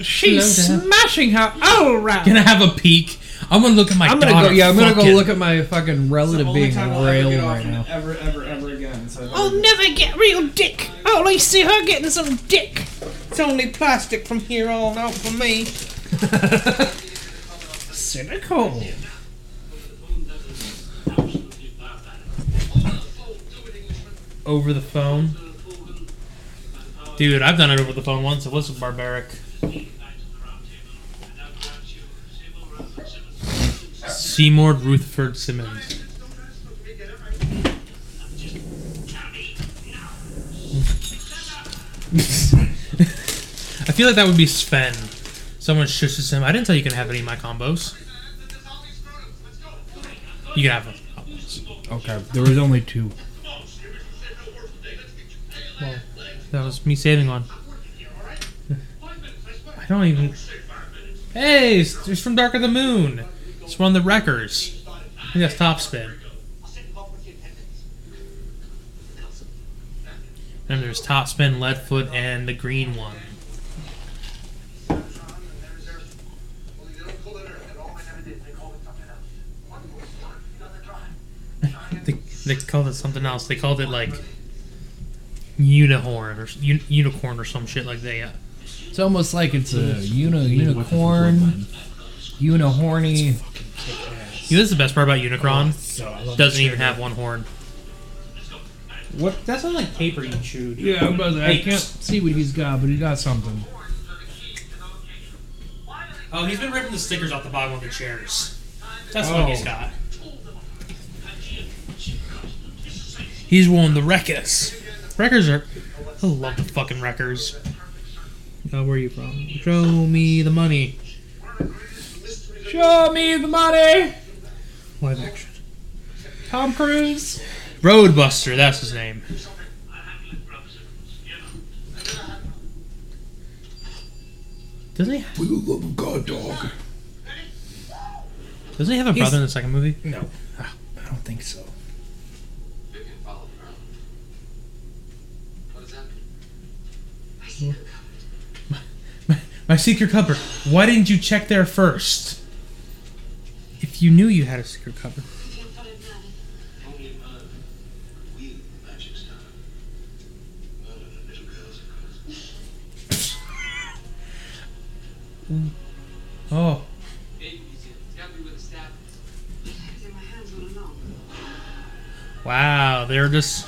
Speaker 5: She's
Speaker 4: Hello, Dad.
Speaker 5: smashing her Oh, all around.
Speaker 4: Gonna have a peek. I'm gonna look at my
Speaker 5: I'm gonna
Speaker 4: daughter
Speaker 5: go. Yeah, I'm gonna go
Speaker 4: fucking-
Speaker 5: look at my fucking relative
Speaker 6: Only
Speaker 5: being
Speaker 6: time I'll ever
Speaker 5: railed
Speaker 6: get off
Speaker 5: right
Speaker 6: from it
Speaker 5: now.
Speaker 6: ever ever ever again. So I've
Speaker 3: I'll
Speaker 6: already-
Speaker 3: never get real dick. I only see her getting some dick. It's only plastic from here on out for me.
Speaker 5: Cynical.
Speaker 4: over the phone. Dude, I've done it over the phone once. It wasn't barbaric. Seymour Rutherford Simmons. I feel like that would be Sven. Someone shushes him. I didn't tell you can have any of my combos. You can have them.
Speaker 5: Okay, there was only two.
Speaker 4: Well, that was me saving one. I don't even. Hey, it's, it's from Dark of the Moon. It's one of the Wreckers. I think that's Top Spin. And there's Top Spin, Leadfoot, and the green one. They, they called it something else. They called it like Unihorn or s- un, unicorn or some shit like that.
Speaker 5: It's almost like it's a uni unicorn, unihorny.
Speaker 4: You know, this is the best part about Unicron.
Speaker 6: Oh, So I love
Speaker 4: Doesn't even have one horn.
Speaker 6: What? That sounds like paper you chewed.
Speaker 5: Yeah, I'm about to, I can't see what he's got, but he got something.
Speaker 4: Oh, he's been ripping the stickers off the bottom of the chairs. That's what he's got. He's won the Wreckers. Wreckers are. I love the fucking Wreckers. Uh, where are you from? Show me the money.
Speaker 5: Show me the money,
Speaker 4: Live action.
Speaker 5: Tom Cruise.
Speaker 4: Roadbuster, that's his name. Doesn't he? Have, we love God Dog. Doesn't he have a brother in the second movie?
Speaker 5: No, ah, I don't think so.
Speaker 4: My secret cupboard. Why didn't you check there first? If you knew you had a secret cupboard. Oh, wow. They're just.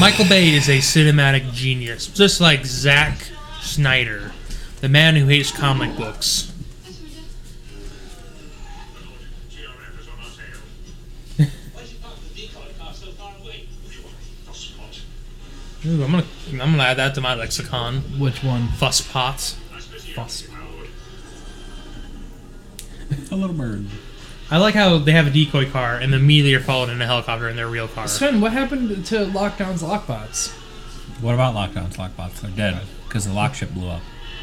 Speaker 4: Michael Bay is a cinematic genius, just like Zack Snyder, the man who hates comic books. Ooh, I'm gonna, I'm gonna add that to my lexicon.
Speaker 5: Which one?
Speaker 4: Fuss pots.
Speaker 7: A little bird.
Speaker 4: I like how they have a decoy car and immediately are followed in a helicopter in their real car.
Speaker 5: Sven, what happened to Lockdown's lockbots?
Speaker 7: What about lockdowns? Lockbots are dead because the lock ship blew up.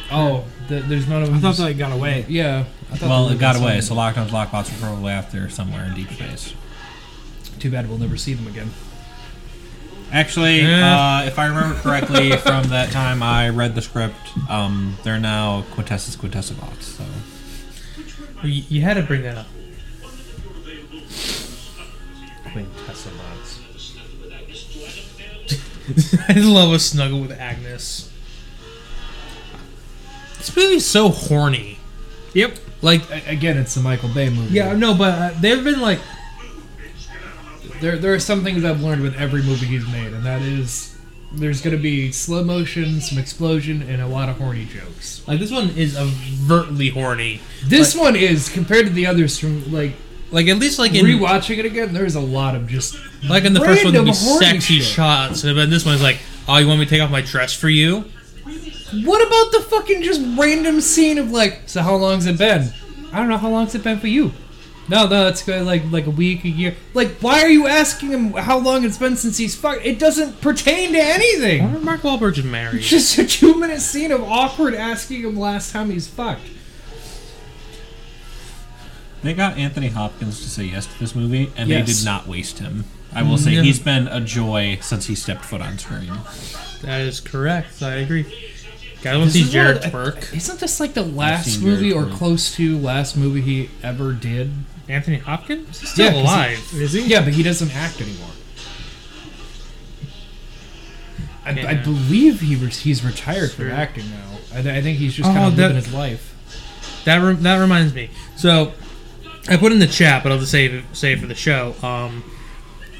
Speaker 5: Oh, th- there's none of them.
Speaker 6: I thought that got away.
Speaker 5: yeah. I thought
Speaker 7: Well,
Speaker 5: they
Speaker 7: it got
Speaker 5: were
Speaker 7: away,
Speaker 5: something.
Speaker 7: so lockdowns, lockbots are probably out there somewhere in deep space.
Speaker 5: Too bad we'll never see them again.
Speaker 7: Actually,
Speaker 4: Yeah.
Speaker 7: uh, if I remember correctly from that time I read the script, um, they're now Quintessa's Quintessa bots. So
Speaker 4: You, you had to bring that up.
Speaker 12: Quintessa bots.
Speaker 4: I love a snuggle with Agnes. This movie's so horny.
Speaker 5: Yep.
Speaker 4: Like,
Speaker 5: A- again, it's the Michael Bay movie.
Speaker 4: yeah, no, but uh, they've been like,
Speaker 5: There, there are some things I've learned with every movie he's made, and that is there's going to be slow motion, some explosion, and a lot of horny jokes.
Speaker 4: like this one is overtly horny.
Speaker 5: This one is compared to the others from like
Speaker 4: Like at least like in
Speaker 5: rewatching it again. There's a lot of just
Speaker 4: like in the first one, there'd be
Speaker 5: random horny
Speaker 4: sexy
Speaker 5: shit.
Speaker 4: shots, but in this one's like, oh, you want me to take off my dress for you?
Speaker 5: What about the fucking just random scene of like? So how long's it been? I don't know how long's it been for you. No, no, it's good. Like like a week, a year. Like, why are you asking him how long it's been since he's fucked? It doesn't pertain to anything.
Speaker 4: Wonder if Mark Wahlberg's married.
Speaker 5: It's just a two minute scene of awkward asking him last time he's fucked.
Speaker 7: they got Anthony Hopkins to say yes to this movie, and they
Speaker 5: Yes.
Speaker 7: did not waste him. I will say
Speaker 4: No.
Speaker 7: he's been a joy since he stepped foot on screen.
Speaker 4: That is correct. I agree. Gotta want to see
Speaker 5: is one
Speaker 4: Jared
Speaker 5: of the-
Speaker 4: twerk.
Speaker 5: Isn't this like the last
Speaker 7: seen Jared
Speaker 5: movie or
Speaker 7: Leto.
Speaker 5: close to last movie he ever did?
Speaker 4: Anthony Hopkins He's still
Speaker 5: Yeah, 'cause he-
Speaker 4: alive.
Speaker 6: Is he?
Speaker 5: Yeah, but he doesn't act anymore. I, I
Speaker 4: Yeah.
Speaker 5: believe he re- he's retired
Speaker 4: Sure.
Speaker 5: from acting now. I, th- I think he's just
Speaker 4: Oh,
Speaker 5: kind of living
Speaker 4: that-
Speaker 5: his life.
Speaker 4: That re- that reminds me. So I put in the chat, but I'll just save save for the show. Um,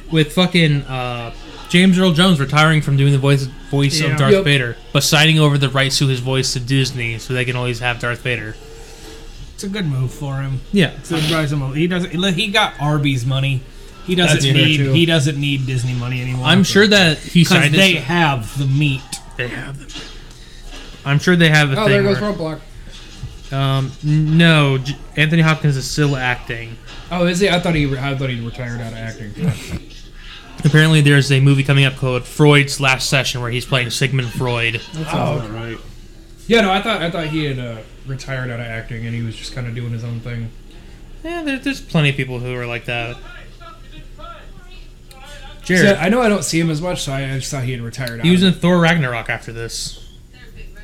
Speaker 4: with fucking uh, James Earl Jones retiring from doing the voice voice
Speaker 5: Yeah.
Speaker 4: of Darth
Speaker 5: Yep.
Speaker 4: Vader, but signing over the rights to his voice to Disney, so they can always have Darth Vader.
Speaker 3: It's a good move for him.
Speaker 4: Yeah.
Speaker 3: It's a reasonable- He doesn't. look, He got Arby's money. He doesn't
Speaker 4: That's fair,
Speaker 3: need.
Speaker 4: too.
Speaker 3: He doesn't need Disney money anymore.
Speaker 4: I'm sure that he
Speaker 3: because
Speaker 4: signed
Speaker 3: they
Speaker 4: his,
Speaker 3: have the meat.
Speaker 4: They have the. I'm sure they have a
Speaker 5: Oh,
Speaker 4: thing.
Speaker 5: there goes
Speaker 4: where-
Speaker 5: Roblox.
Speaker 4: um, no, J- Anthony Hopkins is still acting.
Speaker 5: Oh, is he? I thought he. Re- I thought he retired out of acting.
Speaker 4: Apparently, there's a movie coming up called Freud's Last Session where he's playing Sigmund Freud.
Speaker 5: oh, right. Yeah, no, I thought I thought he had uh, retired out of acting and he was just kind of doing his own thing.
Speaker 4: Yeah, Eh, there, there's plenty of people who are like that.
Speaker 5: So,
Speaker 4: Jared,
Speaker 5: I know I don't see him as much, so I, I just thought he had retired out.
Speaker 4: he was in Thor Ragnarok after this.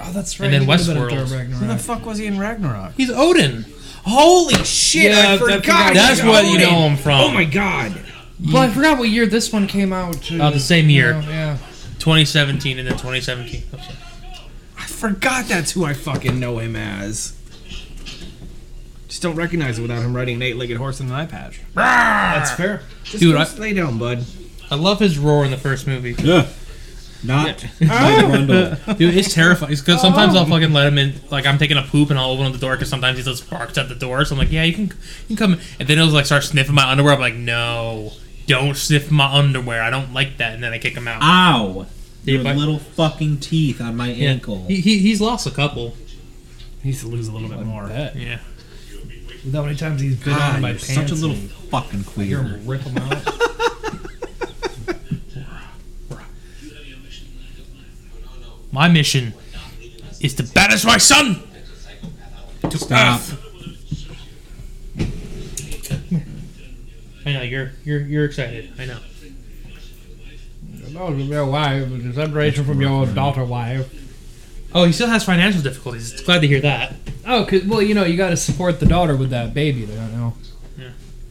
Speaker 5: oh, that's right.
Speaker 4: and then
Speaker 5: he would've been in
Speaker 4: Westworld.
Speaker 5: Thor Ragnarok.
Speaker 3: Who the fuck was he in Ragnarok?
Speaker 4: He's
Speaker 5: Oh
Speaker 4: Odin.
Speaker 3: Holy shit!
Speaker 5: Yeah,
Speaker 3: I
Speaker 5: I
Speaker 3: forgot.
Speaker 5: forgot.
Speaker 4: That's
Speaker 3: he
Speaker 4: what
Speaker 3: got
Speaker 4: you
Speaker 3: it.
Speaker 4: know him from.
Speaker 3: Oh my god.
Speaker 5: Well, I forgot what year this one came out. too.
Speaker 4: Uh, the same
Speaker 5: You
Speaker 4: year.
Speaker 5: know, yeah.
Speaker 4: 2017 and then 2017. Oh, sorry.
Speaker 3: I forgot that's who I fucking know him as. Just don't recognize it without him riding an eight-legged horse and an eye patch.
Speaker 5: That's fair.
Speaker 3: Just
Speaker 4: Dude,
Speaker 3: go
Speaker 4: I-
Speaker 3: lay down, bud.
Speaker 4: I love his roar in the first movie.
Speaker 7: Ugh. Not Mike
Speaker 4: Oh.
Speaker 7: Grundle.
Speaker 4: Dude, it's terrifying. It's 'cause sometimes I'll fucking let him in. Like I'm taking a poop and I'll open up the door because sometimes he just barks at the door. So I'm like, yeah, you can, you can come. in." And then he'll like start sniffing my underwear. I'm like, no, don't sniff my underwear. I don't like that. And then I kick him out.
Speaker 7: Ow!
Speaker 4: Your
Speaker 7: Your little fucking teeth on my
Speaker 4: Yeah.
Speaker 7: ankle.
Speaker 4: He, he, he's lost a couple.
Speaker 3: He needs to lose a little bit more.
Speaker 4: Yeah.
Speaker 5: With how many times he's been
Speaker 4: Ah,
Speaker 7: God,
Speaker 5: on my
Speaker 7: Ah, you're
Speaker 5: pants.
Speaker 7: such a little
Speaker 5: and
Speaker 7: fucking
Speaker 5: hear
Speaker 7: queer.
Speaker 5: him rip them out.
Speaker 4: My mission is to banish my son.
Speaker 7: Stop.
Speaker 4: I know you're you're you're excited. I know.
Speaker 5: no, Oh, your wife, the separation from your daughter wife.
Speaker 4: Oh, he still has financial difficulties. Glad to hear that.
Speaker 5: Oh, 'cause- well, you know, you got to support the daughter with that baby. They don't know.
Speaker 4: Yeah.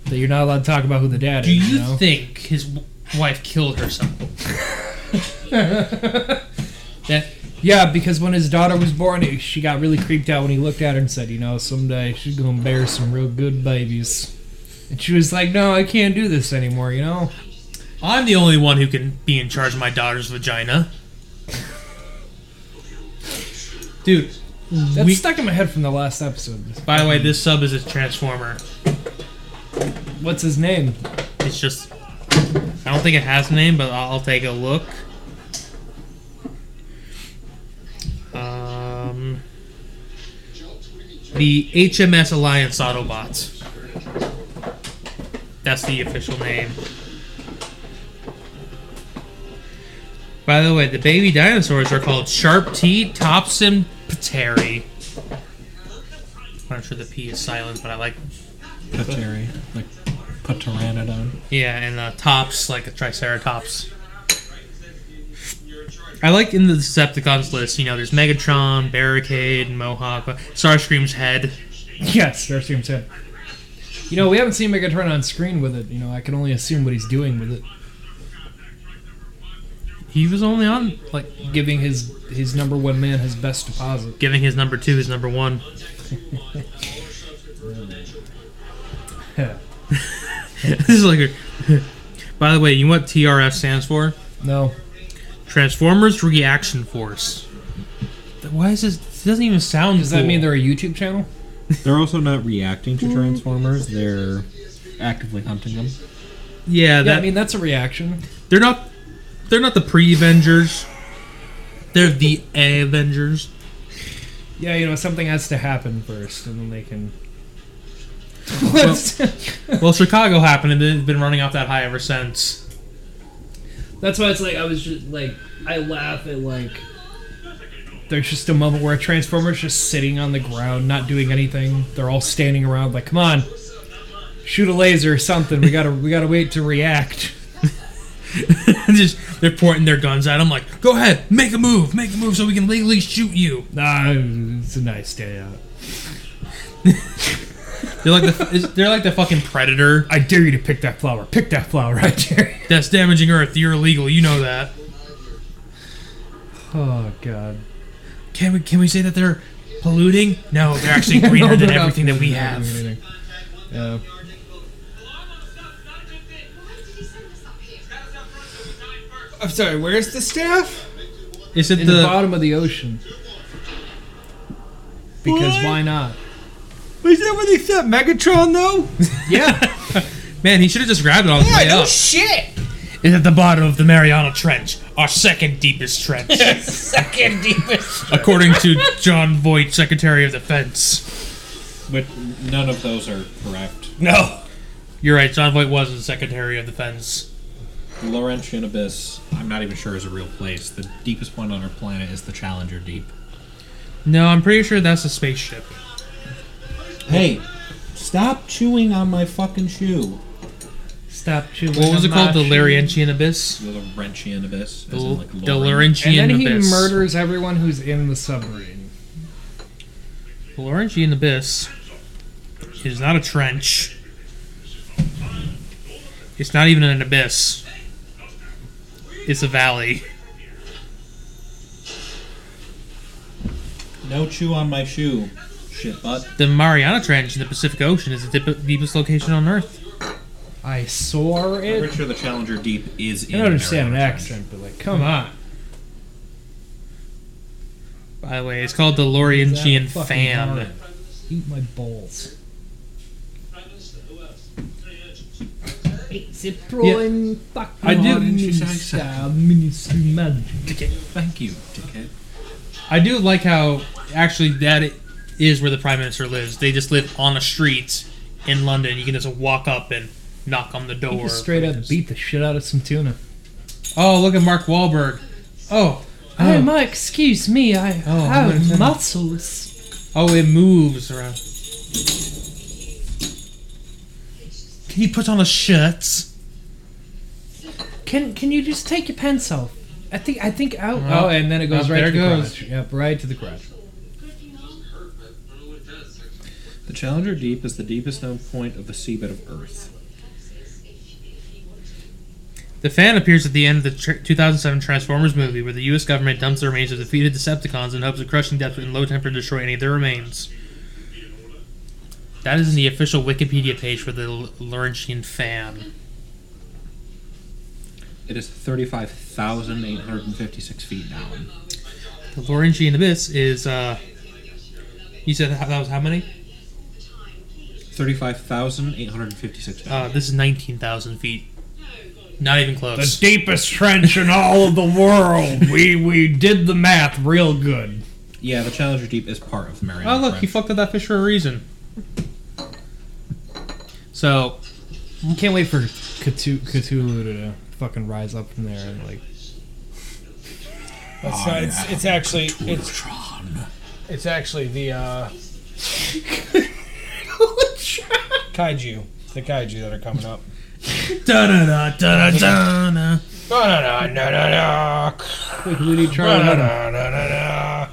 Speaker 5: That you're not allowed to talk about who the dad
Speaker 4: Do
Speaker 5: is.
Speaker 4: you
Speaker 5: know?
Speaker 4: think his w- wife killed herself? that
Speaker 5: yeah, because when his daughter was born, he- she got really creeped out when he looked at her and said, "You know, someday she's gonna bear some real good babies." And she was like, "No, I can't do this anymore." You know.
Speaker 4: I'm the only one who can be in charge of my daughter's vagina. Dude,
Speaker 5: That
Speaker 4: We-
Speaker 5: stuck in my head from the last episode.
Speaker 4: by the way, this sub is a transformer.
Speaker 5: What's his name?
Speaker 4: It's just I don't think it has a name, but I'll, I'll take a look. Um, the HMS Alliance Autobots. That's the official name. By the way, the baby dinosaurs are called Sharp T, Topsin, Pateri. I'm not sure the P is silent, but I like
Speaker 7: Pateri. Like, put Pteranodon.
Speaker 4: Yeah, and uh, tops like a Triceratops. I like in the Decepticons list, you know, there's Megatron, Barricade, Mohawk, but Starscream's head.
Speaker 5: Yes, Starscream's head. You know, we haven't seen Megatron on screen with it. You know, I can only assume what he's doing with it,
Speaker 4: He was only on like
Speaker 5: giving his his number one man his best deposit.
Speaker 4: giving his number two his number one. this is like a. By the way, you know what TRF stands for?
Speaker 5: No,
Speaker 4: Transformers Reaction Force. Why is this? It doesn't even sound.
Speaker 5: does that
Speaker 4: cool.
Speaker 5: mean they're a YouTube channel?
Speaker 7: They're also not reacting to Transformers, they're actively hunting them.
Speaker 4: Yeah, that
Speaker 5: Yeah, I mean that's a reaction.
Speaker 4: They're not. They're not the pre-Avengers. They're the Avengers.
Speaker 5: Yeah, you know something has to happen first, and then they can. What's-
Speaker 4: Well, Chicago happened, and they've been running off that high ever since.
Speaker 5: That's why it's like I was just like I laugh at like there's just a moment where a Transformer's just sitting on the ground, not doing anything. They're all standing around like, come on. Shoot a laser or something. We gotta we gotta wait to react.
Speaker 4: Just they're pointing their guns at him, like, "Go ahead, make a move, make a move, so we can legally shoot you."
Speaker 5: Nah, it's a nice day out.
Speaker 4: They're like the is- they're like the fucking predator
Speaker 5: I dare you to pick that flower. Pick that flower, I dare you.
Speaker 4: that's damaging Earth. You're illegal. You know that.
Speaker 5: Oh god.
Speaker 4: Can we can we say that they're polluting? No, they're actually greener
Speaker 5: No,
Speaker 4: than
Speaker 5: they're not
Speaker 4: everything that we
Speaker 5: doing
Speaker 4: have.
Speaker 5: anything. Yeah.
Speaker 8: Why did he send us up here?
Speaker 3: I'm sorry. Where's the staff?
Speaker 4: Is it
Speaker 5: In the, bottom of the ocean. Because why not?
Speaker 6: Wait, is that where they set Megatron though?
Speaker 4: Yeah. Man, he should have just grabbed it on the way up.
Speaker 6: shit.
Speaker 4: It's at the bottom of the Mariana Trench, our second deepest trench,
Speaker 6: Second deepest.
Speaker 4: according to John Voight, Secretary of Defense.
Speaker 7: But none of those are correct.
Speaker 4: No. You're right, John Voight was the Secretary of Defense.
Speaker 7: The Laurentian Abyss, I'm not even sure is a real place. The deepest point on our planet is the Challenger Deep.
Speaker 4: No, I'm pretty sure that's a spaceship.
Speaker 7: Hey, stop chewing on my fucking shoe.
Speaker 5: Stop chewing.
Speaker 4: What was
Speaker 5: on
Speaker 4: it called?
Speaker 5: my
Speaker 4: The
Speaker 5: shoe.
Speaker 4: Laurentian Abyss?
Speaker 7: The Laurentian Abyss.
Speaker 4: The,
Speaker 7: as in, like, Lauren.
Speaker 4: the
Speaker 5: And
Speaker 4: Laurentian
Speaker 5: then he
Speaker 4: Abyss.
Speaker 5: murders everyone who's in the submarine.
Speaker 4: The Laurentian Abyss is not a trench. It's not even an abyss. It's a valley.
Speaker 7: No chew on my shoe, shit butt.
Speaker 4: The Mariana Trench in the Pacific Ocean is the dip- deepest location on Earth.
Speaker 5: I saw
Speaker 7: I'm
Speaker 5: it.
Speaker 7: pretty sure the Challenger Deep is in
Speaker 5: I don't understand an
Speaker 7: Mariana Trench.
Speaker 5: accent, but like, come on.
Speaker 4: By the way, it's called the Laurentian
Speaker 5: Fucking
Speaker 4: Fan.
Speaker 5: hard. Eat my balls. It's a prawn fucking
Speaker 7: I did-
Speaker 5: minister magic.
Speaker 7: Dickhead. Thank you, dickhead.
Speaker 4: I do like how actually that i- is where the prime minister lives. They just live on a street in London. You can just walk up and knock on the
Speaker 5: You
Speaker 4: door.
Speaker 5: just straight up beat the shit out of some tuna.
Speaker 4: Oh, look at Mark Wahlberg. Oh,
Speaker 5: Oh,
Speaker 4: oh,
Speaker 5: my, excuse me, I
Speaker 4: Oh, I'm gonna
Speaker 5: have
Speaker 4: turn-
Speaker 5: muscles.
Speaker 4: oh, it moves around. Can you put on a shirt?
Speaker 5: Can can you just take your pants off? I think I think out.
Speaker 4: Well,
Speaker 5: oh, and then it goes
Speaker 4: up
Speaker 5: right
Speaker 4: there
Speaker 5: to the
Speaker 4: it goes.
Speaker 5: garage. Yep, right to the garage.
Speaker 7: The Challenger Deep is the deepest known point of the seabed of Earth.
Speaker 4: The fan appears at the end of the tr- 2007 Transformers movie, where the U.S. government dumps the remains of defeated Decepticons in hopes of crushing death and low temper to destroy any of their remains. That is in the official Wikipedia page for the L- Laurentian fan.
Speaker 7: It is 35,856 feet down.
Speaker 4: The Laurentian abyss is, uh. You said that that was how many?
Speaker 7: 35,856 down.
Speaker 4: Uh, this is 19,000 feet. Not even close.
Speaker 5: deepest trench in all of the world. We we did the math real good.
Speaker 7: yeah, the Challenger Deep is part of the Mariana
Speaker 4: Oh, look, he
Speaker 7: Trench.
Speaker 4: fucked up that fish for a reason. So,
Speaker 5: Can't wait for Cthul- Cthulhu to fucking rise up from there and like.
Speaker 6: That's not, it's, it's actually it's, it's actually the uh, kaiju, the kaiju that are coming up.
Speaker 4: da-da-da, da-da-da-da.
Speaker 6: Da-da-da-da-da-da.
Speaker 5: Like Looney Charlie Hunnam.
Speaker 6: Da-da-da-da-da.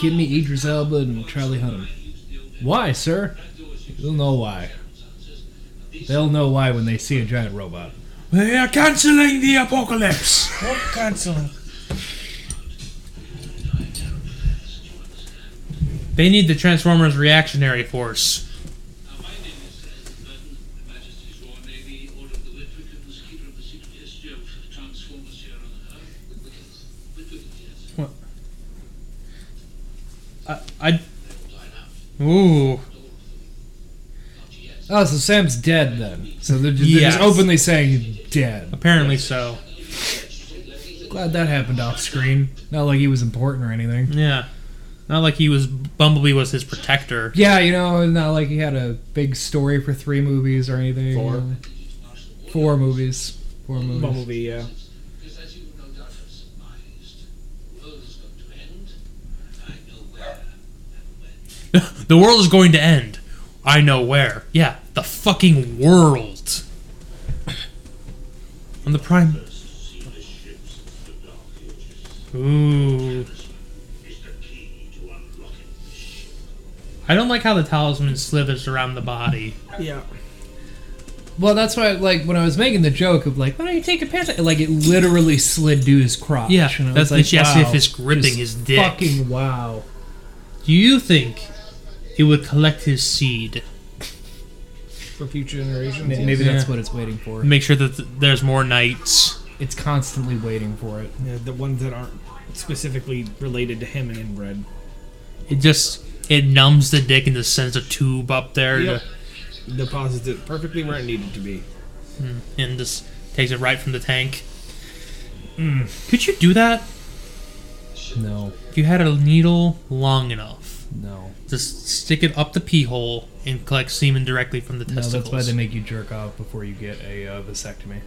Speaker 5: Give me Idris Elba and Charlie Hunnam. Why, sir? They'll know why. They'll know why when they see a giant robot.
Speaker 12: They are canceling the apocalypse.
Speaker 6: What canceling?
Speaker 4: They need the Transformers reactionary force. I, I. Ooh.
Speaker 5: Oh, so Sam's dead then. So they're just,
Speaker 4: Yes.
Speaker 5: they're just openly saying dead.
Speaker 4: Apparently so.
Speaker 5: Glad that happened off screen. Not like he was important or anything.
Speaker 4: Yeah. Not like he was. Bumblebee was his protector.
Speaker 5: Yeah, you know, not like he had a big story for three movies or anything.
Speaker 7: Four.
Speaker 5: you know. Four movies. Four movies.
Speaker 6: Bumblebee, yeah.
Speaker 4: The world is going to end. I know where. Yeah, the fucking world. I'm the prime. Ooh. I don't like how the talisman slithers around the body.
Speaker 6: Yeah.
Speaker 5: Well, that's why, like, when I was making the joke of, like, why don't you take your pants off? Like, it literally slid to his crotch.
Speaker 4: Yeah,
Speaker 5: and I
Speaker 4: that's
Speaker 5: was like,
Speaker 4: the chassis
Speaker 5: wow,
Speaker 4: if it's gripping
Speaker 5: just
Speaker 4: his dick.
Speaker 5: Fucking wow.
Speaker 4: Do you think it would collect his seed?
Speaker 6: For future generations.
Speaker 5: Maybe,
Speaker 6: yes.
Speaker 5: that's
Speaker 4: Yeah.
Speaker 5: what it's waiting for.
Speaker 4: Make sure that th- there's more knights.
Speaker 5: It's constantly waiting for it.
Speaker 6: uh, Yeah, the ones that aren't specifically related to him and inbred.
Speaker 4: It just It numbs the dick and just sends a tube up there
Speaker 6: Yep. Deposits it perfectly where it needed to be.
Speaker 4: to, and just takes it right from the tank. Mm. Could you do that?
Speaker 6: No,
Speaker 4: If you had a needle long enough,
Speaker 6: no.
Speaker 4: just stick it up the pee hole and collect semen directly from the
Speaker 5: No,
Speaker 4: testicles.
Speaker 5: that's why they make you jerk off before you get a uh, vasectomy.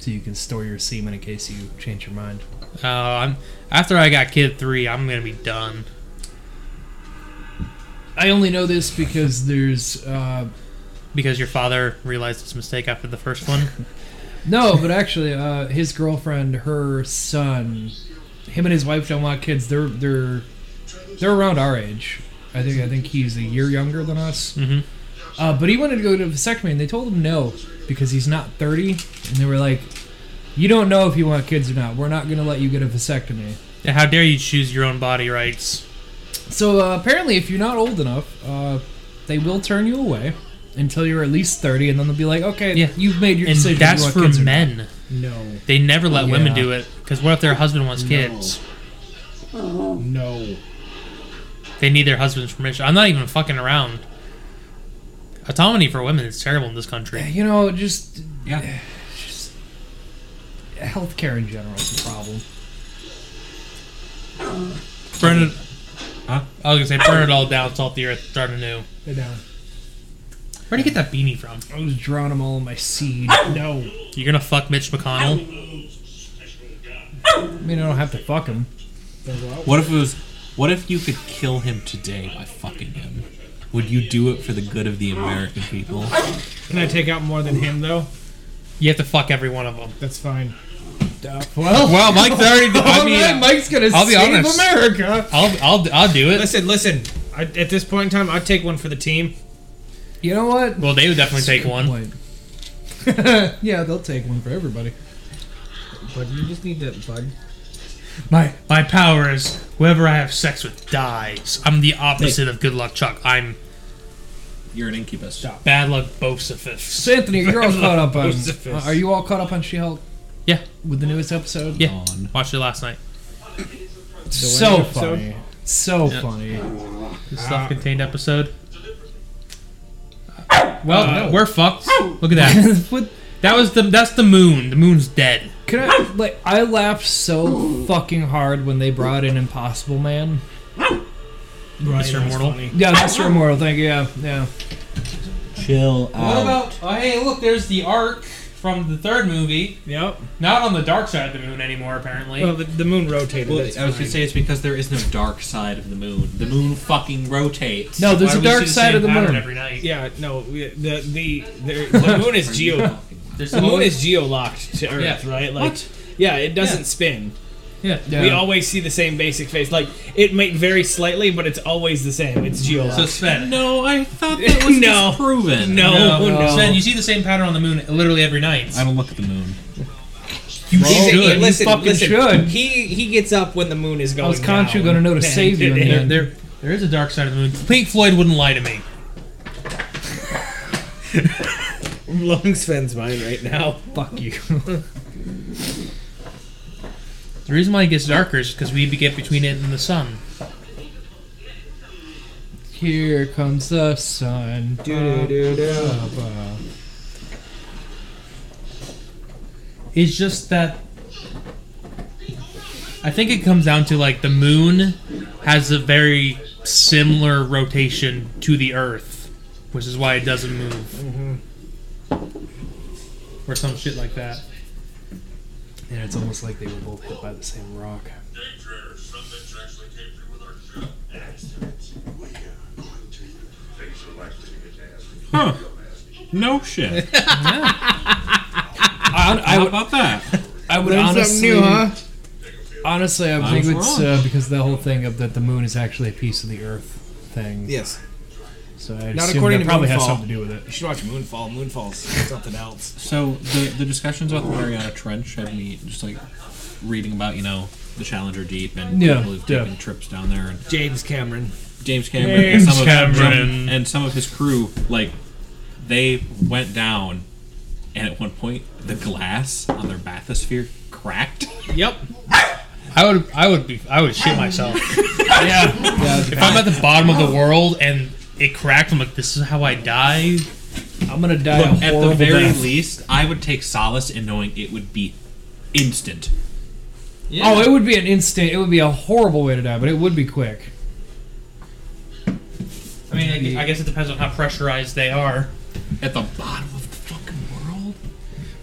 Speaker 5: So you can store your semen in case you change your mind.
Speaker 4: Uh, I'm, after I got kid three, I'm gonna be done.
Speaker 5: I only know this because there's uh,
Speaker 4: Because your father realized his mistake after the first one.
Speaker 5: no, but actually, uh, his girlfriend, her son, him and his wife don't want kids. They're they're they're around our age. I think I think he's a year younger than us.
Speaker 4: Mhm.
Speaker 5: Uh, but he wanted to go to a vasectomy, and they told him no because he's not thirty. And they were like, "You don't know if you want kids or not. We're not going to let you get a vasectomy."
Speaker 4: Yeah, How dare you choose your own body rights?
Speaker 5: So uh, apparently, if you're not old enough, uh, they will turn you away until you're at least thirty, and then they'll be like, "Okay,
Speaker 4: Yeah.
Speaker 5: you've made your
Speaker 4: And
Speaker 5: decision." if you
Speaker 4: that's
Speaker 5: want
Speaker 4: for
Speaker 5: kids or not."
Speaker 4: men.
Speaker 6: No.
Speaker 4: They never let women
Speaker 5: Yeah.
Speaker 4: do it because what if their husband wants kids?
Speaker 6: No.
Speaker 4: They need their husband's permission. I'm not even fucking around. Autonomy for women is terrible in this country.
Speaker 5: You know, just eh,
Speaker 6: Yeah.
Speaker 5: just healthcare in general is a problem.
Speaker 4: Burn it.
Speaker 7: Huh?
Speaker 4: I was gonna say burn it all down, salt the earth, start anew.
Speaker 5: I know.
Speaker 4: Where'd you get that beanie from?
Speaker 5: I was drowning them all in my seed.
Speaker 6: No.
Speaker 4: You're gonna fuck Mitch McConnell?
Speaker 5: I mean, I don't have to fuck them.
Speaker 7: What if it was? What if you could kill him today by fucking him? Would you do it for the good of the American people?
Speaker 6: Can I take out more than him though?
Speaker 4: You have to fuck every one of them.
Speaker 6: That's fine.
Speaker 5: Well,
Speaker 4: Oh,
Speaker 2: Well, Mike's already. I mean,
Speaker 5: Mike's gonna
Speaker 2: I'll be
Speaker 5: save
Speaker 2: honest.
Speaker 5: America.
Speaker 4: I'll I'll I'll do it.
Speaker 6: Listen, listen. I, at this point in time, I'd take one for the team.
Speaker 5: You know what?
Speaker 4: Well, they would definitely take one.
Speaker 5: Wait. yeah, they'll take one for everybody.
Speaker 6: But you just need that bud.
Speaker 4: My my power is whoever I have sex with dies. I'm the opposite of good luck Chuck. I'm
Speaker 7: You're an incubus.
Speaker 4: bad luck Bosaphus.
Speaker 5: So Anthony, you're all caught up on.
Speaker 4: Josephus.
Speaker 5: are you all caught up on She-Hulk
Speaker 4: Yeah,
Speaker 5: with the newest episode?
Speaker 4: yeah. Watched it last night.
Speaker 5: So
Speaker 6: episode?
Speaker 5: funny. So funny.
Speaker 4: The self-contained episode. Well, we're fucked. Look at that.
Speaker 5: What-
Speaker 4: That was the that's the moon. The moon's dead.
Speaker 5: Can I like I laughed so fucking hard when they brought in Impossible Man.
Speaker 6: Right,
Speaker 4: Mr.
Speaker 6: that's
Speaker 4: Immortal.
Speaker 6: funny.
Speaker 5: Yeah, Mr. Immortal, thank you. Yeah, yeah.
Speaker 7: Chill
Speaker 4: What about? Oh, hey, look, there's the arc from the third movie.
Speaker 6: Yep.
Speaker 4: Not on the dark side of the moon anymore, apparently.
Speaker 6: Well, the, the moon rotated.
Speaker 7: Well, uh, I was
Speaker 6: that's
Speaker 7: gonna
Speaker 6: fine.
Speaker 7: say it's because there is no dark side of the moon. The moon fucking rotates.
Speaker 5: No, there's
Speaker 4: Why
Speaker 5: a
Speaker 4: do we
Speaker 5: dark
Speaker 4: see
Speaker 5: side
Speaker 4: same
Speaker 5: of the
Speaker 4: pattern
Speaker 5: moon.
Speaker 4: Every night.
Speaker 6: Yeah, no, we- the the the, the moon is geo
Speaker 4: There's
Speaker 6: the moon
Speaker 4: always-
Speaker 6: is geo locked to Earth,
Speaker 4: Yeah.
Speaker 6: right? Like, yeah, it doesn't spin.
Speaker 4: Yeah.
Speaker 6: We
Speaker 5: Yeah.
Speaker 6: always see the same basic face. Like it might vary slightly, but it's always the same. It's geo
Speaker 4: So
Speaker 6: locked.
Speaker 4: Sven,
Speaker 7: No, I thought that was
Speaker 6: No.
Speaker 7: disproven.
Speaker 6: no, no,
Speaker 5: no.
Speaker 4: Sven, you see the same pattern on the moon uh, literally every night.
Speaker 7: I don't look at the moon.
Speaker 6: You
Speaker 4: should. You
Speaker 6: listen,
Speaker 5: Oh, fucking
Speaker 6: listen.
Speaker 5: should.
Speaker 6: He he gets up when the moon is going.
Speaker 5: was Conchu
Speaker 6: down.
Speaker 5: gonna know to
Speaker 6: Man,
Speaker 5: save you in the
Speaker 4: There,
Speaker 5: end.
Speaker 4: there, there is a dark side of the moon. Pink Floyd wouldn't lie to me.
Speaker 6: I'm blowing Sven's mind right now.
Speaker 5: Fuck you.
Speaker 4: The reason why it gets darker is because we get between it and the sun.
Speaker 5: Here comes the sun.
Speaker 4: It's just that I think it comes down to like the moon has a very similar rotation to the Earth, which is why it doesn't move, or some shit like that.
Speaker 5: And it's almost like they were both hit by the same rock.
Speaker 10: Danger! Some bitch actually came through with our ship. We are going to things are likely to get nasty.
Speaker 7: Huh. No shit.
Speaker 5: I, I
Speaker 7: How
Speaker 5: would,
Speaker 7: about that?
Speaker 5: I would honestly, honestly, I would
Speaker 7: I
Speaker 5: think
Speaker 7: was
Speaker 5: it's
Speaker 7: wrong.
Speaker 5: uh, because the whole thing of that the moon is actually a piece of the Earth thing.
Speaker 6: Yes,
Speaker 5: So I
Speaker 6: Not
Speaker 5: assume
Speaker 6: according
Speaker 5: that
Speaker 6: to
Speaker 5: probably has
Speaker 6: Moonfall.
Speaker 5: something to do with it.
Speaker 6: you should watch Moonfall. Moonfall's something else.
Speaker 7: So the the discussions about the Mariana Trench had me just like reading about you know the Challenger Deep and
Speaker 5: Yeah,
Speaker 7: people who've
Speaker 5: yeah.
Speaker 7: taken trips down there and
Speaker 6: James Cameron.
Speaker 7: James Cameron, and,
Speaker 4: James
Speaker 7: some of,
Speaker 4: Cameron.
Speaker 7: and some of his crew, like they went down, and at one point the glass on their bathysphere cracked.
Speaker 6: Yep.
Speaker 4: I would, I would be, I would shit myself. yeah. If I'm at the bottom of the world and it cracked, I'm like, this is how I die.
Speaker 6: I'm gonna die
Speaker 7: Look,
Speaker 6: a
Speaker 7: at the
Speaker 6: horrible
Speaker 7: very
Speaker 6: death.
Speaker 7: least, I would take solace in knowing it would be instant.
Speaker 5: Oh, it would be an instant. It would be a horrible way to die, but it would be quick.
Speaker 4: I mean, I gu- I guess it depends on how pressurized they are.
Speaker 7: At the bottom of the fucking world.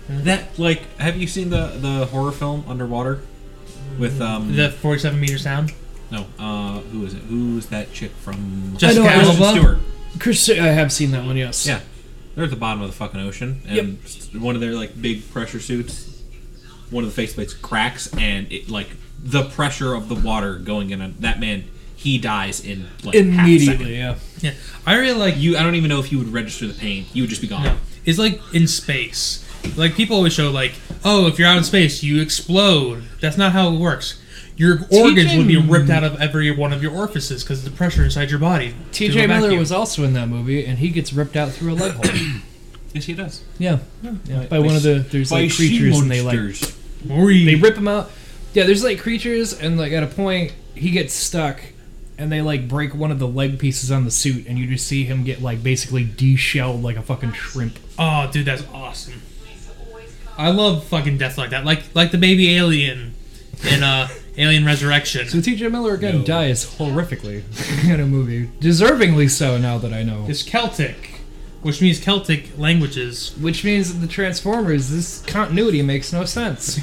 Speaker 7: That like, have you seen the the horror film Underwater? With um,
Speaker 4: The 47 meter sound.
Speaker 7: no, uh, who is it? Who's that chick from?
Speaker 4: Jessica
Speaker 5: I know,
Speaker 4: Alba.
Speaker 7: Kristen Stewart.
Speaker 5: Chris, I have seen that one. Yes.
Speaker 7: Yeah, they're at the bottom of the fucking ocean, and s- one of their like big pressure suits, one of the face plates cracks, and it like the pressure of the water going in. On, that man, he dies in like Half a second.
Speaker 5: Immediately. Yeah.
Speaker 4: Yeah, I really like
Speaker 7: You, I don't even know if you would register the pain. You would just be gone.
Speaker 4: No. It's like in space. Like people always show like, oh, if you're out in space, you explode. That's not how it works. Your organs would be ripped out of every one of your orifices because of the pressure inside your body.
Speaker 5: T.J. Miller was also in that movie, and he gets ripped out through a leg hole.
Speaker 7: Yes, he does.
Speaker 5: yeah. yeah. By one of the there's like creatures, and they like they
Speaker 4: They
Speaker 5: rip him out. Yeah, there's like creatures, and like at a point he gets stuck, and they like break one of the leg pieces on the suit, and you just see him get like basically de-shelled like a fucking shrimp.
Speaker 4: oh, dude, that's awesome. I love fucking death like that. Like like the baby alien in uh, Alien Resurrection.
Speaker 5: So T.J. Miller again dies horrifically in a movie, deservingly so. Now that I know,
Speaker 4: It's Celtic, which means Celtic languages.
Speaker 5: which means that the Transformers this continuity makes no sense.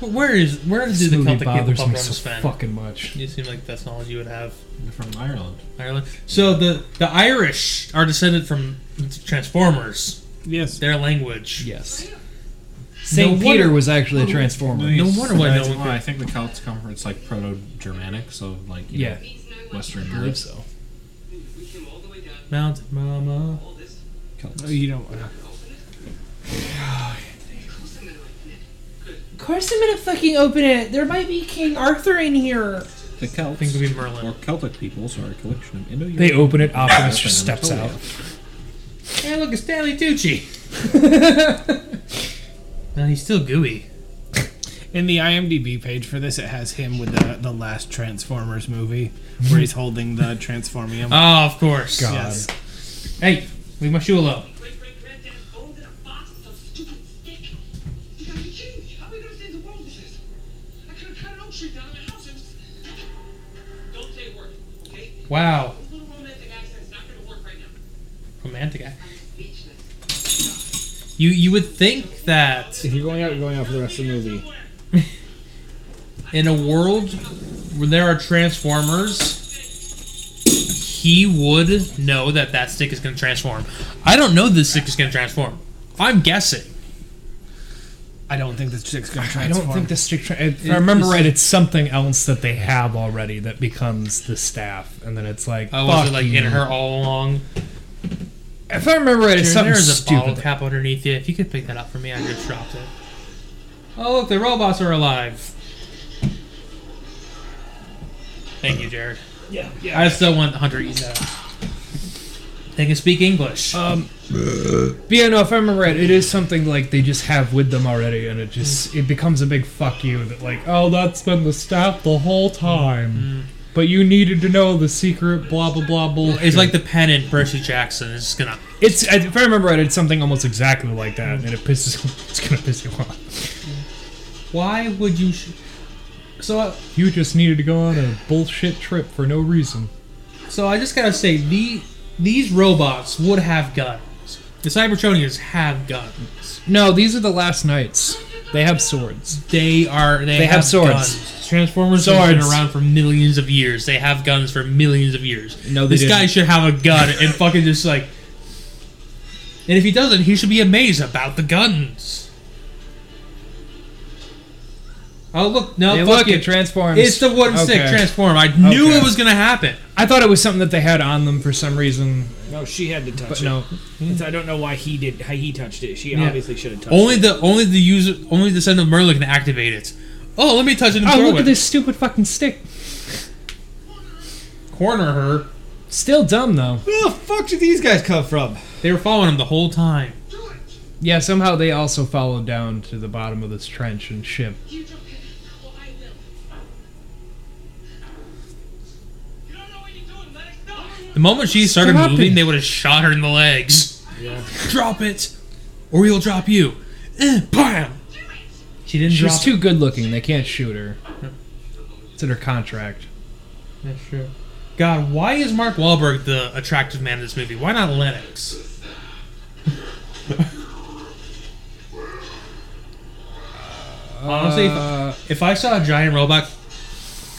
Speaker 4: But where is where did
Speaker 5: This
Speaker 4: the
Speaker 5: movie
Speaker 4: Celtic people
Speaker 5: bothers
Speaker 4: come
Speaker 5: me
Speaker 4: from?
Speaker 5: so
Speaker 4: Sven?
Speaker 5: fucking much.
Speaker 4: You seem like that's knowledge you would have.
Speaker 7: from Ireland.
Speaker 4: Ireland. So the the Irish are descended from Transformers.
Speaker 6: Yes.
Speaker 4: Their language.
Speaker 2: Oh,
Speaker 5: Yes. St.
Speaker 4: No
Speaker 5: Peter
Speaker 4: wonder- Oh,
Speaker 5: was actually a Transformer.
Speaker 4: No wonder why no
Speaker 7: That's
Speaker 4: one
Speaker 7: why I think the Celts come from it's like proto-Germanic, so like you
Speaker 5: Yeah,
Speaker 7: know,
Speaker 8: He's no
Speaker 7: Western
Speaker 5: I believe
Speaker 7: Europe.
Speaker 5: so.
Speaker 9: We came all the way down
Speaker 4: Mount Mama.
Speaker 9: all this.
Speaker 6: Oh, you don't
Speaker 4: uh,
Speaker 6: want to.
Speaker 2: Of course, I'm gonna fucking open it. There might be King Arthur in here.
Speaker 7: The Celts,
Speaker 4: think it'd be Merlin.
Speaker 7: or Celtic peoples, are a collection of Indo-European.
Speaker 5: They open it, Optimus
Speaker 7: Western
Speaker 5: just
Speaker 4: Oh,
Speaker 5: steps out.
Speaker 7: Anatolia.
Speaker 4: Hey, look, it's Stanley Tucci. no, he's still gooey.
Speaker 6: In the IMDb page for this, it has him with the, the last Transformers movie where he's holding the Transformium.
Speaker 4: Oh, of course.
Speaker 5: God.
Speaker 6: yes.
Speaker 4: Hey, leave my shoe alone.
Speaker 9: Great great granddad owned a box of stupid stick. You gotta be kidding me. How are we gonna save the world with this? I could have cut an oak tree down in my house. It was... Don't say a word, okay?
Speaker 4: Wow.
Speaker 9: Those little romantic accent's not gonna work right now.
Speaker 4: Romantic. act.
Speaker 9: I'm speechless.
Speaker 4: You you would think that
Speaker 6: If you're going out, you're going out for the rest of the movie.
Speaker 4: in a world where there are Transformers, he would know that that stick is going to transform. I don't know this stick is going to transform. I'm guessing.
Speaker 6: I don't think this chick's gonna
Speaker 5: I
Speaker 6: transform.
Speaker 5: don't think the stick. Tra- if I remember
Speaker 4: it's-
Speaker 5: right, it's something else that they have already that becomes the staff, and then it's like.
Speaker 4: Oh, was it
Speaker 5: fuck
Speaker 4: like
Speaker 5: you.
Speaker 4: in her all along?
Speaker 5: If I remember right, it's
Speaker 4: There-
Speaker 5: something
Speaker 4: There's a bottle
Speaker 5: stupid.
Speaker 4: cap underneath you. If you could pick that up for me, I just dropped it. Oh look, the robots are alive. Thank you, Jared. Yeah, yeah. I still want Hunter to eat that. They can speak English.
Speaker 5: But yeah, no, if I remember right, it is something like they just have with them already, and it just it becomes a big fuck you that like, oh, that's been the staff the whole time, but you needed to know the secret, blah blah blah bullshit.
Speaker 4: it's like the pennant Percy Jackson is just gonna
Speaker 5: it's if I remember right, it's something almost exactly like that, and it pisses. It's gonna piss you off.
Speaker 4: Why would you? Sh- so, I-
Speaker 5: You just needed to go on a bullshit trip for no reason.
Speaker 4: so I just gotta say the these robots would have guns. The Cybertronians have guns.
Speaker 5: No, these are the last knights. They have swords.
Speaker 4: They are they,
Speaker 5: have swords.
Speaker 4: Guns. Transformers have been
Speaker 5: Swords.
Speaker 4: around for millions of years. They have guns for millions of years.
Speaker 5: No, they
Speaker 4: this guy
Speaker 5: didn't.
Speaker 4: should have a gun and fucking just like. And if he doesn't, he should be amazed about the guns. Oh look! No,
Speaker 5: They
Speaker 4: fuck
Speaker 5: look,
Speaker 4: it.
Speaker 5: it transforms.
Speaker 4: It's the wooden stick
Speaker 5: Okay.
Speaker 4: transform. I knew
Speaker 5: Okay.
Speaker 4: it was gonna happen.
Speaker 5: I thought it was something that they had on them for some reason,
Speaker 6: No, she had to touch
Speaker 5: but
Speaker 6: it.
Speaker 5: no.
Speaker 6: It's- I don't know why he did. How he touched it. She obviously should have touched
Speaker 4: Only
Speaker 6: it.
Speaker 4: the only the user only the son of Merlin can activate it. Oh, let me touch it and
Speaker 5: Oh,
Speaker 4: throw
Speaker 5: look
Speaker 4: it.
Speaker 5: at this stupid fucking stick.
Speaker 4: Corner her.
Speaker 5: Still dumb though.
Speaker 6: Where the fuck did these guys come from?
Speaker 4: They were following him the whole time.
Speaker 9: Do it!
Speaker 5: Yeah, somehow they also follow down to the bottom of this trench and ship.
Speaker 9: You drop it, or I will. You don't know what you're doing, Lennox. No.
Speaker 4: The moment she started
Speaker 5: Stop
Speaker 4: moving,
Speaker 5: it.
Speaker 4: they would have shot her in the legs. Drop it, or we'll drop you. Eh, bam. She didn't
Speaker 5: She's
Speaker 4: drop.
Speaker 5: too good looking. They can't shoot her. It's in her contract.
Speaker 4: That's true. God, why is Mark Wahlberg the attractive man in this movie? Why not Lennox? Honestly, if- if, I saw a giant robot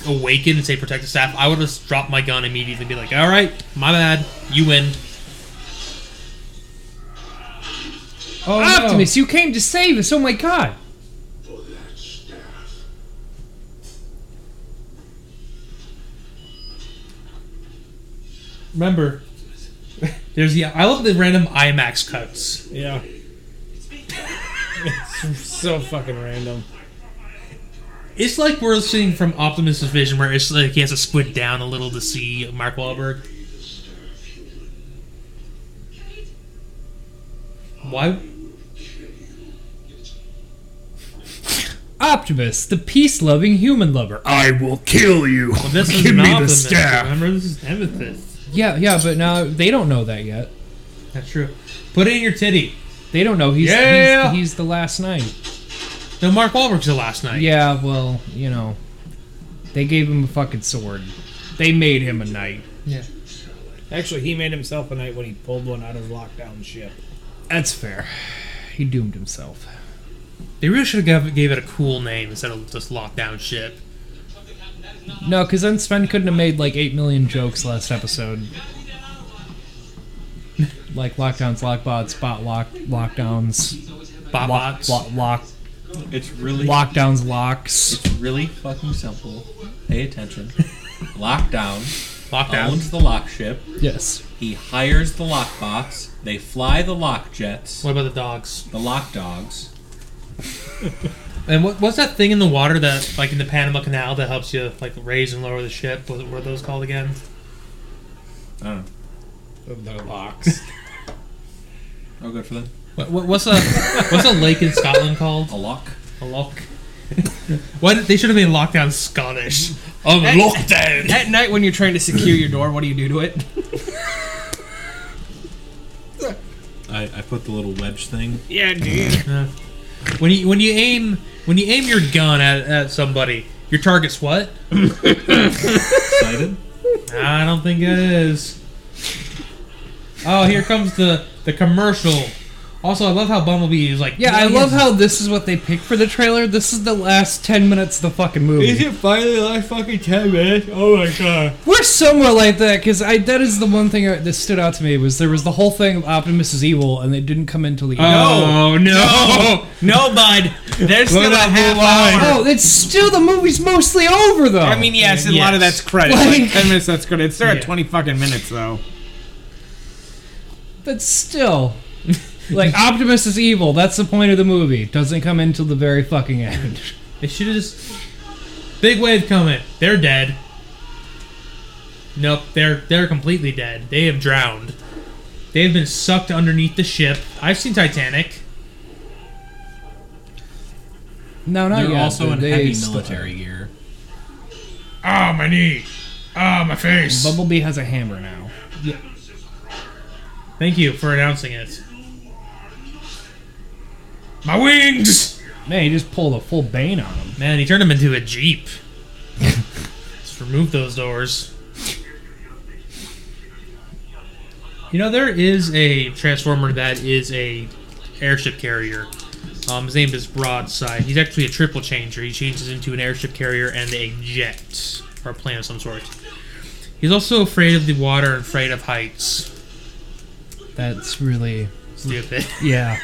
Speaker 4: awaken and say protect the staff, I would have dropped my gun immediately and be like, all right, my bad, you win.
Speaker 5: Oh, Optimus, you came to save us. Oh my god.
Speaker 10: For that Oh, staff.
Speaker 4: Remember, there's the. I love the random IMAX cuts.
Speaker 6: Yeah. it's so fucking random.
Speaker 4: It's like we're seeing from Optimus' vision, where it's like he has to squint down a little to see Mark Wahlberg. Why?
Speaker 5: Optimus, the peace loving human lover.
Speaker 12: I will kill you.
Speaker 4: Well, this is
Speaker 12: Give
Speaker 4: an
Speaker 12: me the
Speaker 4: Optimus.
Speaker 12: staff.
Speaker 4: Remember, this is Amethyst.
Speaker 5: Yeah, yeah, but now they don't know that yet.
Speaker 4: That's true. Put it in your titty.
Speaker 5: They don't know he's
Speaker 4: Yeah.
Speaker 5: he's, he's the last knight.
Speaker 4: No, Mark Wahlberg's the last night.
Speaker 5: Yeah, well, you know, they gave him a fucking sword. They made him a knight.
Speaker 6: Actually, he made himself a knight when he pulled one out of lockdown ship.
Speaker 5: That's fair. He doomed himself.
Speaker 4: They really should have gave it a cool name instead of just lockdown ship.
Speaker 9: Something happened. That is not.
Speaker 5: No, because then Sven couldn't have made like 8 million jokes last episode.
Speaker 9: Gotta be that other one.
Speaker 5: Like lockdowns, lockbots, spot lock, lockdowns,
Speaker 4: Botbots.
Speaker 5: lock, lock,
Speaker 7: It's really
Speaker 5: lockdowns, locks.
Speaker 7: it's really fucking simple. Pay attention. Lockdown
Speaker 4: Lockdown.
Speaker 7: owns the lock ship.
Speaker 5: Yes.
Speaker 7: He hires the lockbox. They fly the lock jets.
Speaker 4: What about the dogs?
Speaker 7: The lock dogs.
Speaker 4: And what, what's that thing in the water that, like in the Panama Canal, that helps you like raise and lower the ship? What what are those called again?
Speaker 7: I don't know.
Speaker 6: The locks.
Speaker 7: Oh, good for them.
Speaker 4: What, what, what's a what's a lake in Scotland called?
Speaker 7: A lock.
Speaker 4: A lock. Why did- they should have been locked down Scottish? A lockdown.
Speaker 3: At night when you're trying to secure your door, what do you do to it?
Speaker 7: I, I put the little wedge thing.
Speaker 3: Yeah, dude.
Speaker 4: When you when you aim when you aim your gun at, at somebody, your target's what?
Speaker 7: Excited?
Speaker 4: I don't think it is. Oh, here comes the the commercial. Also, I love how Bumblebee is like.
Speaker 5: Yeah, I love how this is what they picked for the trailer. This is the last 10 minutes of the fucking movie.
Speaker 4: it finally like fucking ten minutes? Oh my god!
Speaker 5: We're somewhere like that because I that is the one thing I- that stood out to me was there was the whole thing of Optimus is evil and they didn't come in till the end.
Speaker 4: Oh no! No, bud.
Speaker 3: There's still a half hour.
Speaker 5: Oh, it's still the movie's mostly over though.
Speaker 3: I mean, yes, a lot of
Speaker 4: Yes.
Speaker 3: that's credits.
Speaker 5: Like-
Speaker 3: Like, 10 minutes, that's credits. They're
Speaker 4: Yeah.
Speaker 3: at 20 fucking minutes, though.
Speaker 5: but still, like Optimus is evil. That's the point of the movie. Doesn't come in till the very fucking end.
Speaker 4: They should have just. Big wave coming. They're dead. Nope, they're they're completely dead. They have drowned. They have been sucked underneath the ship. I've seen Titanic.
Speaker 5: No, not
Speaker 13: Oh,
Speaker 7: They're
Speaker 5: yet.
Speaker 7: also
Speaker 5: but
Speaker 7: in
Speaker 5: they
Speaker 7: heavy
Speaker 5: still-
Speaker 7: military gear.
Speaker 12: Ah, my knee. Ah, my face.
Speaker 5: Bumblebee has a hammer now.
Speaker 4: Thank you for announcing it.
Speaker 12: My wings.
Speaker 5: Man, he just pulled a full Bane on him.
Speaker 4: Man, he turned him into a jeep. Just remove those doors. You know there is a transformer that is a airship carrier. Um, his name is Broadside. He's actually a triple changer. He changes into an airship carrier and a jet or a plane of some sort. He's also afraid of the water and afraid of heights.
Speaker 5: That's really
Speaker 4: Stupid.
Speaker 5: yeah.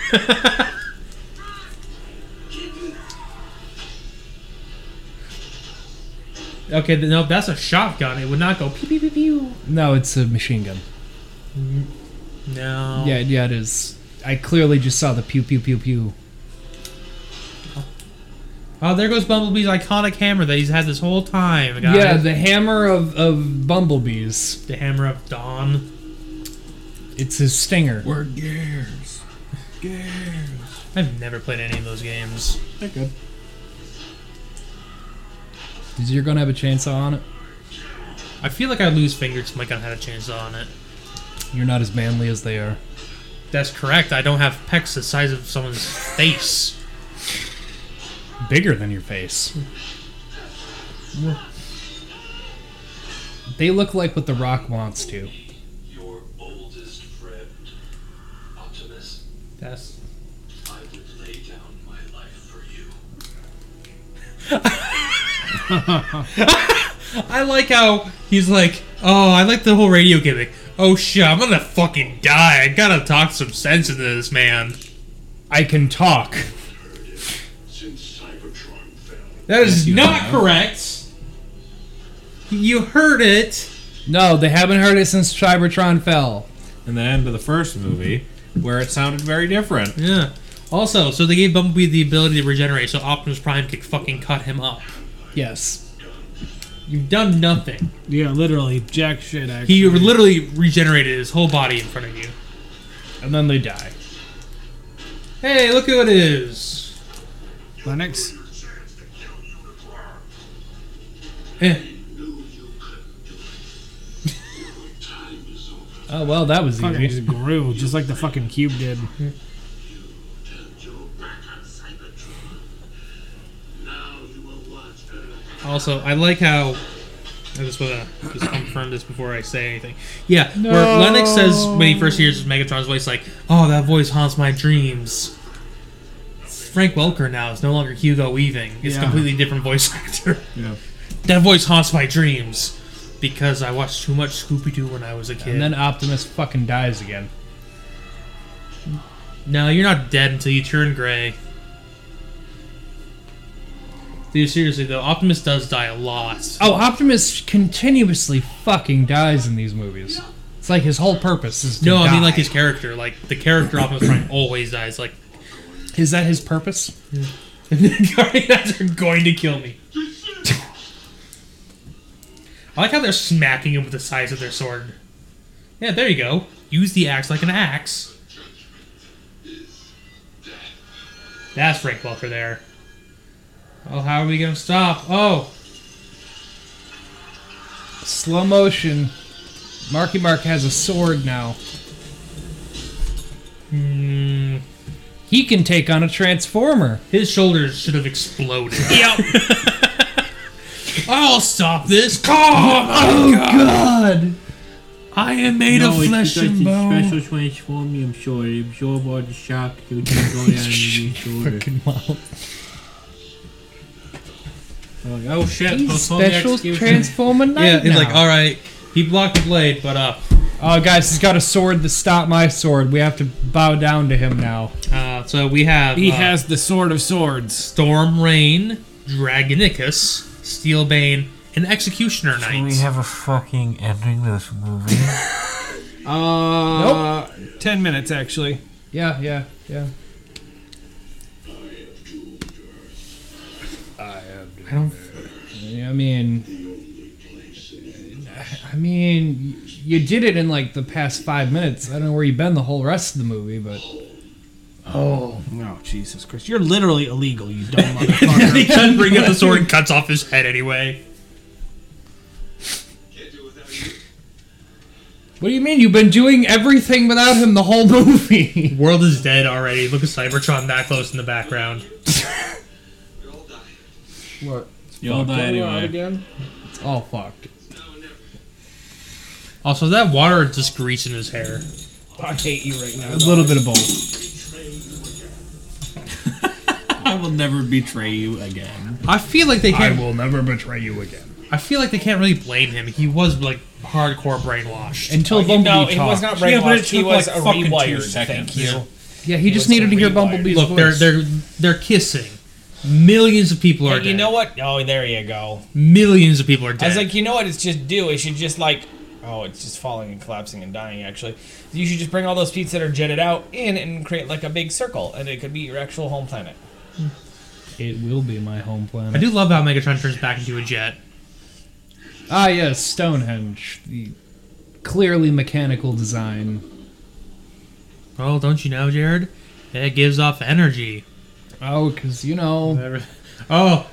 Speaker 4: okay, th- no, that's a shotgun. It would not go pew pew pew pew.
Speaker 5: No, it's a machine gun.
Speaker 4: No.
Speaker 5: Yeah, yeah, it is. I clearly just saw the pew pew pew pew.
Speaker 4: Oh, there goes Bumblebee's iconic hammer that he's had this whole time. Guys.
Speaker 5: Yeah,
Speaker 4: the,
Speaker 5: the hammer of, of bumblebees.
Speaker 4: hammer of dawn.
Speaker 5: It's his stinger.
Speaker 12: We're gears. Gears.
Speaker 4: I've never played any of those games.
Speaker 5: They're good. Is you're gonna have a chainsaw on it?
Speaker 4: I feel like I lose fingers if my gun had a chainsaw on it.
Speaker 5: You're not as manly as they are.
Speaker 4: That's correct. I don't have pecs the size of someone's face.
Speaker 6: Bigger than your face.
Speaker 5: They look like what The Rock wants to.
Speaker 10: Your oldest friend, Optimus.
Speaker 4: That's
Speaker 10: I would lay down my life for you.
Speaker 4: I like how he's like, oh, I like the whole radio gimmick. Oh shit, I'm gonna fucking die. I gotta talk some sense into this man.
Speaker 6: I can talk.
Speaker 10: Since Cybertron fell,
Speaker 4: That is not correct. You heard it.
Speaker 5: No, Oh, they haven't heard it since Cybertron fell.
Speaker 7: in the end of the first movie, where it sounded very different.
Speaker 4: Yeah. Also, so they gave Bumblebee the ability to regenerate, so Optimus Prime could fucking cut him up.
Speaker 5: Yes.
Speaker 4: You've done nothing.
Speaker 6: Yeah, literally jack shit. Actually.
Speaker 4: He literally regenerated his whole body in front of you.
Speaker 6: and then they die.
Speaker 4: Hey, look who it is.
Speaker 6: Lennox.
Speaker 10: your chance to kill Unicron.
Speaker 4: Eh.
Speaker 10: Knew you couldn't do it. Your time is over.
Speaker 5: Oh well, that was
Speaker 6: Fucking
Speaker 5: easy.
Speaker 6: just grew, just like the fucking cube did.
Speaker 10: Turned your back on Cybertron. Now you are watched
Speaker 4: Also, I like how. I just want to just confirm this before I say anything. Yeah, where Lennox says when he first hears Megatron's voice, like, "Oh, that voice haunts my dreams." It's Frank Welker now is no longer Hugo Weaving. It's
Speaker 6: Yeah.
Speaker 4: completely different voice actor. Yeah. That voice haunts my dreams because I watched too much Scooby Doo when I was a kid.
Speaker 5: And then Optimus fucking dies again.
Speaker 4: No, you're not dead until you turn gray. Dude, seriously though, Optimus does die a lot.
Speaker 5: Oh, Optimus continuously fucking dies in these movies. It's like his whole purpose is to
Speaker 4: No, I mean
Speaker 5: die.
Speaker 4: like his character, like the character Optimus Prime always dies. Like
Speaker 5: is that his purpose?
Speaker 4: the Guardians are going to kill me. I like how they're smacking him with the size of their sword. Yeah, there you go. Use the axe like an axe. That's Frank Welker there. Oh, how are we gonna stop? Oh,
Speaker 5: Slow motion. Marky Mark has a sword now.
Speaker 4: mm,
Speaker 5: Hmm. He can take on a Transformer.
Speaker 4: his shoulders should have exploded. yep. I'll stop this. Oh,
Speaker 5: God!
Speaker 4: I am made of flesh and bone.
Speaker 13: special transform me, I'm sure. They absorb all the shock that you go down your shoulder.
Speaker 5: Fucking wild.
Speaker 13: Like, oh shit,
Speaker 5: He's
Speaker 13: postpone the
Speaker 5: special
Speaker 13: execution.
Speaker 5: Transformer Knight
Speaker 4: Yeah, it's
Speaker 5: now.
Speaker 4: like, all right, he blocked the blade, but uh,
Speaker 5: Oh, guys, he's got a sword to stop my sword. We have to bow down to him now.
Speaker 4: uh so we have
Speaker 6: He
Speaker 4: uh,
Speaker 6: has the sword of swords.
Speaker 4: Storm Rain, Dragonicus, Steelbane, and Executioner Knight.
Speaker 13: have a fucking ending this movie.
Speaker 6: Uh, Ten minutes actually.
Speaker 5: Yeah, yeah, yeah. I don't. I mean, I mean, y- you did it in like the past five minutes. I don't know where you've been the whole rest of the movie, but
Speaker 6: Oh no, Jesus Christ! You're literally illegal, you dumb motherfucker.
Speaker 4: he does bring up the sword and cuts off his head anyway.
Speaker 10: Can't do it without you.
Speaker 5: what do you mean? You've been doing everything without him the whole movie.
Speaker 4: World is dead already. Look at Cybertron that close in the background.
Speaker 10: We all die.
Speaker 7: You all die anyway.
Speaker 5: it's all fucked.
Speaker 10: Now and never.
Speaker 4: Also, that water is just grease in his hair.
Speaker 6: I hate you right now.
Speaker 5: A little bit of both.
Speaker 7: I will never betray you again.
Speaker 4: I feel like they can't.
Speaker 6: will never betray you again.
Speaker 4: I feel like they can't really blame him. He was like hardcore brainwashed.
Speaker 5: Until Bumblebee
Speaker 3: No,
Speaker 5: talked.
Speaker 3: he was not brainwashed.
Speaker 4: Yeah, but Uh, it
Speaker 3: he
Speaker 4: took,
Speaker 3: was
Speaker 4: like,
Speaker 3: a
Speaker 4: fucking two
Speaker 3: rewired.
Speaker 7: seconds.
Speaker 3: Thank you.
Speaker 5: yeah, he just needed to hear Bumblebee's
Speaker 4: Look, they're
Speaker 5: voice.
Speaker 4: they're they're kissing. Millions of people are
Speaker 3: But you
Speaker 4: dead.
Speaker 3: know what? Oh, there you go.
Speaker 4: Millions of people are dead.
Speaker 3: I was like, you know what? It's just do. It should just like, oh, it's just falling and collapsing and dying. Actually, you should just bring all those pieces that are jetted out in and create like a big circle, and it could be your actual home planet.
Speaker 5: It will be my home planet.
Speaker 4: I do love how Megatron turns back into a jet.
Speaker 5: Ah, yes, Stonehenge. The clearly mechanical design.
Speaker 4: Well, don't you know, Jared? That gives off energy.
Speaker 5: Oh, because, you know.
Speaker 4: Whatever. Oh,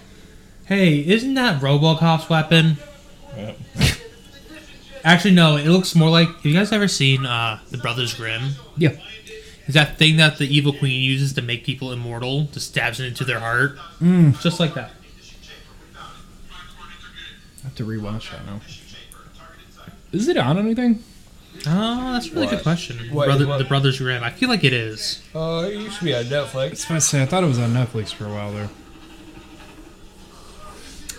Speaker 4: hey, isn't that RoboCop's weapon? Actually, no. It looks more like. Have you guys ever seen uh, the Brothers Grimm?
Speaker 5: Yeah.
Speaker 4: Is that thing that the evil queen uses to make people immortal? Just stabs it into their heart,
Speaker 5: Mm.
Speaker 4: just like that.
Speaker 5: I have to rewatch that now. Is it on anything?
Speaker 4: Oh, that's a really good
Speaker 5: What?
Speaker 4: question.
Speaker 5: What-
Speaker 4: Brother,
Speaker 5: what-
Speaker 4: the Brothers Grimm. I feel like it is.
Speaker 5: Uh, it used to be on Netflix. I was about to say, I thought it was on Netflix for a while there.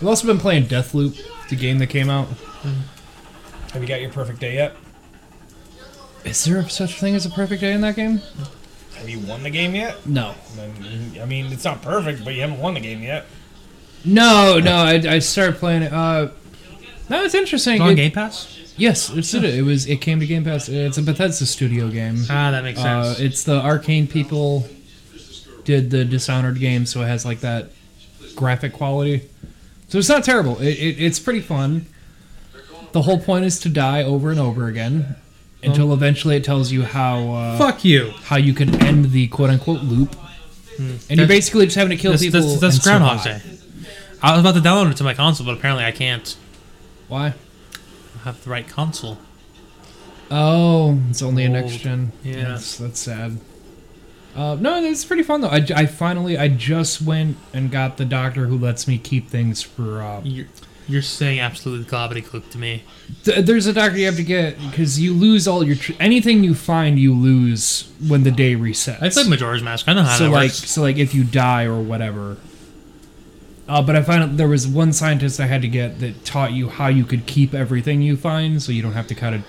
Speaker 5: I've also been playing Deathloop, the game that came out. Have you got your perfect day yet? Is there such a thing as a perfect day in that game?
Speaker 14: Have you won the game yet?
Speaker 5: No.
Speaker 14: Then- I mean, it's not perfect, but you haven't won the game yet.
Speaker 5: No, no, I, I started playing it. Uh, no, it's interesting.
Speaker 4: It's on
Speaker 5: It-
Speaker 4: Game Pass.
Speaker 5: Yes, it's, it, it was. It came to Game Pass. It's a Bethesda Studio game.
Speaker 4: Ah, that makes sense.
Speaker 5: Uh, it's the Arcane people did the Dishonored game, so it has like that graphic quality. So it's not terrible. It, it, it's pretty fun. The whole point is to die over and over again until
Speaker 4: Um,
Speaker 5: eventually it tells you how uh,
Speaker 4: Fuck you.
Speaker 5: how you can end the quote unquote loop. And you're
Speaker 4: Hmm. That's-
Speaker 5: basically just having to kill
Speaker 4: that's,
Speaker 5: people.
Speaker 4: That's, that's
Speaker 5: and
Speaker 4: Groundhog
Speaker 5: survive.
Speaker 4: Day. I was about to download it to my console, but apparently I can't.
Speaker 5: Why?
Speaker 4: I have the right console.
Speaker 5: Oh, it's only a
Speaker 4: Old.
Speaker 5: next gen.
Speaker 4: Yeah.
Speaker 5: that's, that's sad. Uh, no, it's pretty fun though. I, j- I finally I just went and got the doctor who lets me keep things for. Uh,
Speaker 4: You're, you're saying absolutely gobbledygook to me.
Speaker 5: th- there's a doctor you have to get because you lose all your tr- anything you find you lose when the day resets.
Speaker 4: I played Majora's Mask. I know how
Speaker 5: so
Speaker 4: that
Speaker 5: like
Speaker 4: works.
Speaker 5: so like if you die or whatever. Uh, but I found out there was one scientist I had to get that taught you how you could keep everything you find, so you don't have to kind of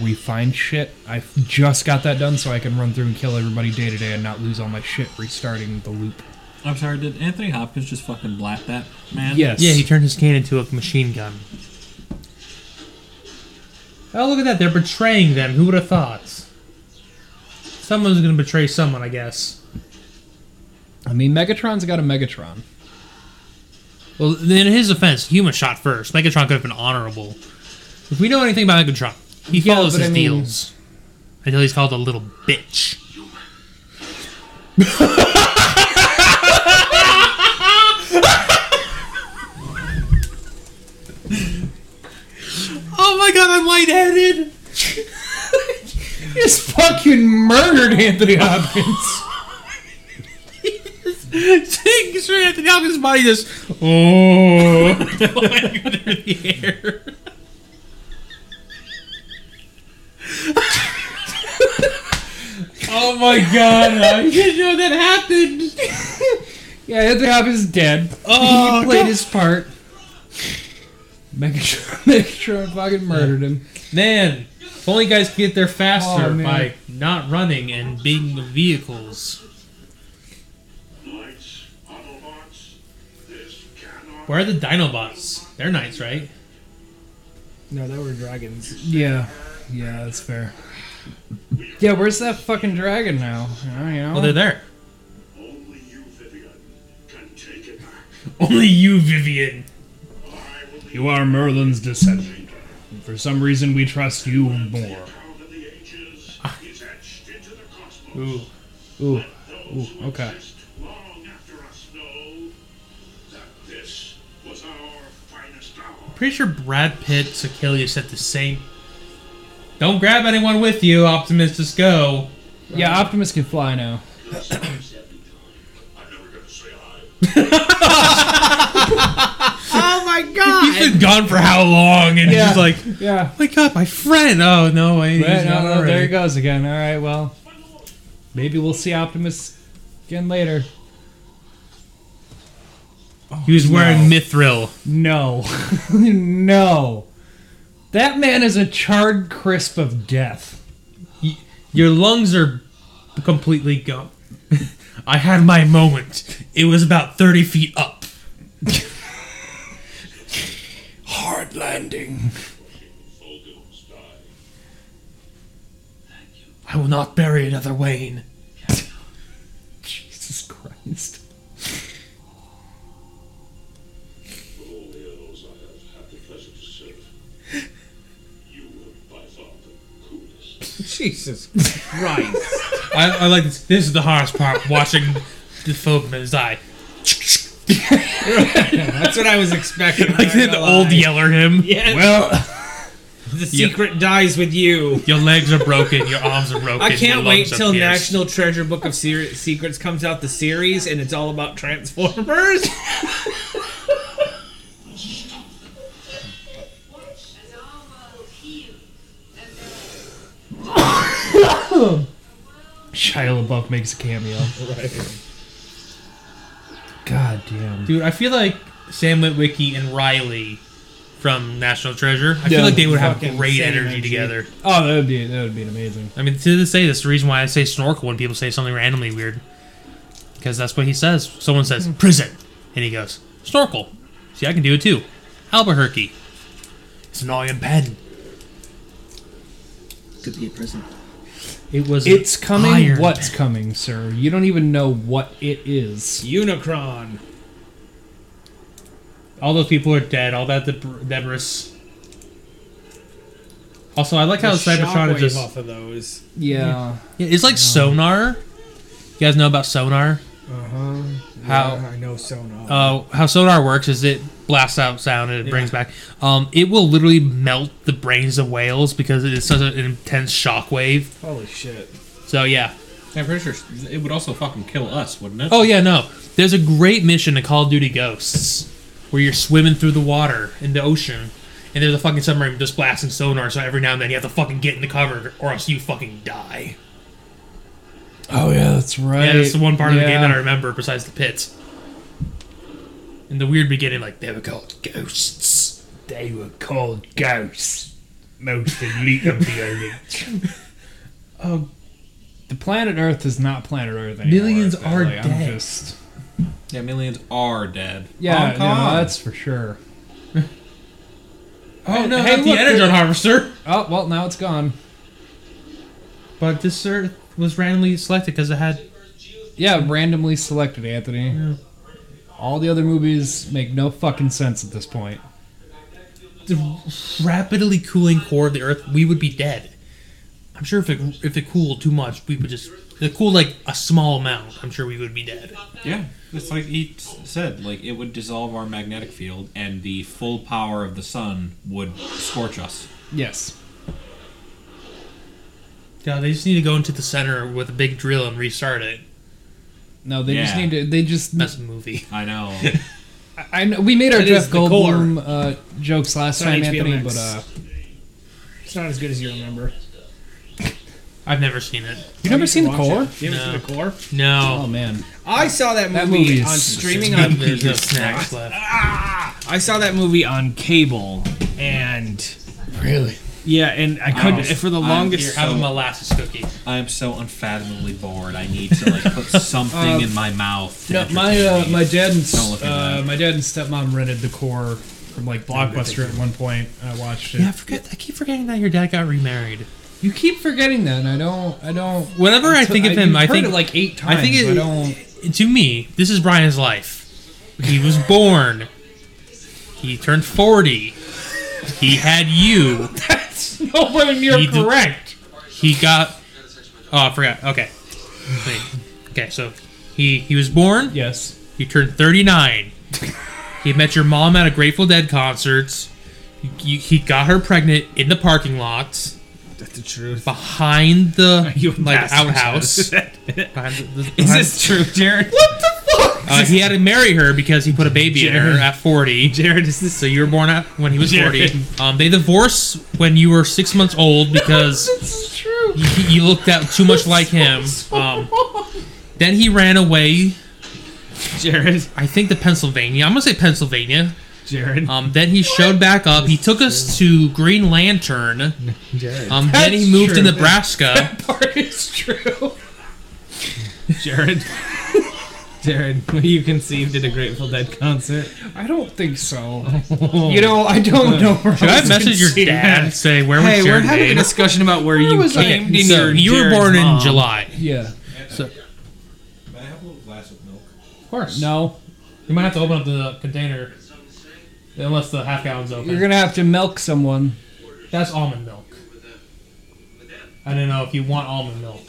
Speaker 5: refine shit. I just got that done, so I can run through and kill everybody day to day and not lose all my shit restarting the loop.
Speaker 7: I'm sorry, did Anthony Hopkins just fucking blap that man?
Speaker 5: Yes.
Speaker 4: Yeah, he turned his cane into a machine gun. Oh, look at that. They're betraying them. Who would have thought? Someone's going to betray someone, I guess.
Speaker 5: I mean, Megatron's got a Megatron.
Speaker 4: Well, in his defense, human shot first. Megatron could have been honorable. If we know anything about Megatron, he
Speaker 5: Yeah,
Speaker 4: follows
Speaker 5: but
Speaker 4: his
Speaker 5: I mean-
Speaker 4: deals. Until he's called a little bitch. Oh my god, I'm lightheaded!
Speaker 5: Just fucking murdered Anthony Hopkins.
Speaker 4: Sir Anthony Hopkins' body just. Oh. flying through the air.
Speaker 5: oh my god, I didn't know that happened. yeah, Anthony Hopkins is dead.
Speaker 4: Oh,
Speaker 5: he played
Speaker 4: God.
Speaker 5: his part. Megatron, Megatron fucking murdered him.
Speaker 4: Man, if only guys could get there faster
Speaker 5: Oh, man.
Speaker 4: by not running and being the vehicles. Where are the Dinobots? They're nice, right?
Speaker 6: No, that were dragons.
Speaker 5: Yeah, yeah, that's fair. Yeah, where's that fucking dragon now? I don't know.
Speaker 4: Well, they're there.
Speaker 5: Only you, Vivian. You are Merlin's descendant. For some reason, we trust you more.
Speaker 4: Ooh.
Speaker 5: Ooh. Ooh. Okay.
Speaker 4: I'm pretty sure Brad Pitt's Achilles said the same. Don't grab anyone with you, Optimus. Just go.
Speaker 5: Yeah, Optimus can fly now.
Speaker 4: oh my god! He's been gone for how long? And
Speaker 5: Yeah.
Speaker 4: he's like,
Speaker 5: Yeah.
Speaker 4: wake up, my friend. Oh no, wait,
Speaker 5: Right,
Speaker 4: he's
Speaker 5: no,
Speaker 4: not
Speaker 5: no, there he
Speaker 4: already.
Speaker 5: goes again. All right, well, maybe we'll see Optimus again later.
Speaker 4: He was wearing mithril.
Speaker 5: No, no, that man is a charred crisp of death.
Speaker 4: Your lungs are completely gone. I had my moment. It was about thirty feet up.
Speaker 5: Hard landing.
Speaker 4: I will not bury another Wayne.
Speaker 5: Jesus Christ.
Speaker 14: Jesus Christ.
Speaker 4: I, I like this. This is the hardest part. Watching the foam in his eye.
Speaker 6: That's what I was expecting.
Speaker 4: Like
Speaker 6: I'm not
Speaker 4: the
Speaker 6: gonna
Speaker 4: old
Speaker 6: lie.
Speaker 4: yeller him.
Speaker 6: Yes.
Speaker 4: Well,
Speaker 6: the secret dies with you.
Speaker 4: Your legs are broken. Your arms are broken.
Speaker 6: I can't
Speaker 4: your
Speaker 6: wait
Speaker 4: lungs are
Speaker 6: till
Speaker 4: pierced.
Speaker 6: National Treasure Book of Ser- Secrets comes out the series and it's all about Transformers.
Speaker 5: Shia LaBeouf makes a cameo. Right. God damn.
Speaker 4: Dude, I feel like Sam Witwicky and Riley from National Treasure. I
Speaker 5: Yeah,
Speaker 4: feel like they would have
Speaker 5: fucking
Speaker 4: great
Speaker 5: same
Speaker 4: energy,
Speaker 5: energy.
Speaker 4: together.
Speaker 5: Oh, that would be that would be amazing.
Speaker 4: I mean, to this day, that's the reason why I say snorkel when people say something randomly weird, because that's what he says. Someone says prison, and he goes snorkel. See, I can do it too. Albuquerque. It's an iron pen.
Speaker 13: Could be a prison.
Speaker 4: It was.
Speaker 5: It's coming.
Speaker 4: iron.
Speaker 5: What's coming, sir? You don't even know what it is.
Speaker 6: Unicron.
Speaker 4: All those people are dead. All that the Debris. Also, I like how
Speaker 6: The
Speaker 4: Cybertron
Speaker 6: shockwave
Speaker 4: is just.
Speaker 6: off of those.
Speaker 5: Yeah.
Speaker 4: Yeah, it's like sonar. You guys know about sonar?
Speaker 6: Uh huh.
Speaker 4: How-
Speaker 6: I know Sonar.
Speaker 4: Uh, how sonar works is it blasts out sound and it
Speaker 6: Yeah.
Speaker 4: brings back. Um, it will literally melt the brains of whales because it is such an intense shockwave.
Speaker 6: Holy shit.
Speaker 4: So yeah.
Speaker 7: I'm pretty sure it would also fucking kill us, wouldn't it?
Speaker 4: Oh yeah, no. There's a great mission in Call of Duty Ghosts where you're swimming through the water in the ocean, and there's a fucking submarine just blasting sonar. So every now and then you have to fucking get in the cover, or else you fucking die.
Speaker 5: Oh yeah, that's right.
Speaker 4: Yeah, that's the one part of the game that I
Speaker 5: Yeah.
Speaker 4: remember besides the pits. And the weird beginning, like, they were called ghosts.
Speaker 14: They were called ghosts. Most elite of the elite.
Speaker 5: Oh, the planet Earth is not planet Earth anymore.
Speaker 4: Millions
Speaker 5: though.
Speaker 4: are
Speaker 5: Like,
Speaker 4: dead.
Speaker 5: I'm just,
Speaker 7: Yeah, millions are dead.
Speaker 5: yeah,
Speaker 7: Hong
Speaker 5: you know,
Speaker 7: Kong.
Speaker 5: that's for sure.
Speaker 4: Oh, no, not
Speaker 5: Hey, look,
Speaker 4: the energon
Speaker 5: there-
Speaker 4: harvester.
Speaker 5: Oh well, now it's gone.
Speaker 4: But this Earth was randomly selected because it had.
Speaker 5: Yeah, randomly selected, Anthony. All the other movies make no fucking sense at this point.
Speaker 4: the rapidly cooling core of the Earth, we would be dead. I'm sure if it if it cooled too much, we would just if it cooled like a small amount. I'm sure we would be dead.
Speaker 7: Yeah, it's like he s- said, like it would dissolve our magnetic field, and the full power of the sun would scorch us.
Speaker 5: Yes.
Speaker 4: Yeah, they just need to go into the center with a big drill and restart it.
Speaker 5: No, they just
Speaker 7: Yeah.
Speaker 5: need to. They just.
Speaker 4: That's a movie.
Speaker 7: I know.
Speaker 5: I know, we made our
Speaker 6: It
Speaker 5: Jeff
Speaker 6: is the core.
Speaker 5: Goldblum uh, jokes last
Speaker 6: It's on
Speaker 5: time,
Speaker 6: HBO
Speaker 5: Anthony,
Speaker 6: Max.
Speaker 5: but uh,
Speaker 6: It's not as good as you remember.
Speaker 4: I've never seen it.
Speaker 5: you never seen the core?
Speaker 6: You ever
Speaker 4: No.
Speaker 6: seen the core?
Speaker 5: Oh
Speaker 4: No,
Speaker 5: man,
Speaker 6: I saw that movie,
Speaker 5: That movie is
Speaker 6: on streaming on.
Speaker 4: there's no snacks left.
Speaker 6: I saw that movie on cable, and
Speaker 5: really?
Speaker 6: yeah, and I couldn't for the longest.
Speaker 4: Have a molasses cookie.
Speaker 7: I am so unfathomably bored. I need to like put something
Speaker 6: Um,
Speaker 7: in my mouth. to
Speaker 5: No, my uh,
Speaker 7: entertain me.
Speaker 5: my dad and s-
Speaker 7: Don't look into
Speaker 5: uh,
Speaker 7: that.
Speaker 5: my dad and stepmom rented the core from like Blockbuster at one point. I watched it.
Speaker 4: Yeah, I forget. I keep forgetting that your dad got remarried.
Speaker 5: You keep forgetting that. And I don't. I don't.
Speaker 4: Whenever I think of him,
Speaker 5: you've
Speaker 4: I
Speaker 5: heard
Speaker 4: think-
Speaker 5: it like eight times.
Speaker 4: I think
Speaker 5: but I don't.
Speaker 4: it, to me, this is Brian's life. He was born. He turned forty. He had you.
Speaker 5: Nowhere near
Speaker 4: He d-
Speaker 5: correct.
Speaker 4: He got. Oh, I forgot. Okay. Wait. Okay, so he he was born.
Speaker 5: Yes.
Speaker 4: He turned thirty nine. He met your mom at a Grateful Dead concert. He, he got her pregnant in the parking lot
Speaker 6: That's the truth.
Speaker 4: behind the
Speaker 6: You
Speaker 4: like
Speaker 6: bastard.
Speaker 4: outhouse. Behind the- the-
Speaker 6: Is
Speaker 4: behind-
Speaker 6: this true, Jared?
Speaker 4: Uh, he had to marry her because he put a baby in her
Speaker 6: Jared.
Speaker 4: at 40. Jared, is this so you were born at when he was
Speaker 6: Jared.
Speaker 4: 40. Um, they divorced when you were six months old because
Speaker 5: This is true.
Speaker 4: you, you looked out too much like him. Um, then he ran away.
Speaker 6: Jared,
Speaker 4: I think to Pennsylvania. I'm gonna say Pennsylvania.
Speaker 6: Jared,
Speaker 4: Um, then he showed back up. He took us to Green Lantern. Um, then he moved to
Speaker 5: true.
Speaker 4: Nebraska.
Speaker 5: Part is true.
Speaker 6: Jared, Jared. Were you conceived at a Grateful Dead concert? Oh.
Speaker 5: I don't think so. you know, I don't know. where
Speaker 4: Should I
Speaker 5: was
Speaker 4: message your
Speaker 5: conceived
Speaker 4: dad and
Speaker 5: at.
Speaker 4: say where
Speaker 6: Hey,
Speaker 4: was
Speaker 6: we're
Speaker 4: Jared
Speaker 6: having a
Speaker 4: made?
Speaker 6: discussion about where,
Speaker 5: Where
Speaker 6: you
Speaker 5: was I?
Speaker 6: came in
Speaker 4: So
Speaker 6: your
Speaker 4: you were
Speaker 6: Jared's
Speaker 4: born in
Speaker 6: mom.
Speaker 4: July.
Speaker 5: Yeah.
Speaker 7: May I have a little glass of milk?
Speaker 4: Of course.
Speaker 5: No.
Speaker 4: You might have to open up the container, unless the half gallon's open.
Speaker 5: You're gonna have to milk someone.
Speaker 4: That's almond milk. I don't know if you want almond milk.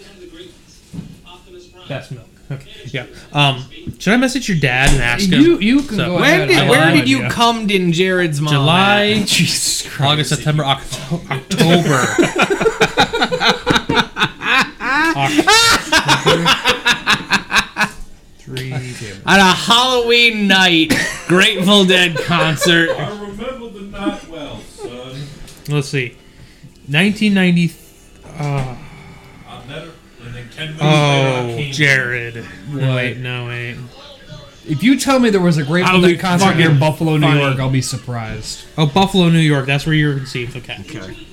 Speaker 4: That's milk. Okay. Yeah. Um, should I message your dad and ask him?
Speaker 5: You- you can go
Speaker 3: When
Speaker 5: ahead.
Speaker 3: did,
Speaker 5: I
Speaker 3: where
Speaker 5: have
Speaker 3: did
Speaker 5: no
Speaker 3: you
Speaker 5: idea.
Speaker 3: come in Jared's mom?
Speaker 4: July,
Speaker 3: at? Jesus Christ.
Speaker 4: August, September, Oct- October.
Speaker 3: On a Halloween night, Grateful Dead concert.
Speaker 12: I remember the night well, son.
Speaker 4: Let's see. 1990. Uh,
Speaker 12: I met her, and then ten minutes later I
Speaker 4: oh,
Speaker 12: came.
Speaker 4: Jared.
Speaker 5: What?
Speaker 4: Wait, no, wait.
Speaker 5: If you tell me there was a Grateful
Speaker 4: I'll be
Speaker 5: Dead concert near
Speaker 4: fucking
Speaker 5: Buffalo, New
Speaker 4: funny.
Speaker 5: York, I'll be surprised.
Speaker 4: Oh, Buffalo, New York. That's where you were conceived. Okay.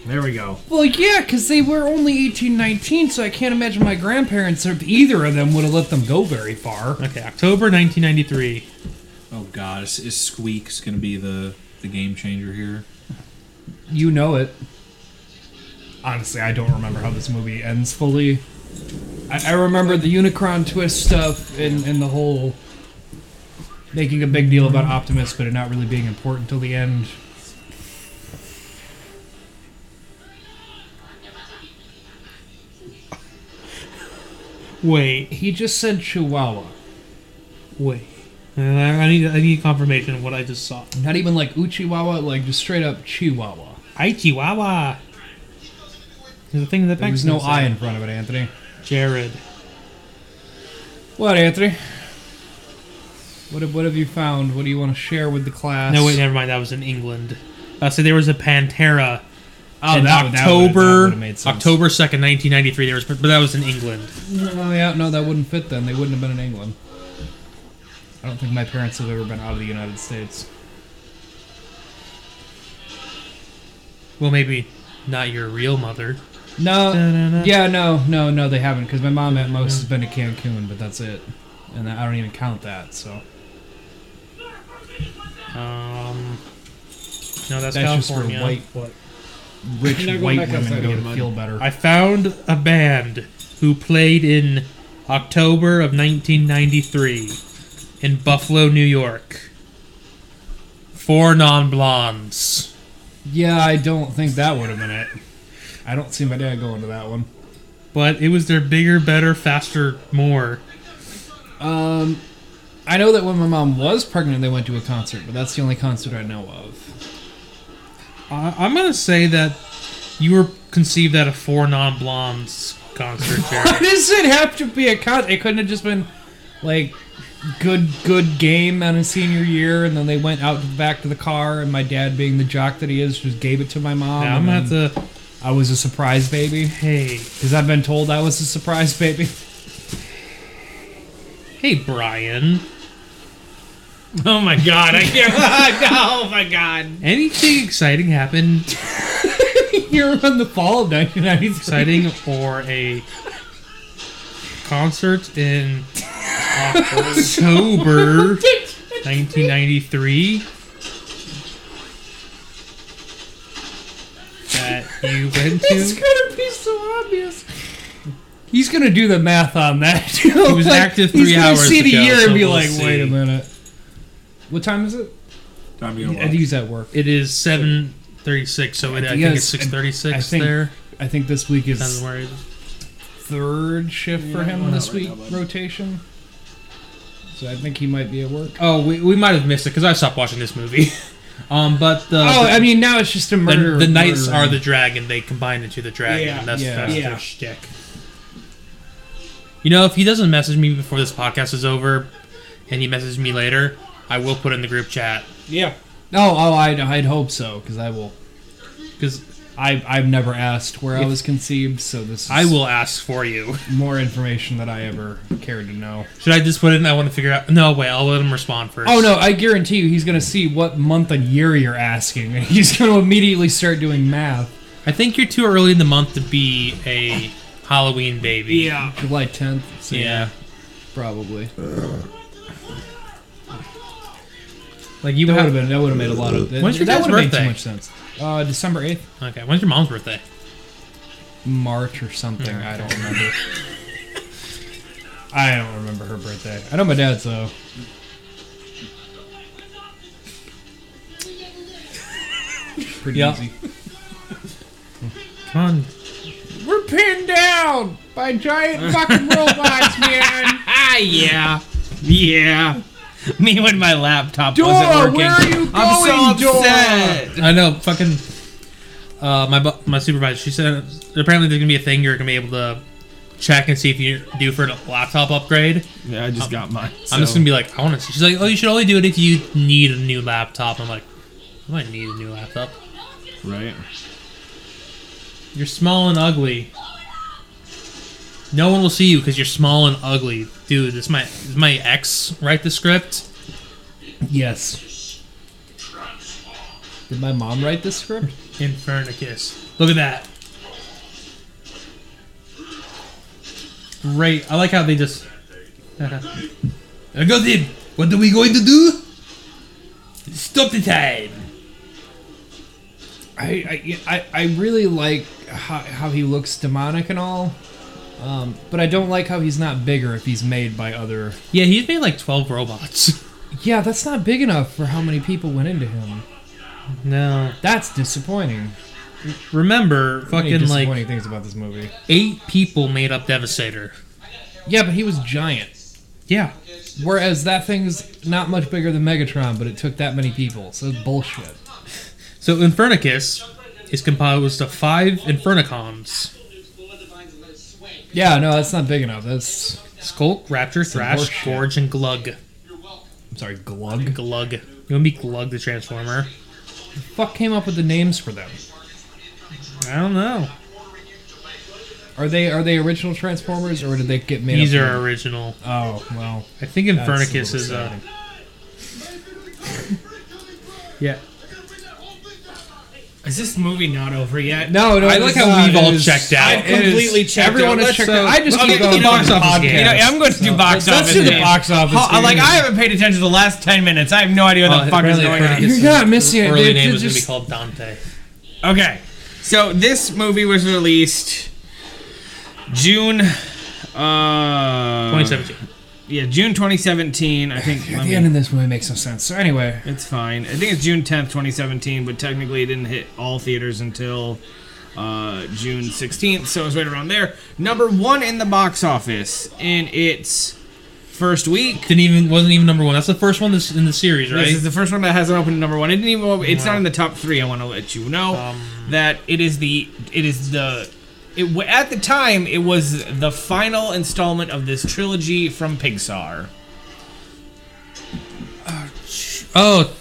Speaker 3: There we go.
Speaker 5: Well, yeah, because they were only 18, 19, so I can't imagine my grandparents or either of them would have let them go very far.
Speaker 4: Okay, October 1993.
Speaker 7: Oh God, is, is Squeaks gonna be the the game changer here?
Speaker 5: You know it. Honestly, I don't remember how this movie ends fully. I, I remember the Unicron twist stuff and, and the whole making a big deal about Optimus, but it not really being important till the end.
Speaker 4: Wait,
Speaker 5: He just said Chihuahua.
Speaker 4: wait. Uh, I I need I need confirmation of what I just saw.
Speaker 5: Not even like Uchiwawa, like just straight up Chihuahua.
Speaker 4: Hi, Chihuahua. There's a thing in the back.
Speaker 5: There was no I in front of it, Anthony.
Speaker 4: Jared.
Speaker 5: What, Anthony? What have, what have you found? What do you want to share with the class?
Speaker 4: No, wait, never mind. That was in England. Uh, so there was a Pantera.
Speaker 5: Oh,
Speaker 4: in
Speaker 5: that would- that would've- that
Speaker 4: October
Speaker 5: would've made sense.
Speaker 4: October second, nineteen ninety three. There was, but that was in England.
Speaker 5: Oh yeah, no, that wouldn't fit then. They wouldn't have been in England. I don't think my parents have ever been out of the United States.
Speaker 4: Well, maybe not your real mother.
Speaker 5: No,
Speaker 4: Da-da-da.
Speaker 5: yeah, no, no, no, they haven't. Because my mom at most has been to Cancun, but that's it, and I don't even count that. So
Speaker 4: Um, no, that's,
Speaker 5: That's just for
Speaker 4: California.
Speaker 5: white-
Speaker 4: What?
Speaker 5: rich
Speaker 6: Now go
Speaker 5: white
Speaker 6: back
Speaker 5: women
Speaker 6: outside
Speaker 5: go
Speaker 6: again,
Speaker 5: to
Speaker 6: bud.
Speaker 5: feel better.
Speaker 4: I found a band who played in October of 1993 in Buffalo, New York. Four non blondes.
Speaker 5: yeah, I don't think that would have been it. I don't see my dad going to that one.
Speaker 4: But it was their bigger, better, faster, more.
Speaker 5: Um, I know that when my mom was pregnant, they went to a concert, but that's the only concert I know of.
Speaker 4: I- I'm going to say that you were conceived at a four non blondes concert.
Speaker 5: Why
Speaker 4: Jared.
Speaker 5: does it have to be a con? It couldn't have just been like good, good game on a senior year, and then they went out back to the car, and my dad, being the jock that he is, just gave it to my mom.
Speaker 4: Now, I'm going
Speaker 5: and
Speaker 4: to have to.
Speaker 5: then I was a surprise baby
Speaker 4: Hey.
Speaker 5: because I've been told I was a surprise baby.
Speaker 4: Hey, Brian.
Speaker 6: Oh my god, I can't. oh my god.
Speaker 4: Anything exciting happened
Speaker 5: You're on the fall of 1993.
Speaker 4: exciting for a concert in October 1993 that you went
Speaker 5: It's
Speaker 4: to.
Speaker 5: gonna be so obvious. He's gonna do the math on that. He
Speaker 4: was active three
Speaker 5: he's gonna
Speaker 4: hours
Speaker 5: see the
Speaker 4: ago,
Speaker 5: year
Speaker 4: so
Speaker 5: and be
Speaker 4: we'll
Speaker 5: like, wait a
Speaker 4: see."
Speaker 5: minute. What time is it?
Speaker 7: Time to go.
Speaker 5: I think he's at work.
Speaker 4: It is 7:36, so it, I
Speaker 5: think
Speaker 4: think
Speaker 5: it's-
Speaker 4: it's 6:36
Speaker 5: I think-
Speaker 4: there.
Speaker 5: I think this week
Speaker 4: Sounds
Speaker 5: is
Speaker 4: where it-
Speaker 5: third shift for him this week rotation. So I think he might be at work.
Speaker 4: Oh, we, we might have missed it because I stopped watching this movie. Um, but the
Speaker 5: Oh,
Speaker 4: the,
Speaker 5: I mean now it's just a
Speaker 4: the-
Speaker 5: murder.
Speaker 4: the knights
Speaker 5: murder.
Speaker 4: are the dragon. They combine into the dragon.
Speaker 6: Yeah,
Speaker 4: that's
Speaker 5: yeah,
Speaker 4: that's
Speaker 5: yeah.
Speaker 4: their shtick. You know, if he doesn't message me before this podcast is over, and he messages me later, I will put in the group chat
Speaker 6: Yeah.
Speaker 5: Oh, oh, I'd, I'd hope so because I will.
Speaker 4: because
Speaker 5: I I've never asked where I was conceived, so this is
Speaker 4: I will ask for you.
Speaker 5: more information that I ever cared to know.
Speaker 4: Should I just put in? I want to figure out. No, wait. I'll let him respond first.
Speaker 5: Oh no, I guarantee you he's gonna see what month and year you're asking, and he's gonna immediately start doing math.
Speaker 4: I think you're too early in the month to be a Halloween baby.
Speaker 6: Yeah.
Speaker 5: July 10th, so
Speaker 4: Yeah.
Speaker 5: probably.
Speaker 4: Like you
Speaker 5: That would
Speaker 4: have.
Speaker 5: have been that would have made a lot of that,
Speaker 4: When's your
Speaker 5: that
Speaker 4: dad's
Speaker 5: would have made too
Speaker 4: birthday?
Speaker 5: much sense. Uh, December 8th,
Speaker 4: Okay. When's your mom's birthday?
Speaker 5: March or something.
Speaker 4: Mm,
Speaker 5: I don't remember. I don't remember her birthday. I know my dad's though. Pretty
Speaker 4: Yeah.
Speaker 5: easy.
Speaker 4: Come on.
Speaker 5: We're pinned down
Speaker 14: by giant fucking robots, man.
Speaker 6: Ah, yeah. Yeah. Me when my laptop wasn't
Speaker 14: Dora,
Speaker 6: working.
Speaker 14: where are you
Speaker 6: I'm
Speaker 14: going,
Speaker 6: so
Speaker 14: Dora?
Speaker 6: upset.
Speaker 4: I know, fucking. Uh, my bu- my supervisor, she said apparently there's gonna be a thing you're gonna be able to check and see if you're due for a laptop upgrade.
Speaker 3: Yeah, I just got mine.
Speaker 4: I'm just
Speaker 3: so-
Speaker 4: gonna be like, I want to. She's like, oh, you should only do it if you need a new laptop. I'm like, I might need a new laptop.
Speaker 7: Right.
Speaker 4: You're small and ugly. No one will see you because you're small and ugly, dude. This my is my ex write the script.
Speaker 5: Yes. Did my mom write this script?
Speaker 4: Infernicus. Look at that. Great. I like how they just. I got him. What are we going to do? Stop the time.
Speaker 5: I, I, I I really like how, how he looks demonic and all, um, but I don't like how he's not bigger if he's made by other.
Speaker 4: Yeah, he's made like 12 robots.
Speaker 5: Yeah, that's not big enough for how many people went into him.
Speaker 4: No.
Speaker 5: That's disappointing.
Speaker 4: Remember,
Speaker 5: Many
Speaker 4: fucking
Speaker 5: disappointing
Speaker 4: like
Speaker 5: things about this movie.
Speaker 4: eight people made up Devastator.
Speaker 5: Yeah, but he was giant.
Speaker 4: Yeah.
Speaker 5: Whereas that thing's not much bigger than Megatron, but it took that many people, so it's bullshit.
Speaker 4: So Infernicus is composed of five Infernicons.
Speaker 5: Yeah, no, that's not big enough. That's
Speaker 4: Skulk, Raptor,
Speaker 5: Some
Speaker 4: Thrash,
Speaker 5: horseshit.
Speaker 4: Gorge, and Glug.
Speaker 5: I'm sorry, Glug.
Speaker 4: Glug. You want to be Glug the Transformer?
Speaker 5: Fuck came up with the names for them.
Speaker 4: I don't know.
Speaker 5: Are they are they original Transformers or did they get made?
Speaker 4: These
Speaker 5: up
Speaker 4: are
Speaker 5: from-
Speaker 4: original.
Speaker 5: Oh well.
Speaker 4: I think
Speaker 5: That's a little
Speaker 4: Infernicus is uh, a.
Speaker 5: exciting.
Speaker 6: Yeah. Is this movie not over yet?
Speaker 5: No, no.
Speaker 4: I
Speaker 5: it
Speaker 4: like
Speaker 5: is
Speaker 4: how
Speaker 5: not.
Speaker 4: we've
Speaker 5: It
Speaker 4: all
Speaker 5: is-
Speaker 4: checked out.
Speaker 5: I've completely
Speaker 6: is-
Speaker 5: checked Everyone
Speaker 6: out.
Speaker 5: has
Speaker 6: Let's,
Speaker 5: checked
Speaker 6: uh,
Speaker 5: out. I just
Speaker 6: let's
Speaker 5: keep
Speaker 6: get to
Speaker 5: going.
Speaker 6: the box
Speaker 5: to the
Speaker 6: office
Speaker 5: podcast.
Speaker 6: game. You know, I'm going to do box
Speaker 5: let's
Speaker 6: office.
Speaker 5: do the
Speaker 6: game.
Speaker 5: box office
Speaker 6: Ho- I- like
Speaker 5: game.
Speaker 6: I haven't paid attention to the last ten minutes. I have no idea what
Speaker 4: Oh,
Speaker 6: the fuck is
Speaker 4: apparently
Speaker 6: going on.
Speaker 4: Infernicus'
Speaker 5: You're not missing it,
Speaker 4: Early
Speaker 5: dude.
Speaker 4: name was
Speaker 5: It's
Speaker 4: going to be
Speaker 5: just-
Speaker 4: called Dante.
Speaker 6: Okay, so this movie was released June. Uh,
Speaker 4: 2017.
Speaker 6: Yeah, June 2017. I think. let
Speaker 5: At the
Speaker 6: me-
Speaker 5: end of this movie makes no sense. So anyway,
Speaker 6: It's fine. I think it's June 10th, 2017, but technically it didn't hit all theaters until uh, June 16th, so it was right around there. Number one in the box office in its first week.
Speaker 4: Didn't even wasn't even number one. That's the first one that's in the series, right?
Speaker 6: This is the first one that hasn't opened to number one. It didn't even. It's not in the top three. I want to let you know
Speaker 5: Um,
Speaker 6: that it is the. It is the. It w- at the time it was the final installment of this trilogy from Pixar.
Speaker 4: oh,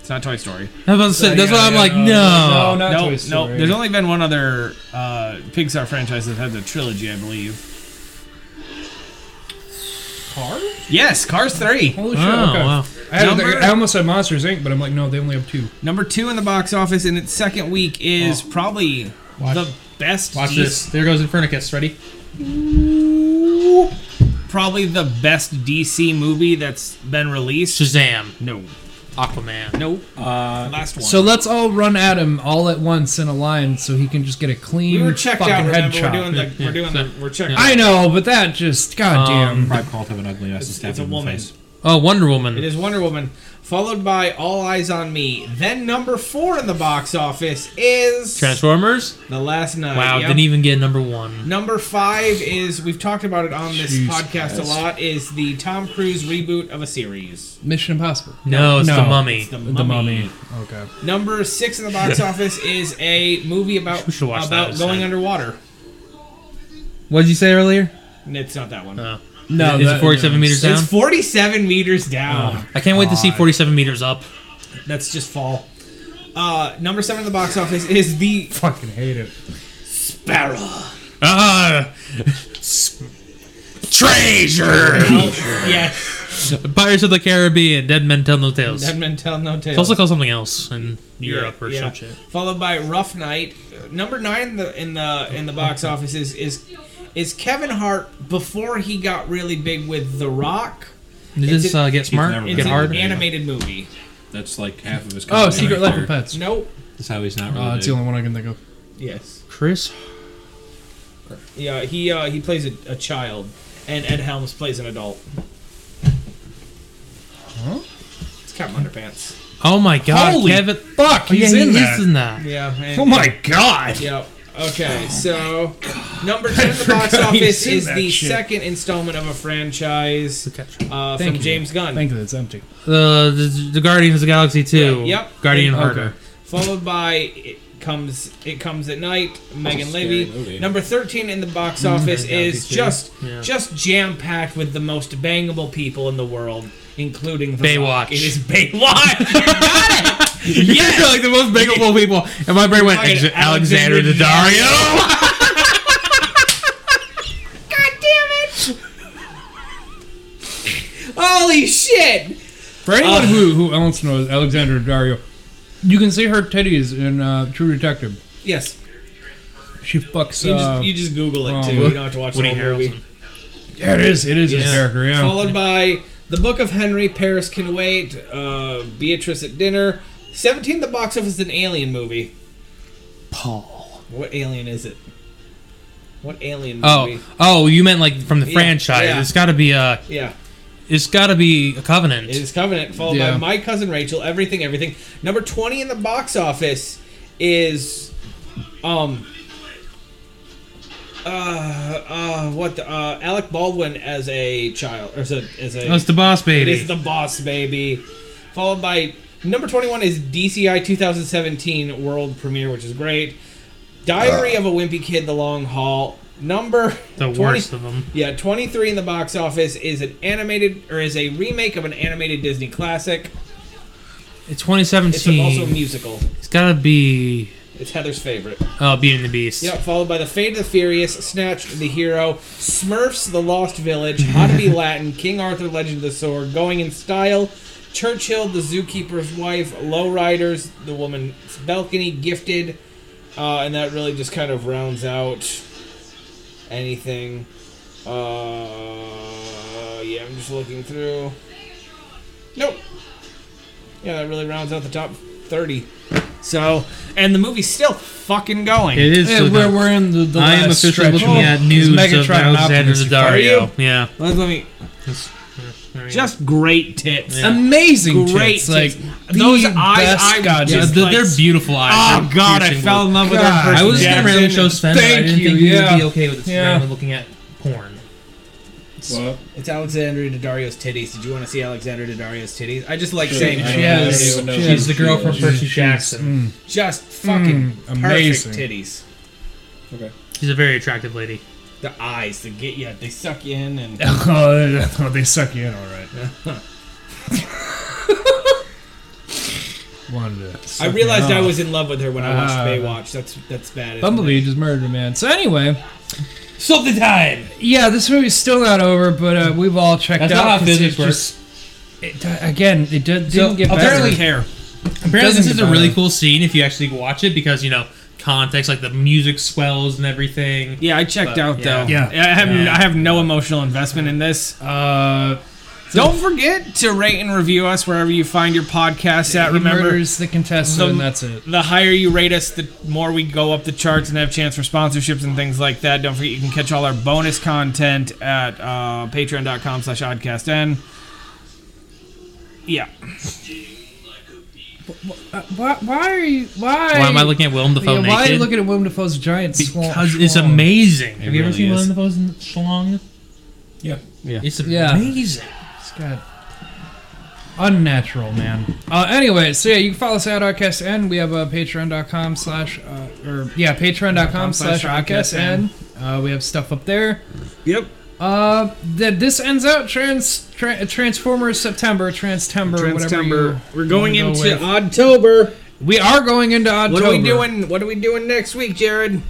Speaker 6: It's not Toy Story.
Speaker 4: I was about to say, that's why I'm like, no.
Speaker 5: no, not
Speaker 6: No,
Speaker 5: Toy
Speaker 6: no.
Speaker 5: Story.
Speaker 6: There's only been one other uh, Pixar franchise that has a trilogy, I believe.
Speaker 5: car.
Speaker 6: Yes, Cars Three.
Speaker 5: Holy shit!
Speaker 4: Oh,
Speaker 5: okay.
Speaker 4: wow.
Speaker 5: I, had-
Speaker 6: Number-
Speaker 5: I almost said Monsters Inc., but I'm like, no, they only have two.
Speaker 6: Number two in the box office in its second week is probably
Speaker 4: Watch-
Speaker 6: the best.
Speaker 4: Watch
Speaker 6: de-
Speaker 4: this. There goes Infernicus. Ready?
Speaker 6: Probably the best DC movie that's been released.
Speaker 4: Shazam.
Speaker 6: no,
Speaker 4: Aquaman.
Speaker 6: no. Last one.
Speaker 5: So let's all run at him all at once in a line, so he can just get a clean
Speaker 6: we were checked
Speaker 5: fucking
Speaker 6: out.
Speaker 5: head
Speaker 6: Remember, we're
Speaker 5: chop.
Speaker 6: doing the.
Speaker 4: Yeah,
Speaker 6: We're doing the.
Speaker 4: so-
Speaker 6: We're checked.
Speaker 5: I know, but that just goddamn.
Speaker 4: Um,
Speaker 7: Probably called have an ugly ass and
Speaker 6: It's,
Speaker 7: stabbed
Speaker 6: it's a
Speaker 7: him in the
Speaker 6: woman.
Speaker 7: face.
Speaker 4: Oh, Wonder Woman.
Speaker 6: It is Wonder Woman, followed by All Eyes on Me. Then number four in the box office is
Speaker 4: Transformers.
Speaker 6: The Last Night.
Speaker 4: Wow,
Speaker 6: Yep.
Speaker 4: didn't even get number one.
Speaker 6: Number five is we've talked about it on this
Speaker 5: Jeez,
Speaker 6: podcast a
Speaker 5: guys.
Speaker 6: lot is the Tom Cruise reboot of a series.
Speaker 5: Mission Impossible.
Speaker 4: No, it's
Speaker 5: No.
Speaker 4: the Mummy.
Speaker 6: The
Speaker 5: The
Speaker 6: Mummy.
Speaker 5: Mummy. Okay.
Speaker 6: Number six in the box office is a movie about
Speaker 4: We should watch that
Speaker 6: about
Speaker 4: instead.
Speaker 6: going underwater.
Speaker 4: What did you say earlier?
Speaker 6: And It's not that one.
Speaker 4: Oh.
Speaker 5: No,
Speaker 4: is
Speaker 5: that-
Speaker 4: it 47 meters down?
Speaker 6: it's 47 meters down.
Speaker 4: I can't wait to see 47 meters up.
Speaker 6: That's just fall. Uh, number seven in the box office is the
Speaker 5: Fucking hate it.
Speaker 6: Sparrow.
Speaker 4: Ah, treasure.
Speaker 6: yes.
Speaker 4: Pirates of the Caribbean, Dead Men Tell No Tales.
Speaker 6: Dead men tell no tales.
Speaker 4: it's also called something else in Europe or
Speaker 6: Yeah.
Speaker 4: some shit.
Speaker 6: Followed by Rough Night. Number nine in the in the in the box office is is, is Kevin Hart before he got really big with The Rock.
Speaker 4: Did
Speaker 6: It's
Speaker 4: this
Speaker 6: a-
Speaker 4: uh, get smart?
Speaker 7: never
Speaker 6: It's
Speaker 4: Get
Speaker 6: an
Speaker 4: hard?
Speaker 6: animated movie.
Speaker 7: That's like half of his.
Speaker 5: Oh,
Speaker 7: company
Speaker 5: Secret
Speaker 7: right
Speaker 5: Life
Speaker 7: there.
Speaker 5: of Pets.
Speaker 6: Nope.
Speaker 7: That's how he's not really.
Speaker 5: Uh, it's the
Speaker 7: big.
Speaker 5: only one I can think of.
Speaker 6: Yes.
Speaker 4: Chris?
Speaker 6: Yeah. He uh, he plays a, a child, and Ed Helms plays an adult. It's Captain Underpants.
Speaker 4: Oh my god, Kevin.
Speaker 5: fuck!
Speaker 4: Oh, yeah,
Speaker 5: He's
Speaker 4: he
Speaker 5: in
Speaker 4: is
Speaker 5: that.
Speaker 4: in that.
Speaker 6: Yeah. and-
Speaker 14: Oh my god!
Speaker 6: Yeah. Okay, so number ten in the box
Speaker 5: forgot you've
Speaker 6: office
Speaker 5: seen
Speaker 6: is
Speaker 5: that
Speaker 6: the
Speaker 5: shit.
Speaker 6: second installment of a franchise uh,
Speaker 5: Thank
Speaker 6: from
Speaker 5: you.
Speaker 6: James Gunn.
Speaker 5: Thank you. That's empty.
Speaker 4: The, the the Guardians of the Galaxy two.
Speaker 6: Yep.
Speaker 4: Guardian
Speaker 6: Okay.
Speaker 4: Harder.
Speaker 6: Followed by it comes it comes at night. Megan
Speaker 4: scary
Speaker 6: Levy.
Speaker 4: movie.
Speaker 6: Number thirteen in the box
Speaker 4: Mm,
Speaker 6: office
Speaker 4: I got
Speaker 6: is
Speaker 4: you too.
Speaker 6: just
Speaker 4: Yeah.
Speaker 6: just jam packed with the most bangable people in the world, including the Rock.
Speaker 4: Baywatch.
Speaker 6: It is Baywatch.
Speaker 4: Yes! like the most bigable people. And my brain went
Speaker 6: Fucking
Speaker 4: "Ex- Alexander Daddario.
Speaker 6: God damn it! Holy shit!
Speaker 5: For anyone who, who else knows Alexandra Dario, you can see her titties in uh, True Detective.
Speaker 6: Yes.
Speaker 5: She fucks.
Speaker 6: You
Speaker 5: uh,
Speaker 6: just, you just Google it
Speaker 5: oh,
Speaker 6: too. You don't have to watch
Speaker 5: Woody
Speaker 6: the whole movie.
Speaker 5: Yeah, it is. It is his character. Yeah.
Speaker 6: Followed by The Book of Henry, Paris Can Wait, uh, Beatrice at Dinner. 17, the box office is an alien movie.
Speaker 4: Paul.
Speaker 6: What alien is it? What alien
Speaker 4: Oh,
Speaker 6: movie?
Speaker 4: oh, you meant like from the
Speaker 6: Yeah,
Speaker 4: franchise?
Speaker 6: yeah.
Speaker 4: It's got to be a.
Speaker 6: Yeah.
Speaker 4: It's got to be a covenant.
Speaker 6: It is Covenant, followed
Speaker 4: Yeah.
Speaker 6: by My Cousin Rachel, Everything, Everything. Number 20 in the box office is. Um. Uh, uh, what the, uh, Alec Baldwin as a child, or as a, as a
Speaker 4: Oh, it's the boss baby.
Speaker 6: It is the boss baby, followed by number twenty-one is DCI 2017 world premiere, which is great. Diary of a Wimpy Kid: The Long Haul. Number
Speaker 4: The
Speaker 6: 20
Speaker 4: worst of them.
Speaker 6: Yeah, twenty-three in the box office is an animated or is a remake of an animated Disney classic.
Speaker 4: It's
Speaker 6: It's
Speaker 4: 2017.
Speaker 6: also a musical.
Speaker 4: It's got to be.
Speaker 6: It's Heather's favorite.
Speaker 4: Oh, Beauty and the Beast.
Speaker 6: Yep, followed by The Fate of the Furious, Snatch, The Hero, Smurfs, The Lost Village, How to Be Latin, King Arthur, Legend of the Sword, Going in Style, Churchill, The Zookeeper's Wife, Lowriders, The Woman's Balcony, Gifted, uh, and that really just kind of rounds out anything. Uh, yeah, I'm just looking through. Nope. Yeah, that really rounds out the top 30. So, and the movie's still fucking going.
Speaker 4: It is.
Speaker 5: Yeah, we're, we're in the, the
Speaker 4: I am
Speaker 5: last
Speaker 4: officially
Speaker 5: stretch. Oh,
Speaker 4: looking at
Speaker 5: He's
Speaker 4: news of
Speaker 5: Megatron and
Speaker 4: Alexander
Speaker 5: Optimus.
Speaker 4: Daddario.
Speaker 5: Are you?
Speaker 4: Yeah.
Speaker 6: Let, let me. Just great tits.
Speaker 4: Yeah.
Speaker 5: Amazing
Speaker 6: Great
Speaker 5: tits, like,
Speaker 6: those
Speaker 5: the
Speaker 6: eyes,
Speaker 5: best
Speaker 6: I
Speaker 5: goddamn-
Speaker 6: just
Speaker 4: Yeah,
Speaker 6: like-
Speaker 4: they're beautiful eyes.
Speaker 6: Oh
Speaker 4: They're
Speaker 6: god, I
Speaker 4: piercing
Speaker 6: fell in love with her.
Speaker 5: oh,
Speaker 4: I was gonna randomly show Sven, but I
Speaker 6: Thank
Speaker 4: didn't
Speaker 6: you,
Speaker 4: think you
Speaker 6: yeah.
Speaker 4: would be okay with
Speaker 6: Yeah.
Speaker 4: Sven looking at porn.
Speaker 6: It's, it's Alexandra Daddario's titties. Did you want to see Alexandra Daddario's titties? I just like
Speaker 4: Sure.
Speaker 6: saying
Speaker 4: I
Speaker 6: that.
Speaker 4: don't Yes. know. I don't even know She's who the she girl is. from Percy Jackson.
Speaker 6: Mm. Just fucking
Speaker 4: Mm, amazing.
Speaker 6: amazing titties. Okay.
Speaker 4: She's a very attractive lady.
Speaker 6: The eyes that get you, they suck you in, and
Speaker 5: Oh, they suck you in, all right. Wanted to
Speaker 6: I
Speaker 5: suck me
Speaker 6: realized I
Speaker 5: off.
Speaker 6: was in love with her when I watched
Speaker 5: Ah.
Speaker 6: Baywatch. That's that's bad. isn't
Speaker 5: Bumblebee
Speaker 6: it?
Speaker 5: just murdered a man. So anyway,
Speaker 4: stop the time.
Speaker 5: Yeah, this movie's still not over, but uh, we've all checked
Speaker 4: That's
Speaker 5: out.
Speaker 4: not how
Speaker 5: 'cause
Speaker 4: physics
Speaker 5: it just- It, do- again, it did, didn't get better.
Speaker 4: Apparently,
Speaker 5: Doesn't
Speaker 4: this is
Speaker 5: get
Speaker 4: a really
Speaker 5: better.
Speaker 4: cool scene if you actually watch it because you know context, like the music swells and everything.
Speaker 6: Yeah, I checked
Speaker 4: But,
Speaker 6: out
Speaker 4: yeah.
Speaker 6: though. I have I have no emotional investment in this. Uh, don't forget to rate and review us wherever you find your podcasts at.
Speaker 5: He
Speaker 6: Remember,
Speaker 5: murders the contestant, and that's it.
Speaker 6: The higher you rate us, the more we go up the charts and have chance for sponsorships and things like that. Don't forget you can catch all our bonus content at uh, patreon.com slash oddcastn. Yeah.
Speaker 5: Uh, why, why are you? Why?
Speaker 4: Why am I looking at Willem Dafoe
Speaker 5: yeah, Why are you
Speaker 4: naked?
Speaker 5: looking at Willem Dafoe's giant? swole-
Speaker 4: Because it's
Speaker 5: swole?
Speaker 4: amazing.
Speaker 5: Have you ever seen Willem
Speaker 4: Dafoe's schlong?
Speaker 5: Yeah.
Speaker 4: Yeah. It's
Speaker 5: Yeah.
Speaker 4: amazing.
Speaker 5: It's got unnatural, man. Uh, anyway, so yeah, you can follow us at OutcastN. We have a uh, patreon.com slash, uh, or yeah, patreon.com slash OutcastN. Uh, we have stuff up there.
Speaker 6: Yep.
Speaker 5: Uh, that this ends out trans tra- Transformers September, Transtember, whatever.
Speaker 6: Transtember.
Speaker 5: You
Speaker 6: We're going
Speaker 5: wanna go
Speaker 6: into
Speaker 5: with.
Speaker 6: Oddtober.
Speaker 5: We are going into Oddtober.
Speaker 6: What are we doing? What are we doing next week, Jared?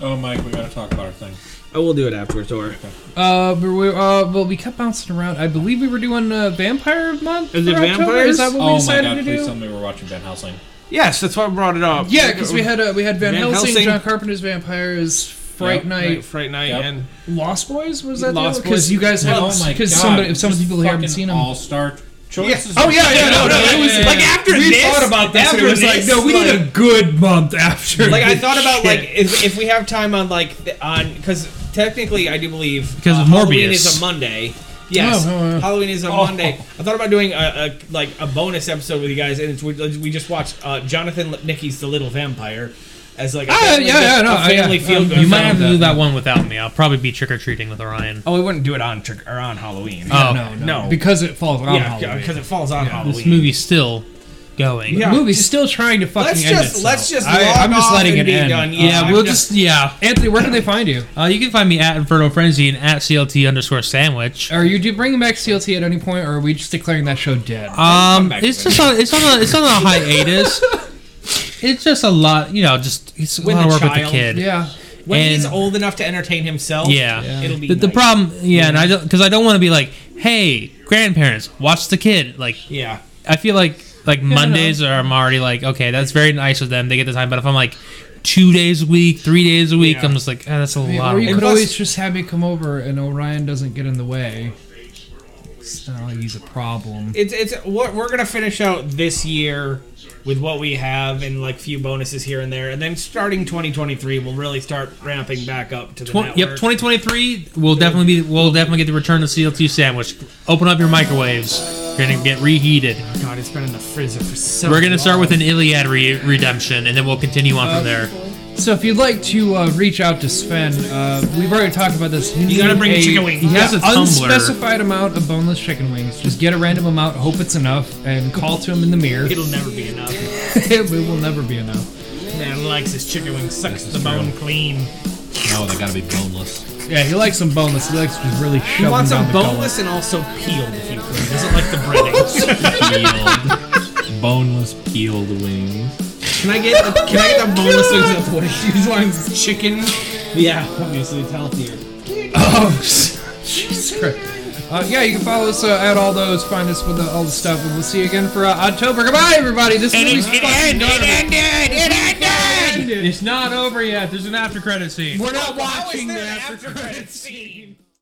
Speaker 7: Oh, Mike, we gotta talk about our thing.
Speaker 6: I will do it afterwards. Or
Speaker 5: Uh, we we- uh, well, we kept bouncing around. I believe we were doing uh, Vampire Month.
Speaker 6: Is it
Speaker 5: for October?
Speaker 6: vampires?
Speaker 5: Is that what
Speaker 7: oh
Speaker 5: we
Speaker 7: my
Speaker 5: decided
Speaker 7: god,
Speaker 5: to
Speaker 7: please
Speaker 5: do?
Speaker 7: tell me we're watching Van Helsing.
Speaker 6: Yes, that's why I brought it up.
Speaker 5: Yeah, because we had uh, we had Van,
Speaker 6: Van
Speaker 5: Helsing,
Speaker 6: Helsing.
Speaker 5: John Carpenter's vampires, Fright
Speaker 6: Yep,
Speaker 5: Night,
Speaker 6: right, Fright Night,
Speaker 5: Yep.
Speaker 6: and
Speaker 5: Lost Boys. Was that
Speaker 6: Lost
Speaker 5: because
Speaker 6: Boys.
Speaker 5: you guys had
Speaker 6: Oh my
Speaker 5: because
Speaker 6: God,
Speaker 5: somebody some people here haven't
Speaker 7: fucking
Speaker 5: seen them.
Speaker 7: All star choices.
Speaker 5: Oh yeah, yeah, no, no. It was
Speaker 6: Like, after
Speaker 5: we
Speaker 6: this-
Speaker 5: thought about this. and
Speaker 6: after
Speaker 5: it was
Speaker 6: this,
Speaker 5: like no, we need a
Speaker 6: like-
Speaker 5: good month after.
Speaker 6: like I
Speaker 5: this
Speaker 6: thought about
Speaker 5: shit.
Speaker 6: like if, if we have time on like th- on because technically I do believe
Speaker 4: 'Because of
Speaker 6: Halloween
Speaker 4: Morbius.
Speaker 6: is a Monday. Yes,
Speaker 5: Oh, oh, yeah.
Speaker 6: Halloween is a
Speaker 5: Oh.
Speaker 6: Monday. I thought about doing a, a like a bonus episode with you guys, and it's, we, we just watched uh, Jonathan Lipnicki's The Little Vampire.
Speaker 3: as like a
Speaker 5: Ah,
Speaker 3: family,
Speaker 5: yeah, yeah, no,
Speaker 3: a family
Speaker 5: yeah. Um,
Speaker 3: feel good.
Speaker 4: You might have to do that one without me. I'll probably be trick or treating with Orion.
Speaker 3: Oh, we wouldn't do it on trick or on Halloween.
Speaker 4: Oh.
Speaker 5: no, no,
Speaker 3: No.
Speaker 5: because it falls on
Speaker 3: Yeah,
Speaker 5: Halloween.
Speaker 3: yeah, because it falls on Halloween.
Speaker 4: This movie's still going.
Speaker 5: The movie's still trying to fucking
Speaker 3: Let's
Speaker 5: end
Speaker 3: just-
Speaker 5: itself.
Speaker 3: let's just
Speaker 5: I,
Speaker 3: log
Speaker 5: I'm just
Speaker 3: off
Speaker 5: letting
Speaker 3: and
Speaker 5: it
Speaker 3: be
Speaker 5: end.
Speaker 3: done.
Speaker 5: Uh,
Speaker 4: Yeah,
Speaker 5: I'm
Speaker 4: we'll
Speaker 5: just-
Speaker 4: just, yeah.
Speaker 5: Anthony, where can they find you?
Speaker 4: Uh, you can find me at Inferno Frenzy and at CLT underscore sandwich.
Speaker 5: Are you do you bringing back CLT at any point, or are we just declaring that show dead?
Speaker 4: Um, it's just on, it's on a, it's on a hiatus. it's just a lot, you know, just it's a
Speaker 3: With
Speaker 4: lot
Speaker 3: the
Speaker 4: of work with the
Speaker 3: child.
Speaker 4: kid.
Speaker 5: yeah.
Speaker 3: when he's
Speaker 4: and-
Speaker 3: old enough to entertain himself.
Speaker 4: Yeah.
Speaker 3: it'll be
Speaker 4: The, the
Speaker 3: nice.
Speaker 4: problem, yeah, and I don't because I don't want to be like, hey, grandparents, watch the kid. Like,
Speaker 3: Yeah,
Speaker 4: I feel like like Mondays are I'm already like, okay, that's very nice of them. They get the time, but if I'm like two days a week, three days a week, I'm just like, ah, that's a
Speaker 5: Yeah,
Speaker 4: lot
Speaker 5: or
Speaker 4: of
Speaker 5: you
Speaker 4: work.
Speaker 5: could
Speaker 3: plus-
Speaker 5: always just have me come over, and Orion doesn't get in the way. It's not like he's a problem.
Speaker 3: it's it's what we're gonna finish out this year with what we have and like few bonuses here and there, and then starting 2023, we'll really start ramping back up to the
Speaker 4: Twen- yep,
Speaker 3: network.
Speaker 4: 2023. We'll definitely be. We'll definitely get the return to CLT sandwich. Open up your microwaves. You're gonna get reheated.
Speaker 3: God, it's been in the freezer for so.
Speaker 4: We're gonna start
Speaker 3: long.
Speaker 4: with an Iliad re- redemption, and then we'll continue on from there.
Speaker 5: So if you'd like to uh, reach out to Sven, uh, we've already talked about this. You
Speaker 4: gotta bring chicken wings.
Speaker 5: He
Speaker 4: He
Speaker 5: has
Speaker 4: has
Speaker 5: an
Speaker 4: a Tumblr.
Speaker 5: unspecified amount of boneless chicken wings. Just get a random amount, hope it's enough, and call to him in the mirror.
Speaker 3: It'll never be enough.
Speaker 5: it will never be enough.
Speaker 3: Man likes his chicken wing, sucks
Speaker 7: This is
Speaker 3: the bone
Speaker 7: true.
Speaker 3: clean.
Speaker 7: No, they gotta be boneless.
Speaker 5: Yeah, he likes some boneless. He likes just really
Speaker 3: He
Speaker 5: shoving
Speaker 3: wants
Speaker 5: down
Speaker 3: them
Speaker 5: the
Speaker 3: boneless and also peeled, if you could. Doesn't like the breading.
Speaker 7: Peeled. boneless peeled wings.
Speaker 3: can I get the, can I get the boneless wings of what he wants? Chicken. Yeah, obviously it's healthier.
Speaker 5: Uh, yeah, you can follow us uh, at all those. Find us with uh, all the stuff, and we'll see you again for uh, October. Goodbye, everybody. This movie's fucking garbage.
Speaker 4: It's not over yet. There's an after credit scene.
Speaker 5: We're not watching
Speaker 3: there
Speaker 5: that.
Speaker 3: after credit scene?